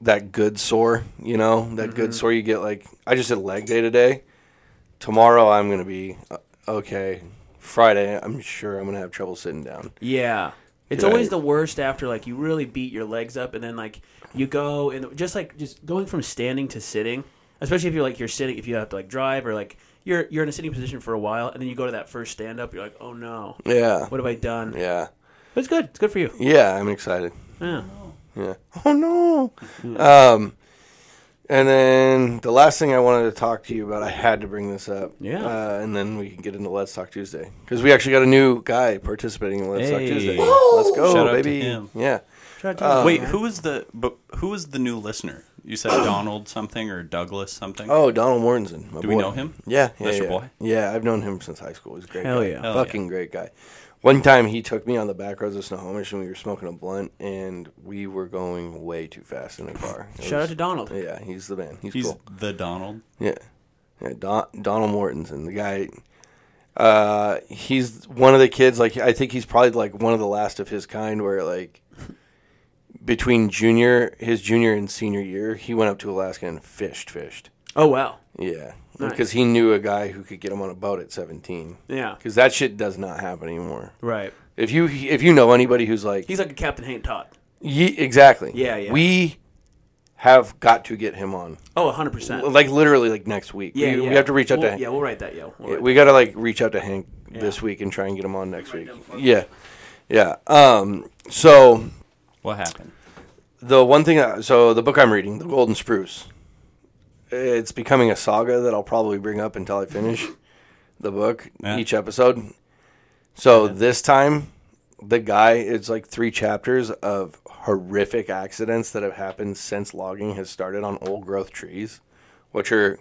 Speaker 1: that good sore, you know, that good sore you get. Like I just did leg day today. Tomorrow I'm gonna be uh, okay. Friday I'm sure I'm gonna have trouble sitting down.
Speaker 2: yeah. It's
Speaker 1: Yeah.
Speaker 2: always the worst after like you really beat your legs up and then like you go and just like just going from standing to sitting, especially if you're like you're sitting if you have to like drive or like you're you're in a sitting position for a while and then you go to that first stand up, you're like, "Oh no.
Speaker 1: Yeah,
Speaker 2: What have I done?"
Speaker 1: yeah,
Speaker 2: But it's good. It's good for you.
Speaker 1: yeah. I'm excited.
Speaker 2: Yeah.
Speaker 1: Yeah. Oh no. Um, and then the last thing I wanted to talk to you about, I had to bring this up.
Speaker 2: Yeah.
Speaker 1: Uh, and then we can get into Let's Talk Tuesday because we actually got a new guy participating in Let's Talk
Speaker 4: Hey.
Speaker 1: Tuesday. Let's go,
Speaker 4: Shout out to
Speaker 1: baby.
Speaker 4: him.
Speaker 1: Yeah. Um, uh-huh.
Speaker 5: Wait, who was the but who was the new listener? You said Donald something or Douglas something.
Speaker 1: Oh, Donald Mortensen. My
Speaker 5: Do we
Speaker 1: boy.
Speaker 5: know him?
Speaker 1: Yeah. yeah
Speaker 5: That's
Speaker 1: yeah.
Speaker 5: your boy?
Speaker 1: Yeah, I've known him since high school. He's a great.
Speaker 2: Hell
Speaker 1: guy.
Speaker 2: yeah.
Speaker 5: Hell
Speaker 1: Fucking great guy. One time he took me on the back roads of Snohomish and we were smoking a blunt and we were going way too fast in a car. It
Speaker 2: Shout out
Speaker 1: was-
Speaker 2: to Donald.
Speaker 1: Yeah, he's the man. He's,
Speaker 5: he's
Speaker 1: cool.
Speaker 5: the Donald.
Speaker 1: Yeah. yeah Don, Donald Mortensen, the guy. Uh, he's one of the kids. Like I think he's probably like one of the last of his kind. Where like between junior, his junior and senior year, he went up to Alaska and fished, fished.
Speaker 2: Oh wow.
Speaker 1: Yeah,
Speaker 2: Nice.
Speaker 1: because he knew a guy who could get him on a boat at seventeen.
Speaker 2: Yeah.
Speaker 1: Because that shit does not happen anymore.
Speaker 2: Right.
Speaker 1: If you if you know anybody who's like
Speaker 2: He's like a Captain Hank Todd.
Speaker 1: Ye- exactly
Speaker 2: Yeah, yeah.
Speaker 1: we have got to get him on
Speaker 2: Oh, 100%.
Speaker 1: like literally like next week.
Speaker 2: yeah,
Speaker 1: we,
Speaker 2: yeah.
Speaker 1: we have to reach out
Speaker 2: We'll-
Speaker 1: to Hank.
Speaker 2: Yeah, we'll write that, yo. We'll write
Speaker 1: we got to like reach out to Hank
Speaker 2: Yeah.
Speaker 1: this week and try and get him on next week. Yeah, yeah. Um, so
Speaker 5: What happened?
Speaker 1: the one thing, I, so the book I'm reading, The Golden Spruce, it's becoming a saga that I'll probably bring up until I finish the book
Speaker 5: Yeah.
Speaker 1: each episode. So this time, the guy, it's like three chapters of horrific accidents that have happened since logging has started on old growth trees, which are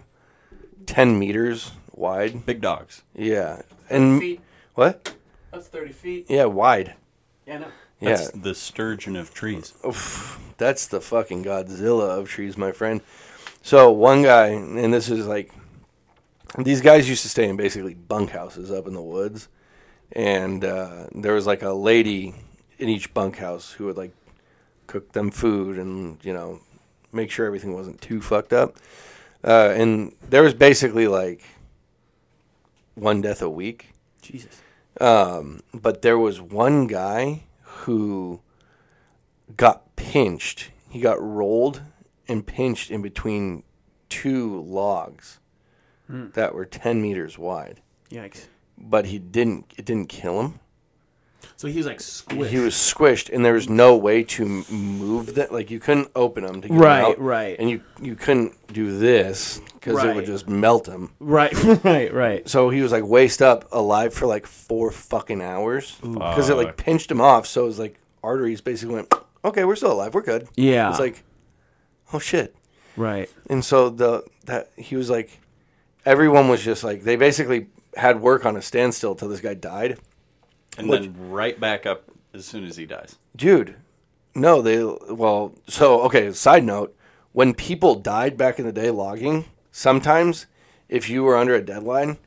Speaker 1: 10 meters wide.
Speaker 5: Big dogs.
Speaker 1: Yeah. And what?
Speaker 2: That's 30 feet.
Speaker 1: Yeah, wide.
Speaker 2: Yeah, no.
Speaker 1: Yeah. Oh,
Speaker 5: That's the sturgeon of trees.
Speaker 1: That's the fucking Godzilla of trees, my friend. So one guy, and this is like, these guys used to stay in basically bunkhouses up in the woods, and uh, there was like a lady in each bunkhouse who would like cook them food and you know make sure everything wasn't too fucked up. Uh, and there was basically like one death a week
Speaker 2: Jesus.
Speaker 1: but there was one guy who got pinched. He got rolled and pinched in between two logs
Speaker 2: Hmm.
Speaker 1: that were 10 meters wide.
Speaker 2: Yikes.
Speaker 1: But he didn't it didn't kill him.
Speaker 2: So he was like squished.
Speaker 1: He was squished and there was no way to m- move that like you couldn't open him to get him
Speaker 2: Right,
Speaker 1: out,
Speaker 2: right.
Speaker 1: And you you couldn't do this cuz it
Speaker 2: Right.
Speaker 1: would just melt him.
Speaker 2: right, right, right.
Speaker 1: So he was like waist up, alive for like four fucking hours because it like pinched him off. So it was like arteries basically went, okay, we're still alive, we're good.
Speaker 2: Yeah.
Speaker 1: it's like, oh shit.
Speaker 2: Right.
Speaker 1: And so the that he was like, everyone was just like they basically had work on a standstill till this guy died.
Speaker 5: and then right back up as soon as he dies.
Speaker 1: Dude, no, they well, so okay, side note, when people died back in the day logging, sometimes if you were under a deadline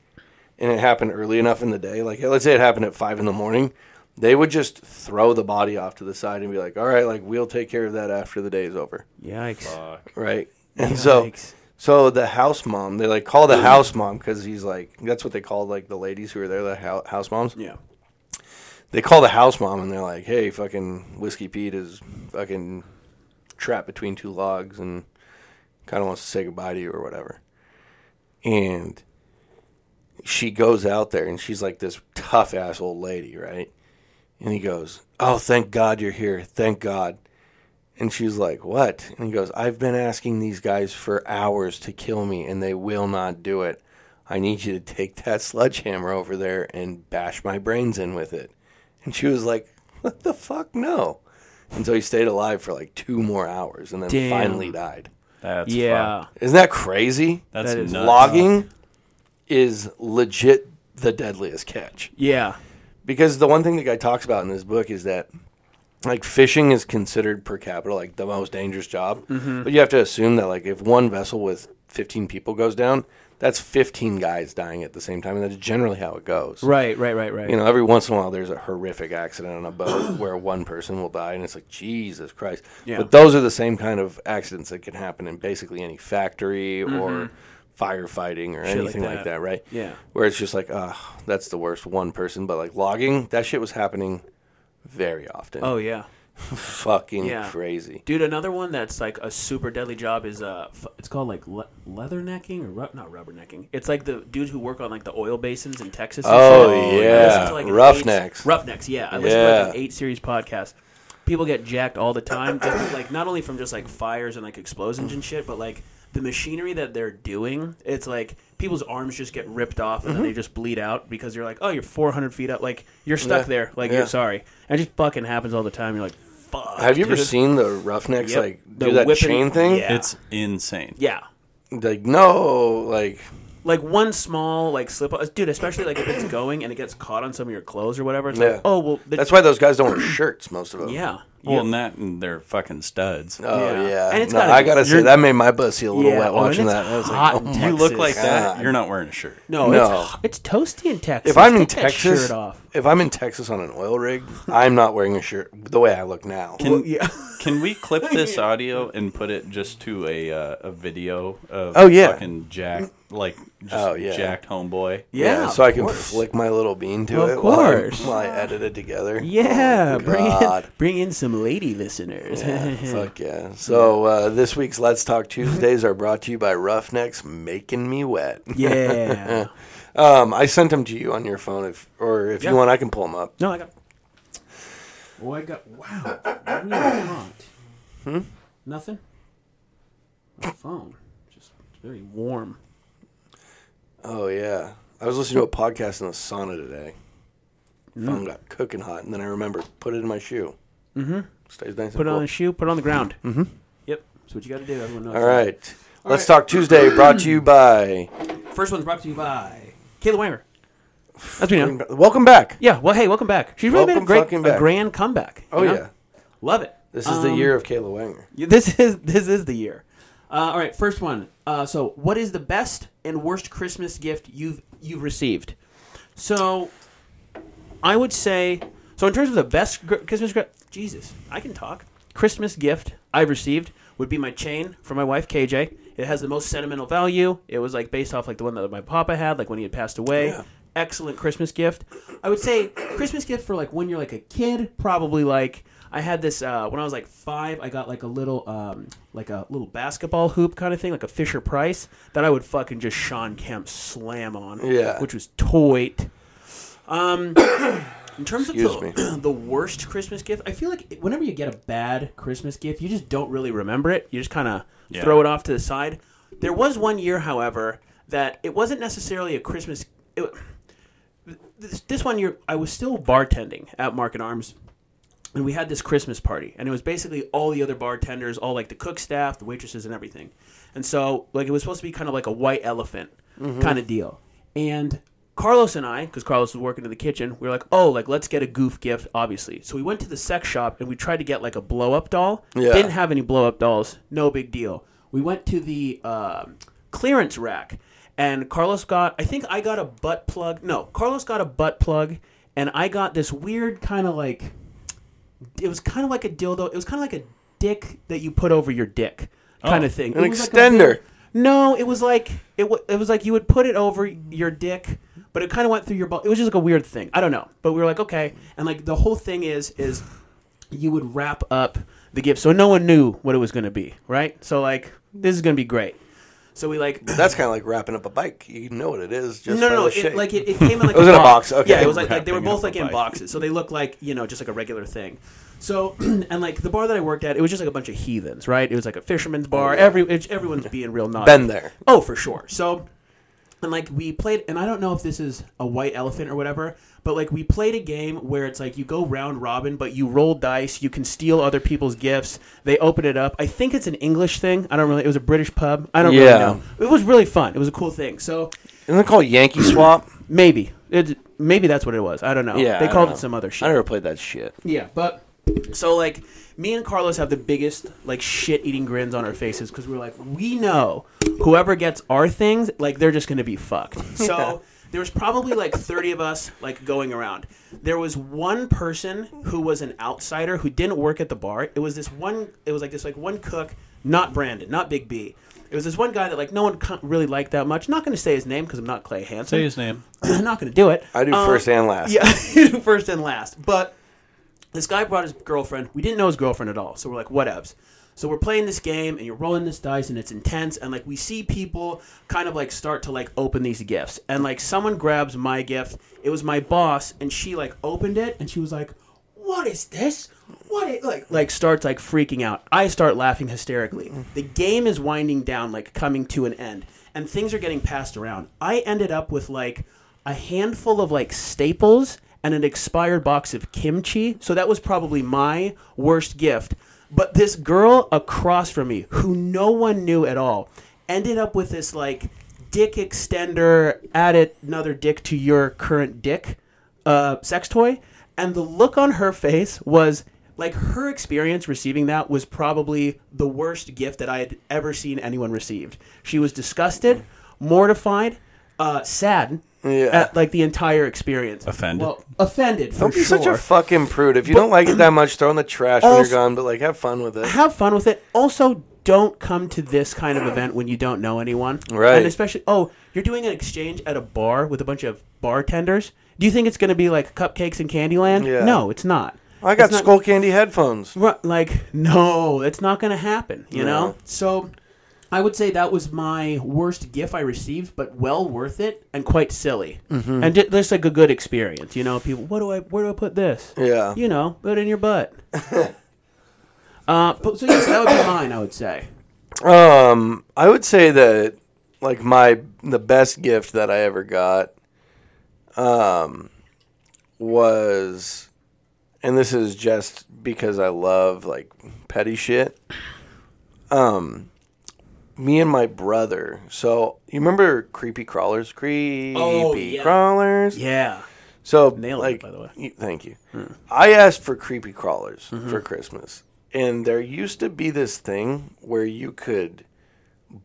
Speaker 1: and it happened early enough in the day, like let's say it happened at five in the morning, they would just throw the body off to the side and be like, All right, like we'll take care of that after the day's over.
Speaker 2: Yikes.
Speaker 1: Right. And so
Speaker 2: Yikes.
Speaker 1: so the house mom, they like call the house mom because he's like that's what they called like the ladies who were there, the hou- house moms
Speaker 2: yeah.
Speaker 1: they call the house mom and they're like, "Hey, fucking whiskey Pete is fucking trapped between two logs and kind of wants to say goodbye to you or whatever." And she goes out there and she's like this tough ass old lady, right? And he goes, "Oh, thank God you're here. Thank God." And she's like, "What?" And he goes, "I've been asking these guys for hours to kill me and they will not do it. I need you to take that sledgehammer over there and bash my brains in with it." And she was like, "What the fuck? No." And so he stayed alive for like two more hours and then
Speaker 2: Damn.
Speaker 1: finally died.
Speaker 5: That's
Speaker 2: Yeah.
Speaker 1: Isn't that crazy?
Speaker 5: That's
Speaker 2: That is
Speaker 5: nuts.
Speaker 1: Logging is legit the deadliest catch.
Speaker 2: Yeah.
Speaker 1: Because the one thing the guy talks about in this book is that like fishing is considered per capita like the most dangerous job.
Speaker 5: Mm-hmm.
Speaker 1: But you have to assume that like if one vessel with 15 people goes down, that's 15 guys dying at the same time and that's generally how it goes.
Speaker 2: Right, right, right, right.
Speaker 1: You know, every once in a while there's a horrific accident on a boat where one person will die, and it's like Jesus Christ.
Speaker 2: Yeah.
Speaker 1: But those are the same kind of accidents that can happen in basically any factory or firefighting or anything like that.
Speaker 2: Mm-hmm. that.
Speaker 1: right?
Speaker 2: Yeah.
Speaker 1: Where it's just like, ah, that's the worst one person. But like logging, that shit was happening very often.
Speaker 2: oh yeah.
Speaker 1: fucking
Speaker 2: yeah.
Speaker 1: crazy.
Speaker 2: Dude, another one that's like a super deadly job is uh, f- it's called like le- leathernecking or ru- not rubbernecking. It's like the dudes who work on like the oil basins in Texas. and
Speaker 1: Oh,
Speaker 2: shit. I
Speaker 1: yeah.
Speaker 2: listened to, an
Speaker 1: Roughnecks.
Speaker 2: eight- roughnecks, yeah. I listen to
Speaker 1: Yeah.
Speaker 2: like an eight series podcast. People get jacked all the time, just, like not only from just like fires and like explosions and shit, but like the machinery that they're doing. It's like people's arms just get ripped off and then
Speaker 1: Mm-hmm.
Speaker 2: they just bleed out because you're like, oh, you're 400 feet up, like you're stuck
Speaker 1: Yeah.
Speaker 2: there, like
Speaker 1: Yeah.
Speaker 2: you're sorry. And it just fucking happens all the time. You're like, fuck.
Speaker 1: Have you ever
Speaker 2: dude.
Speaker 1: seen the roughnecks
Speaker 2: Yep.
Speaker 1: like
Speaker 2: The
Speaker 1: do that
Speaker 2: whipping-
Speaker 1: chain thing?
Speaker 2: Yeah.
Speaker 5: It's insane.
Speaker 2: Yeah.
Speaker 1: Like no, like
Speaker 2: Like one small like slip up, dude. Especially like if it's going and it gets caught on some of your clothes or whatever. It's
Speaker 1: Yeah.
Speaker 2: like, oh well. The,
Speaker 1: that's why those guys don't wear shirts. Most of them.
Speaker 2: Yeah.
Speaker 5: Well, and that and they're fucking studs.
Speaker 1: Oh yeah,
Speaker 2: Yeah. And it's
Speaker 1: no,
Speaker 2: gotta
Speaker 1: I
Speaker 2: be-
Speaker 1: gotta say
Speaker 2: you're-
Speaker 1: that made my pussy a little
Speaker 2: Yeah.
Speaker 1: wet
Speaker 2: Oh,
Speaker 1: watching
Speaker 2: and
Speaker 1: that.
Speaker 2: it's
Speaker 1: I was like,
Speaker 2: hot
Speaker 1: oh
Speaker 2: in
Speaker 1: my
Speaker 5: you
Speaker 2: Texas.
Speaker 5: look like
Speaker 1: God.
Speaker 5: that. You're not wearing a shirt.
Speaker 2: No,
Speaker 1: No.
Speaker 2: It's, it's toasty in Texas.
Speaker 1: if I'm in
Speaker 2: Take that
Speaker 1: Texas,
Speaker 2: shirt off.
Speaker 1: if I'm in Texas on an oil rig, I'm not wearing a shirt the way I look now.
Speaker 5: Can,
Speaker 2: yeah.
Speaker 5: can we clip this audio and put it just to a uh, a video of
Speaker 1: Oh, yeah.
Speaker 5: fucking Jack like just
Speaker 1: Oh, yeah.
Speaker 5: jacked homeboy?
Speaker 2: Yeah,
Speaker 1: so I
Speaker 2: of
Speaker 1: can
Speaker 2: course.
Speaker 1: flick my little bean to
Speaker 2: Of
Speaker 1: it while I-
Speaker 2: course.
Speaker 1: While, I, edit it together.
Speaker 2: Yeah,
Speaker 1: Oh,
Speaker 2: bring in,
Speaker 1: God.
Speaker 2: bring in some lady listeners.
Speaker 1: Fuck yeah. So uh, this week's Let's Talk Tuesdays are brought to you by Roughnecks Making Me Wet.
Speaker 2: yeah.
Speaker 1: Um, I sent them to you on your phone, if or if
Speaker 2: Yeah.
Speaker 1: you want, I can pull them up.
Speaker 2: No, I got. Oh, I got. Wow. What do you want? Hmm? Nothing. My phone just very warm.
Speaker 1: Oh yeah, I was listening to a podcast in the sauna today.
Speaker 2: Mm-hmm.
Speaker 1: Phone got cooking hot, and then I remembered put it in my shoe. Mm-hmm. Stays nice.
Speaker 2: Put
Speaker 1: and
Speaker 2: it on
Speaker 1: cool.
Speaker 2: the shoe. Put it on the ground. Mm-hmm. Yep. That's what you got to do. Everyone knows.
Speaker 1: All right, let's talk Tuesday. brought to you by.
Speaker 2: First one's brought to you by Kayla Weimer. That's me now.
Speaker 1: Welcome back.
Speaker 2: Yeah. Well, hey, welcome back. She's really
Speaker 1: Welcome
Speaker 2: made a
Speaker 1: fucking
Speaker 2: great, a
Speaker 1: back.
Speaker 2: grand comeback.
Speaker 1: Oh
Speaker 2: you know?
Speaker 1: yeah,
Speaker 2: love it.
Speaker 1: this is the
Speaker 2: Um,
Speaker 1: year of Kayla Wanger.
Speaker 2: Yeah, This is this is the year. Uh, all right, first one. Uh, so, what is the best and worst Christmas gift you've you've received? So, I would say so in terms of the best gr- Christmas gift. Jesus, I can talk. Christmas gift I've received would be my chain from my wife KJ. It has the most sentimental value. It was like based off like the one that my papa had, like when he had passed away. excellent Christmas gift. I would say Christmas gift for like when you're like a kid, probably like I had this uh, when I was like five. I got like a little um, like a little basketball hoop kind of thing, like a Fisher Price that I would fucking just Sean Kemp slam on.
Speaker 1: Yeah.
Speaker 2: which was toyed. Um, in terms of
Speaker 1: Excuse
Speaker 2: the, the worst Christmas gift, I feel like whenever you get a bad Christmas gift, you just don't really remember it. You just kind of throw it off to the side. There was one year, however, that it wasn't necessarily a Christmas. It, this, this one year, I was still bartending at Market Arms, and we had this Christmas party, and it was basically all the other bartenders, all like the cook staff, the waitresses, and everything. And so, like, it was supposed to be kind of like a white elephant kind of deal. And Carlos and I, because Carlos was working in the kitchen, we were like, oh, like, let's get a goof gift, obviously. So we went to the sex shop and we tried to get like a blow up doll.
Speaker 1: Yeah.
Speaker 2: Didn't have any blow up dolls. No big deal. We went to the um clearance rack, and Carlos got, I think I got a butt plug. No, Carlos got a butt plug, and I got this weird kind of like it was kind of like a dildo. It was kind of like a dick that you put over your dick kind of thing.
Speaker 1: An
Speaker 2: It was like a
Speaker 1: extender.
Speaker 2: big- no, it was like it. W- it was like you would put it over your dick, but it kind of went through your ball. It was just like a weird thing. I don't know, but we were like, okay, and like the whole thing is is you would wrap up the gift, so no one knew what it was going to be, right? So like this is going to be great. So we like
Speaker 1: That's kind of like wrapping up a bike. You know what it is. Just
Speaker 2: no,
Speaker 1: by
Speaker 2: no, no.
Speaker 1: the shape.
Speaker 2: It, like it, it came in like
Speaker 1: was
Speaker 2: a
Speaker 1: in a
Speaker 2: box.
Speaker 1: box, okay.
Speaker 2: Yeah, it was like, like they were
Speaker 4: Wrapping
Speaker 2: both
Speaker 4: up
Speaker 2: like
Speaker 4: a
Speaker 2: in
Speaker 4: bike.
Speaker 2: boxes, so they look like you know just like a regular thing. So and like the bar that I worked at, it was just like a bunch of heathens, right? It was like a fisherman's
Speaker 1: Oh,
Speaker 2: bar. Every it's- everyone's being real naughty.
Speaker 1: Been there.
Speaker 2: Oh, for sure. So and like we played, and I don't know if this is a white elephant or whatever, but like we played a game where it's like you go round robin, but you roll dice, you can steal other people's gifts. They open it up. I think it's an English thing. I don't really. It was a British pub. I don't
Speaker 1: Yeah.
Speaker 2: really know. It was really fun. It was a cool thing. So
Speaker 1: Isn't it called Yankee Swap?
Speaker 2: Maybe it. Maybe that's what it was. I don't know.
Speaker 1: Yeah, I
Speaker 2: they
Speaker 1: don't
Speaker 2: called
Speaker 1: know.
Speaker 2: it some other shit.
Speaker 1: I never played that shit.
Speaker 2: Yeah, but so like me and Carlos have the biggest like shit eating grins on our faces because we're like we know whoever gets our things like they're just gonna be fucked. So there was probably like thirty of us like going around. There was one person who was an outsider who didn't work at the bar. It was this one. It was like this like one cook, not Brandon, not Big B. It was this one guy that like no one con- really liked that much. Not gonna say his name because I'm not Clay Hansen.
Speaker 4: Say his name.
Speaker 2: I'm not gonna do it.
Speaker 1: I do
Speaker 2: Um,
Speaker 1: first and last.
Speaker 2: yeah, first and last. But this guy brought his girlfriend. We didn't know his girlfriend at all, so we're like, whatevs. So we're playing this game, and you're rolling this dice, and it's intense. And like we see people kind of like start to like open these gifts, and like someone grabs my gift. It was my boss, and she like opened it, and she was like, "What is this? What is like?" Like starts like freaking out. I start laughing hysterically. The game is winding down, like coming to an end, and things are getting passed around. I ended up with like a handful of like staples and an expired box of kimchi. So that was probably my worst gift. But this girl across from me, who no one knew at all, ended up with this like dick extender, added another dick to your current dick uh, sex toy. And the look on her face was like her experience receiving that was probably the worst gift that I had ever seen anyone received. She was disgusted, mortified, uh, sad
Speaker 1: Yeah.
Speaker 2: at like the entire experience.
Speaker 5: Offended.
Speaker 2: Well, offended for
Speaker 1: Don't be
Speaker 2: sure.
Speaker 1: such a fucking prude. If you don't like it that much, throw it in the trash when
Speaker 2: Also-
Speaker 1: you're gone. But like, have fun with it.
Speaker 2: have fun with it. Also, don't come to this kind of event when you don't know anyone.
Speaker 1: Right.
Speaker 2: And especially, oh, you're doing an exchange at a bar with a bunch of bartenders. Do you think it's going to be like cupcakes in Candyland?
Speaker 1: Yeah.
Speaker 2: No, it's not.
Speaker 1: I got
Speaker 2: It's not-
Speaker 1: skull candy headphones.
Speaker 2: Ru- Like, no, it's not going to happen, you
Speaker 1: No.
Speaker 2: know? So I would say that was my worst gift I received, but well worth it and quite silly.
Speaker 1: Mm-hmm.
Speaker 2: And ju- just like a good experience, you know? People, what do I, where do I put this?
Speaker 1: Yeah.
Speaker 2: You know, put it in your butt. uh, but, so yes, that would be mine, I would say.
Speaker 1: Um, I would say that like my the best gift that I ever got, um, was, and this is just because I love like petty shit. Um, me and my brother. So you remember creepy crawlers, creepy
Speaker 2: Oh, yeah.
Speaker 1: crawlers.
Speaker 2: Yeah.
Speaker 1: So
Speaker 2: Nailed it,
Speaker 1: like,
Speaker 2: by the way. Hmm.
Speaker 1: y- thank you. I asked for creepy crawlers
Speaker 2: Mm-hmm.
Speaker 1: for Christmas, and there used to be this thing where you could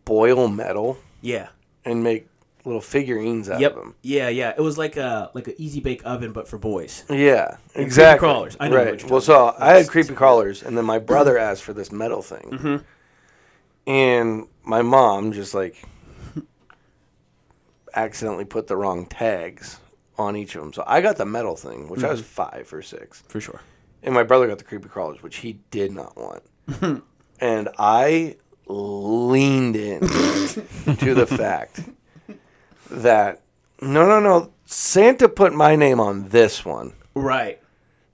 Speaker 1: boil metal
Speaker 2: Yeah.
Speaker 1: and make little figurines out
Speaker 2: Yep.
Speaker 1: of them.
Speaker 2: Uh, um, Yeah, yeah. It was like a like an easy bake oven, but for boys.
Speaker 1: Yeah, exactly.
Speaker 2: crawlers. Mm-hmm. I know what
Speaker 1: right.
Speaker 2: you're
Speaker 1: well,
Speaker 2: talking
Speaker 1: so
Speaker 2: about.
Speaker 1: I had creepy crawlers, and then my brother asked for this metal thing,
Speaker 2: Mm-hmm.
Speaker 1: and my mom just like accidentally put the wrong tags on each of them. So I got the metal thing, which I was
Speaker 2: Mm-hmm.
Speaker 1: five or six,
Speaker 2: for sure.
Speaker 1: and my brother got the creepy crawlers, which he did not want. and I leaned in to the fact that no, no, no, Santa put my name on this one
Speaker 2: Right.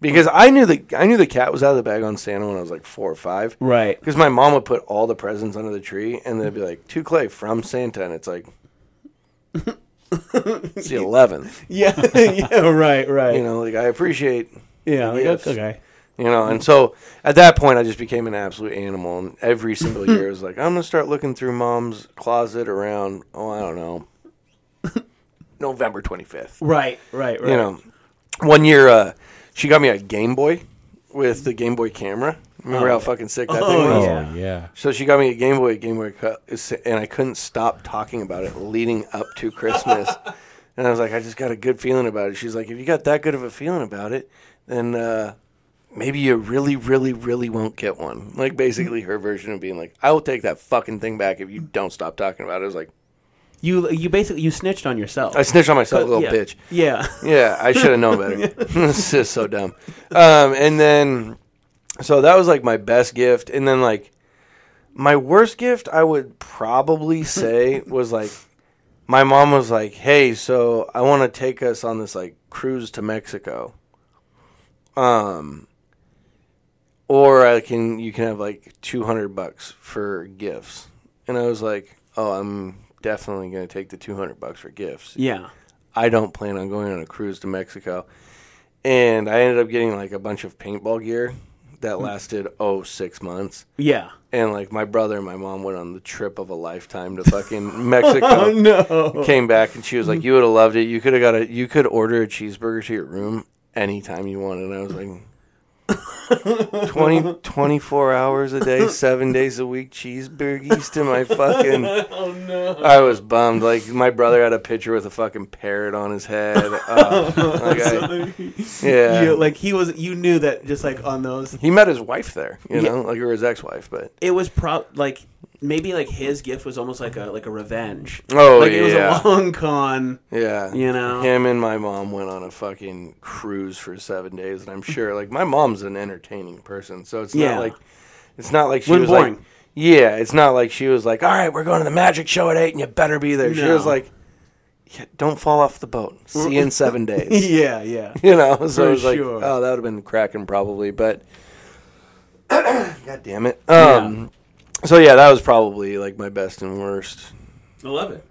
Speaker 1: because I knew the I knew the cat was out of the bag on Santa when I was like four or five.
Speaker 2: Right.
Speaker 1: Because my mom would put all the presents under the tree, and they'd be like, "To Clay from Santa," and it's like, it's the eleventh.
Speaker 2: Yeah. yeah. Right. Right.
Speaker 1: You know, like I appreciate,
Speaker 2: yeah. Like,
Speaker 1: yes.
Speaker 2: okay.
Speaker 1: you know, and so at that point, I just became an absolute animal, and every single year, I was like, "I'm gonna start looking through mom's closet around." Oh, I don't know, November twenty fifth.
Speaker 2: Right. Right. Right.
Speaker 1: You know, one year, uh, she got me a Game Boy with the Game Boy camera. Remember how fucking sick that thing was?
Speaker 4: Oh yeah.
Speaker 1: So she got me a Game Boy, Game Boy, Cu- and I couldn't stop talking about it leading up to Christmas. and I was like, I just got a good feeling about it. She's like, if you got that good of a feeling about it, then uh, maybe you really, really, really won't get one. Like basically her version of being like, I will take that fucking thing back if you don't stop talking about it. I was like,
Speaker 2: You you basically you snitched on yourself.
Speaker 1: I snitched on myself, little
Speaker 2: yeah.
Speaker 1: bitch.
Speaker 2: Yeah.
Speaker 1: Yeah, I should have known better. it's just so dumb. Um, and then, so that was like my best gift. And then, like, my worst gift, I would probably say, was like, my mom was like, hey, so I want to take us on this, like, cruise to Mexico. Um, or I can, you can have like 200 bucks for gifts. And I was like, oh, I'm definitely going to take the 200 bucks for gifts.
Speaker 2: Yeah.
Speaker 1: I don't plan on going on a cruise to Mexico. And I ended up getting like a bunch of paintball gear that lasted oh six months.
Speaker 2: Yeah.
Speaker 1: And like my brother and my mom went on the trip of a lifetime to fucking Mexico.
Speaker 2: No.
Speaker 1: Came back and she was like, "You would have loved it. You could have got a. You could order a cheeseburger to your room anytime you wanted." And I was like, 20, 24 hours a day, seven days a week, cheeseburgies to my fucking. Oh no! I was bummed. Like my brother had a picture with a fucking parrot on his head. Uh, like, I- yeah.
Speaker 2: You, like he was. You knew that just like on those.
Speaker 1: he met his wife there, you
Speaker 2: Yeah.
Speaker 1: know, like or his ex-wife, but
Speaker 2: It was pro like maybe like his gift was almost like a like a revenge.
Speaker 1: Oh,
Speaker 2: like, It was
Speaker 1: yeah.
Speaker 2: a long con.
Speaker 1: Yeah.
Speaker 2: You know?
Speaker 1: Him and my mom went on a fucking cruise for seven days, and I'm sure like my mom's an entertaining person, so it's
Speaker 2: Yeah.
Speaker 1: not like it's not like she
Speaker 2: When
Speaker 1: was like
Speaker 2: boring.
Speaker 1: Yeah, it's not like she was like, All right, we're going to the magic show at eight and you better be there. She
Speaker 2: No.
Speaker 1: was like yeah, don't fall off the boat. See you in seven days.
Speaker 2: Yeah. Yeah.
Speaker 1: You know, so
Speaker 2: For
Speaker 1: it was like,
Speaker 2: sure.
Speaker 1: oh, that would have been cracking probably, but God damn it. Um, So yeah, that was probably like my best and worst.
Speaker 2: I love it.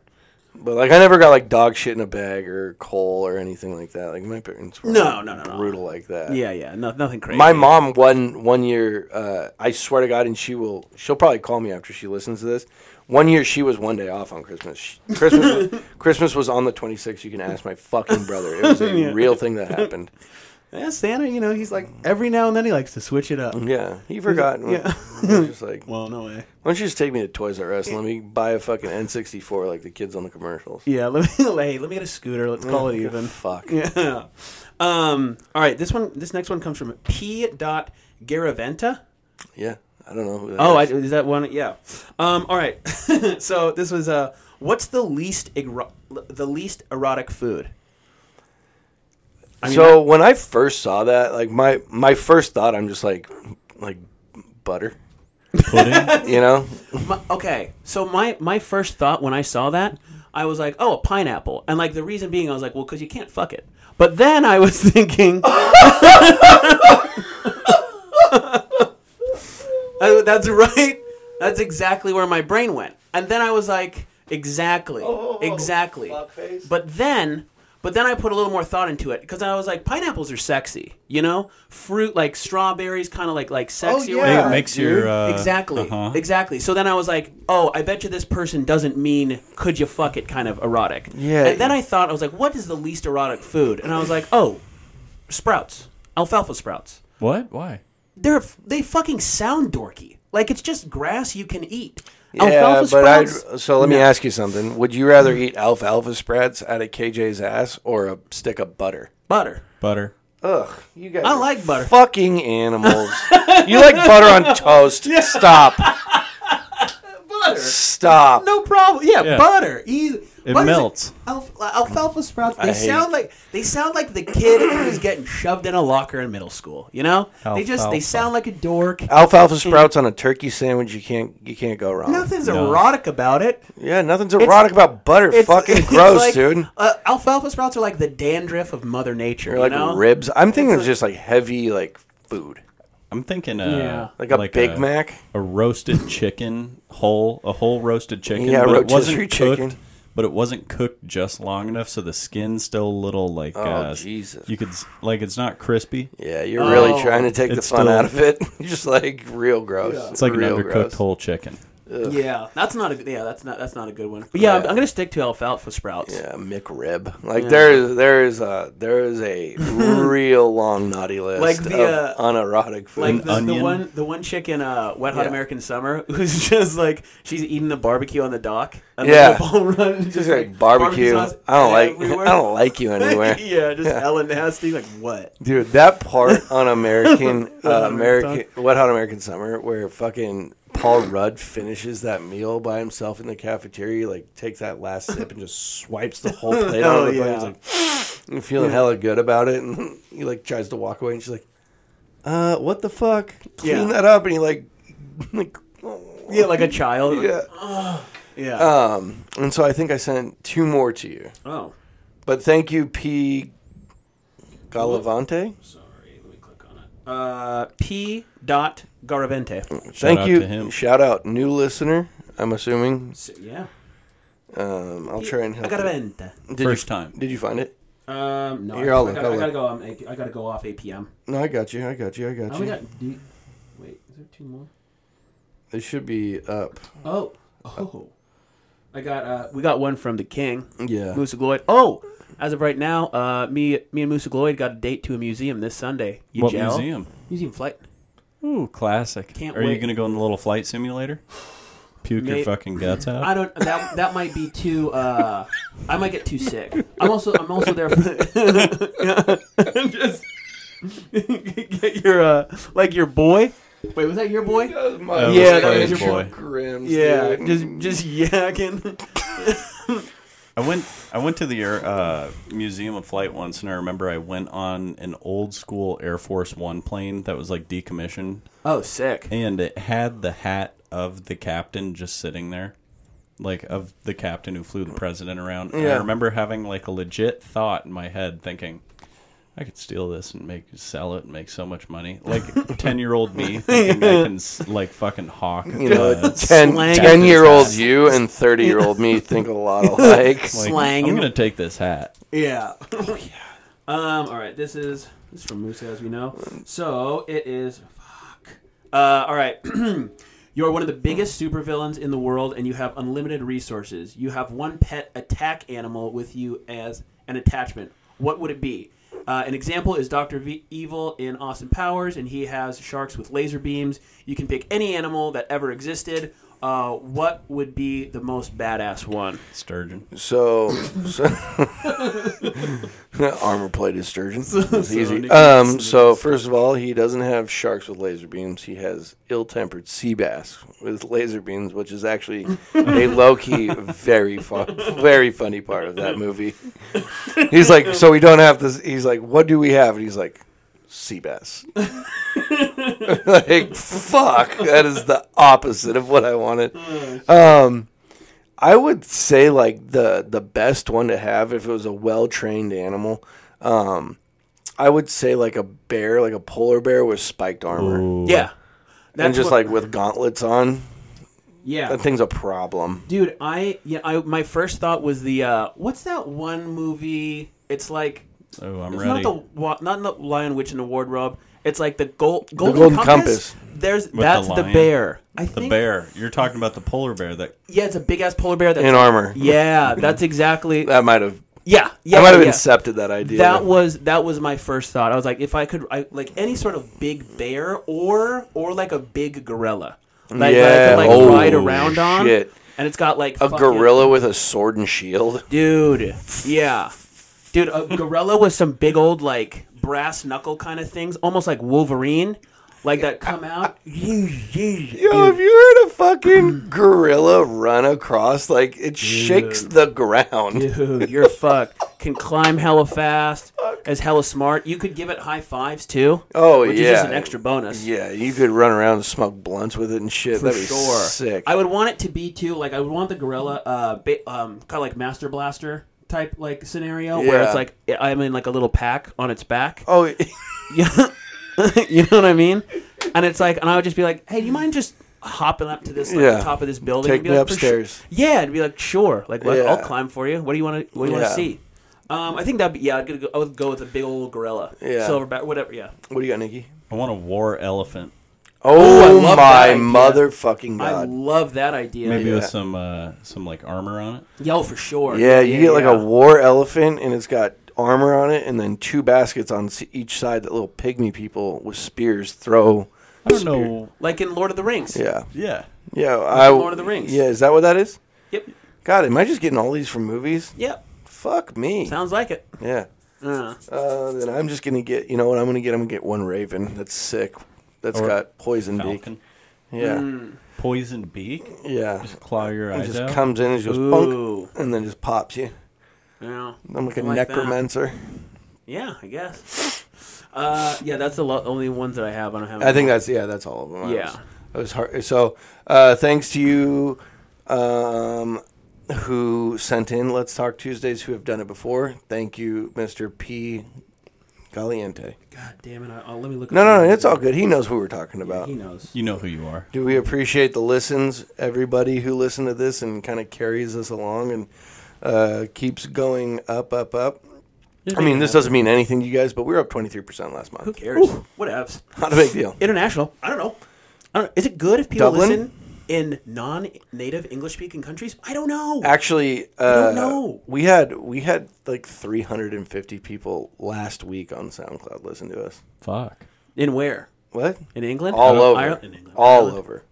Speaker 1: But like, I never got like dog shit in a bag or coal or anything like that. Like my parents were
Speaker 2: No,
Speaker 1: like,
Speaker 2: no, no, no.
Speaker 1: brutal like that.
Speaker 2: Yeah. Yeah. No, nothing crazy.
Speaker 1: My mom one one year, uh, I swear to God, and she will. She'll probably call me after she listens to this. One year, she was one day off on Christmas. She- Christmas, was, Christmas was on the twenty sixth. You can ask my fucking brother. It was a real thing that happened.
Speaker 2: Yeah, Santa, you know, he's like every now and then he likes to switch it up.
Speaker 1: Yeah, he forgot.
Speaker 2: Yeah.
Speaker 1: I was just like, why
Speaker 2: Well, no way.
Speaker 1: don't you just take me to Toys R Us and let me buy a fucking N sixty four like the kids on the commercials?
Speaker 2: Yeah, let me hey, let me get a scooter. Let's call it even.
Speaker 1: Fuck.
Speaker 2: Yeah. Um. All right. This one. This next one comes from P. Dot Garaventa.
Speaker 1: Yeah, I don't know. Who that
Speaker 2: Oh, I,
Speaker 1: is.
Speaker 2: is that one? Yeah. Um. All right. so this was uh. What's the least ero- the least erotic food? I mean,
Speaker 1: so when I first saw that, like my my first thought, I'm just like, like butter,
Speaker 4: Pudding.
Speaker 1: you know?
Speaker 2: My- okay, so my my first thought when I saw that, I was like, oh, a pineapple, and like the reason being, I was like, well, because you can't fuck it. But then I was thinking. I- Uh, that's right. That's exactly where my brain went. And then I was like, exactly, exactly. But then, but then I put a little more thought into it because I was like, pineapples are sexy, you know, fruit like strawberries, kind of like like sexy. or
Speaker 1: yeah.
Speaker 2: whatever.
Speaker 4: it makes your uh,
Speaker 2: Exactly.
Speaker 4: uh-huh.
Speaker 2: Exactly. So then I was like, oh, I bet you this person doesn't mean could you fuck it kind of erotic.
Speaker 1: Yeah.
Speaker 2: And then I thought, I was like, what is the least erotic food? And I was like, oh, sprouts. Alfalfa sprouts.
Speaker 4: What? Why?
Speaker 2: They're they fucking sound dorky. Like it's just grass you can eat.
Speaker 1: Yeah,
Speaker 2: Alfalfa
Speaker 1: but I.
Speaker 2: sprouts.
Speaker 1: So let me ask you something. Would you rather eat alfalfa spreads out of KJ's ass or a stick of butter?
Speaker 2: butter.
Speaker 4: Butter.
Speaker 1: Ugh, you guys.
Speaker 2: I like butter.
Speaker 1: fucking animals. you like butter on toast? Stop.
Speaker 2: butter.
Speaker 1: Stop.
Speaker 2: No problem. Yeah,
Speaker 4: Yeah.
Speaker 2: butter. Easy.
Speaker 4: It
Speaker 2: What is
Speaker 4: melts.
Speaker 2: Alf- alfalfa sprouts. They
Speaker 1: I hate
Speaker 2: sound like they sound like the kid who's getting shoved in a locker in middle school. You know, they just they
Speaker 4: Alfalfa.
Speaker 2: sound like a dork.
Speaker 1: Alfalfa sprouts on a turkey sandwich. You can't you can't go wrong.
Speaker 2: Nothing's erotic about it.
Speaker 1: Yeah, nothing's erotic about butter.
Speaker 2: It's-
Speaker 1: Fucking
Speaker 2: it's
Speaker 1: gross,
Speaker 2: like-
Speaker 1: dude.
Speaker 2: Uh, alfalfa sprouts are like the dandruff of Mother Nature.
Speaker 1: They're like
Speaker 2: you know?
Speaker 1: ribs. I'm thinking it's just like heavy like food,
Speaker 4: I'm thinking
Speaker 2: Yeah.
Speaker 4: uh,
Speaker 1: like a Big Mac.
Speaker 4: a roasted chicken whole, a whole roasted chicken.
Speaker 1: Yeah,
Speaker 4: but it
Speaker 1: rotisserie
Speaker 4: wasn't cooked,
Speaker 1: chicken.
Speaker 4: But it wasn't cooked just long enough, so the skin's still a little like. Oh uh,
Speaker 1: Jesus.
Speaker 4: You could s- like it's not crispy.
Speaker 1: Yeah, you're really
Speaker 2: Oh.
Speaker 1: trying to take the
Speaker 4: It's
Speaker 1: fun
Speaker 4: still-
Speaker 1: out of it. You're just like real gross.
Speaker 4: It's like
Speaker 1: real
Speaker 4: an undercooked
Speaker 1: gross.
Speaker 4: whole chicken.
Speaker 2: Yeah, that's not a good- yeah, that's not that's not a good one. But yeah, I'm, I'm gonna stick to alfalfa sprouts.
Speaker 1: Yeah, McRib. Like there is there is a there is a real long naughty list
Speaker 2: Like the,
Speaker 1: of
Speaker 2: uh,
Speaker 1: unerotic food.
Speaker 2: Like the, the
Speaker 4: onion.
Speaker 2: one, the one chick in uh, Wet Hot
Speaker 1: Yeah.
Speaker 2: American Summer, who's just like she's eating the barbecue on the dock. And
Speaker 1: Yeah.
Speaker 2: let the ball run, and
Speaker 1: just
Speaker 2: just
Speaker 1: like barbecue.
Speaker 2: sauce
Speaker 1: I don't like
Speaker 2: everywhere.
Speaker 1: I don't like you anywhere.
Speaker 2: yeah, just hella nasty. Like what?
Speaker 1: Dude, that part on American uh,
Speaker 2: Hot American
Speaker 1: American Wet Hot American Summer where fucking Paul Rudd finishes that meal by himself in the cafeteria, like takes that last sip and just swipes the whole plate out
Speaker 2: Oh,
Speaker 1: of the
Speaker 2: yeah.
Speaker 1: plate. He's like and feeling hella good about it and he like tries to walk away and she's like, Uh, what the fuck? Clean
Speaker 2: Yeah.
Speaker 1: that up and he like like oh,
Speaker 2: Yeah, like a child.
Speaker 1: yeah.
Speaker 2: yeah.
Speaker 1: Um and so I think I sent two more to you.
Speaker 2: oh,
Speaker 1: But thank you, P Galavante.
Speaker 2: sorry. Let me click on it. Uh, P. Dot Garavente.
Speaker 1: Thank
Speaker 4: out
Speaker 1: you.
Speaker 4: to him.
Speaker 1: Shout out, new listener. I'm assuming.
Speaker 2: So, yeah.
Speaker 1: Um, I'll try and help. you.
Speaker 2: Garavente.
Speaker 1: Did
Speaker 4: First
Speaker 1: you,
Speaker 4: time.
Speaker 1: Did you find it?
Speaker 2: Um, no,
Speaker 1: Here,
Speaker 2: I,
Speaker 1: I'll
Speaker 2: I
Speaker 1: look,
Speaker 2: gotta,
Speaker 1: I'll
Speaker 2: I gotta
Speaker 1: look.
Speaker 2: go. Um, eight- I gotta go off 8 p.m.
Speaker 1: No, I got you. I got you. I got
Speaker 2: I
Speaker 1: you.
Speaker 2: only got. Do, wait, is there two more?
Speaker 1: They should be up.
Speaker 2: Oh, oh. I got. Uh, we got one from the king,
Speaker 1: Yeah.
Speaker 2: Musa Gloyd. Oh, as of right now, uh, me, me and Musa Gloyd got a date to a museum this Sunday. You
Speaker 4: What
Speaker 2: gel?
Speaker 4: museum?
Speaker 2: Museum flight.
Speaker 4: Ooh, classic.
Speaker 2: Can't
Speaker 4: Are
Speaker 2: wait.
Speaker 4: you going to go in the little flight simulator? Puke
Speaker 2: May-
Speaker 4: your fucking guts out.
Speaker 2: I don't. That that might be too. Uh, I might get too sick. I'm also. I'm also there for. Just get your uh, like your boy. Wait, was that your boy?
Speaker 4: was
Speaker 1: yeah,
Speaker 2: that
Speaker 1: that was
Speaker 2: was
Speaker 1: your
Speaker 4: boy.
Speaker 1: Grim.
Speaker 2: Yeah, just just yakking.
Speaker 5: I went I went to the Air- uh, Museum of Flight once, and I remember I went on an old school Air Force One plane that was like decommissioned,
Speaker 2: Oh, sick.
Speaker 5: and it had the hat of the captain just sitting there, like of the captain who flew the president around. And
Speaker 1: Yeah.
Speaker 5: I remember having like a legit thought in my head, thinking. I could steal this and make sell it and make so much money. Like ten year old me thinking I can s- like fucking hawk.
Speaker 1: You know,
Speaker 5: uh,
Speaker 1: 10,
Speaker 2: slang.
Speaker 1: 10 year old you and 30 year old me think a lot alike.
Speaker 4: Like,
Speaker 2: slang.
Speaker 4: I'm going to take this hat.
Speaker 2: Yeah. Oh yeah. Um. All right. This is this is from Moose, as we know. So it is. Fuck. Uh. All right. You are one of the biggest supervillains in the world, and you have unlimited resources. You have one pet attack animal with you as an attachment. What would it be? Uh, an example is Doctor v- Evil in Austin Powers, and he has sharks with laser beams. You can pick any animal that ever existed. Uh, what would be the most badass one?
Speaker 4: Sturgeon.
Speaker 1: So, so armor plated sturgeon. That's easy.
Speaker 2: Nick
Speaker 1: Um, so first of all, he doesn't have sharks with laser beams. He has ill-tempered sea bass with laser beams, which is actually a low-key, very fun, very funny part of that movie. He's like, so we don't have this. He's like, what do we have? And he's like, sea bass. like, fuck, that is the opposite of what I wanted. Um. I would say like the the best one to have if it was a well trained animal. Um, I would say like a bear, like a polar bear with spiked armor,
Speaker 2: Yeah. That's
Speaker 1: and just
Speaker 2: what-
Speaker 1: like with gauntlets on.
Speaker 2: yeah.
Speaker 1: That thing's a problem.
Speaker 2: Dude, I yeah, I my first thought was the uh what's that one movie? It's like
Speaker 4: Oh, I'm
Speaker 2: it's
Speaker 4: ready.
Speaker 2: not the wa- not the Lion Witch and the Wardrobe. It's like the gold golden,
Speaker 1: Golden
Speaker 2: compass.
Speaker 1: Compass.
Speaker 2: There's that's
Speaker 4: the
Speaker 2: the,
Speaker 4: lion.
Speaker 2: bear. I
Speaker 4: The
Speaker 2: think
Speaker 4: bear. You're talking about the polar bear that
Speaker 2: Yeah, it's a big ass polar bear. That's,
Speaker 1: In armor,
Speaker 2: yeah, that's exactly.
Speaker 1: that might have
Speaker 2: yeah, yeah,
Speaker 1: I might have
Speaker 2: yeah.
Speaker 1: incepted that idea.
Speaker 2: That was that was my first thought. I was like, if I could, I, like any sort of big bear or or like a big gorilla, like that I could, like
Speaker 1: Yeah.
Speaker 2: ride
Speaker 1: Oh,
Speaker 2: around on,
Speaker 1: shit.
Speaker 2: and it's got like
Speaker 1: a gorilla with a sword and shield.
Speaker 2: dude. Yeah, dude, a gorilla with some big old like brass knuckle kind of things, almost like Wolverine. like that come out.
Speaker 1: Yo,
Speaker 2: yeah.
Speaker 1: if you heard a fucking gorilla run across, like it shakes the ground.
Speaker 2: Dude, you're fucked. Can climb hella fast, as hella smart. You could give it high fives too.
Speaker 1: Oh
Speaker 2: which
Speaker 1: yeah,
Speaker 2: is just an extra bonus.
Speaker 1: Yeah, you could run around and smoke blunts with it and shit.
Speaker 2: for
Speaker 1: That'd be
Speaker 2: sure.
Speaker 1: sick.
Speaker 2: I would want it to be too like I would want the gorilla, uh, ba- um, kind of like Master Blaster type like scenario where
Speaker 1: Yeah.
Speaker 2: it's like I'm in like a little pack on its back.
Speaker 1: oh,
Speaker 2: Yeah, you know what I mean? And it's like, and I would just be like, hey, do you mind just hopping up to this like,
Speaker 1: Yeah.
Speaker 2: the top of this building?
Speaker 1: Take
Speaker 2: and be
Speaker 1: me
Speaker 2: like, "For
Speaker 1: upstairs."
Speaker 2: Sure. Yeah, and be like, sure, like, like,
Speaker 1: Yeah.
Speaker 2: I'll climb for you. What do you want to? What do you want
Speaker 1: Yeah.
Speaker 2: to see? Um, I think that'd be yeah. I'd go, I would go with a big old gorilla,
Speaker 1: Yeah.
Speaker 2: silverback, whatever. Yeah,
Speaker 1: what do you got, Nikki?
Speaker 5: I want a war elephant,
Speaker 1: Oh,
Speaker 2: I love
Speaker 1: my
Speaker 2: that idea.
Speaker 1: motherfucking
Speaker 2: I
Speaker 1: god!
Speaker 2: love that idea.
Speaker 5: maybe with
Speaker 1: Yeah.
Speaker 5: some uh, some like armor on it.
Speaker 2: Yo, for sure.
Speaker 1: yeah, you get like
Speaker 2: yeah.
Speaker 1: a war elephant, and it's got armor on it, and then two baskets on s- each side that little pygmy people with spears throw.
Speaker 5: I don't know.
Speaker 2: like in Lord of the Rings.
Speaker 1: Yeah,
Speaker 5: Yeah,
Speaker 1: yeah. I,
Speaker 2: Lord of the Rings.
Speaker 1: Yeah, is that what that is?
Speaker 2: Yep.
Speaker 1: God, am I just getting all these from movies?
Speaker 2: Yep.
Speaker 1: Fuck me.
Speaker 2: Sounds like it.
Speaker 1: yeah.
Speaker 2: Uh,
Speaker 1: Uh, then I'm just gonna get. You know what? I'm gonna get. I'm gonna get one raven. That's sick. That's
Speaker 5: Or
Speaker 1: got poison beak.
Speaker 5: falcon,
Speaker 1: Yeah,
Speaker 2: Hmm.
Speaker 5: poison beak,
Speaker 1: yeah.
Speaker 5: claw your
Speaker 1: It
Speaker 5: eyes
Speaker 1: just
Speaker 5: out.
Speaker 1: comes in and just
Speaker 2: Ooh.
Speaker 1: bunk, and then just pops you.
Speaker 2: yeah.
Speaker 1: I'm like a
Speaker 2: I like that.
Speaker 1: necromancer.
Speaker 2: Yeah, I guess. Uh, yeah, that's the lo- only ones that I have. I don't have.
Speaker 1: I think that's yeah, that's all of them. I
Speaker 2: Yeah.
Speaker 1: was, I was hard. So uh, thanks to you, um, who sent in Let's Talk Tuesdays, who have done it before. Thank you, Mister P. Galiente.
Speaker 2: God damn it! I, oh, let me look.
Speaker 1: No,
Speaker 2: up
Speaker 1: no,
Speaker 2: the
Speaker 1: no,
Speaker 2: names.
Speaker 1: it's all good. He knows who we're talking about.
Speaker 2: He knows.
Speaker 5: You know who you are.
Speaker 1: Do we appreciate the listens, everybody who listened to this and kind of carries us along and uh, keeps going up, up, up? I mean, this doesn't mean anything to you guys, but we were up 23% last
Speaker 2: Who
Speaker 1: month.
Speaker 2: cares? What else?
Speaker 1: Not a big deal.
Speaker 2: International. I don't know. I don't. Is it good if people
Speaker 1: Dublin?
Speaker 2: listen in non-native English-speaking countries? I don't know.
Speaker 1: Actually, uh,
Speaker 2: don't know.
Speaker 1: we had we had like 350 people last week on SoundCloud listen to us.
Speaker 5: Fuck.
Speaker 2: in where?
Speaker 1: What?
Speaker 2: In England?
Speaker 1: All
Speaker 2: Ireland-
Speaker 1: over.
Speaker 2: Ireland- in England.
Speaker 1: All
Speaker 2: Ireland.
Speaker 1: over.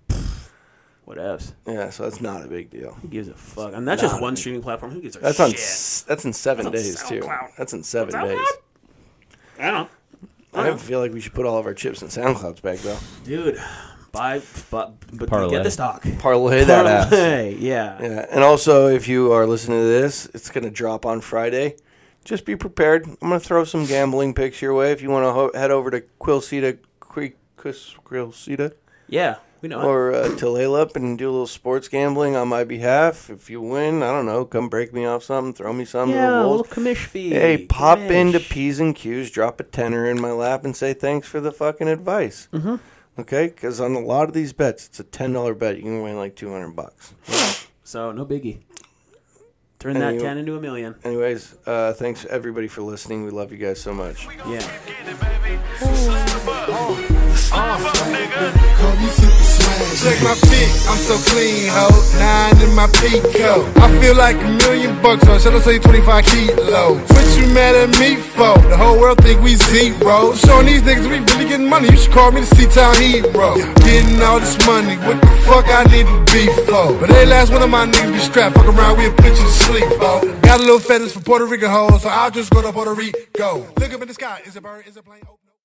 Speaker 2: What else?
Speaker 1: Yeah, so that's not a big deal.
Speaker 2: Who gives a fuck? And that's just one streaming platform. Who gives a
Speaker 1: That's on
Speaker 2: shit?
Speaker 1: s- that's in 7
Speaker 2: That's on
Speaker 1: days too.
Speaker 2: SoundCloud.
Speaker 1: That's in 7 days.
Speaker 2: SoundCloud? I don't know.
Speaker 1: I feel like we should put all of our chips in SoundCloud's back though.
Speaker 2: Dude, buy, but, but
Speaker 5: Parlay.
Speaker 2: get the stock.
Speaker 1: Parlay that ass.
Speaker 2: Parlay, yeah.
Speaker 1: Yeah, and also if you are listening to this, it's going to drop on Friday. Just be prepared. I'm going to throw some gambling picks your way. If you want to ho- head over to Quilcita Creek, Quis- Quilcita
Speaker 2: Yeah, we know.
Speaker 1: or uh, Tulalip and do a little sports gambling on my behalf. If you win, I don't know, come break me off something, throw me
Speaker 2: it.
Speaker 1: something.
Speaker 2: Yeah, a
Speaker 1: little
Speaker 2: little
Speaker 1: wolf.
Speaker 2: commish fee.
Speaker 1: Hey, pop
Speaker 2: Commish.
Speaker 1: into P's and Q's, drop a tenner in my lap, and say thanks for the fucking advice. Mm-hmm. Okay, because on a lot of these bets, it's a ten dollar bet. You can win like two hundred bucks.
Speaker 2: So, no biggie. Turn
Speaker 1: And
Speaker 2: that
Speaker 1: you-
Speaker 2: 10 into a million.
Speaker 1: Anyways, uh, thanks everybody for listening. We love you guys so much.
Speaker 2: Yeah.
Speaker 6: Check my fit, I'm so clean, ho. Nine in my pico. I feel like a million bucks on Shadow Say 25 kilos. What you mad at me for? The whole world think we zero. Showing these niggas we really getting money. You should call me the C-Town hero. Getting all this money, what the fuck I need to be for? But they last one of my niggas be strapped. Fuck around, we'll put you to sleep, ho. Got a little feathers for Puerto Rican hoes, so I'll just go to Puerto Rico. Look up in the sky, is a bird, is a plane open?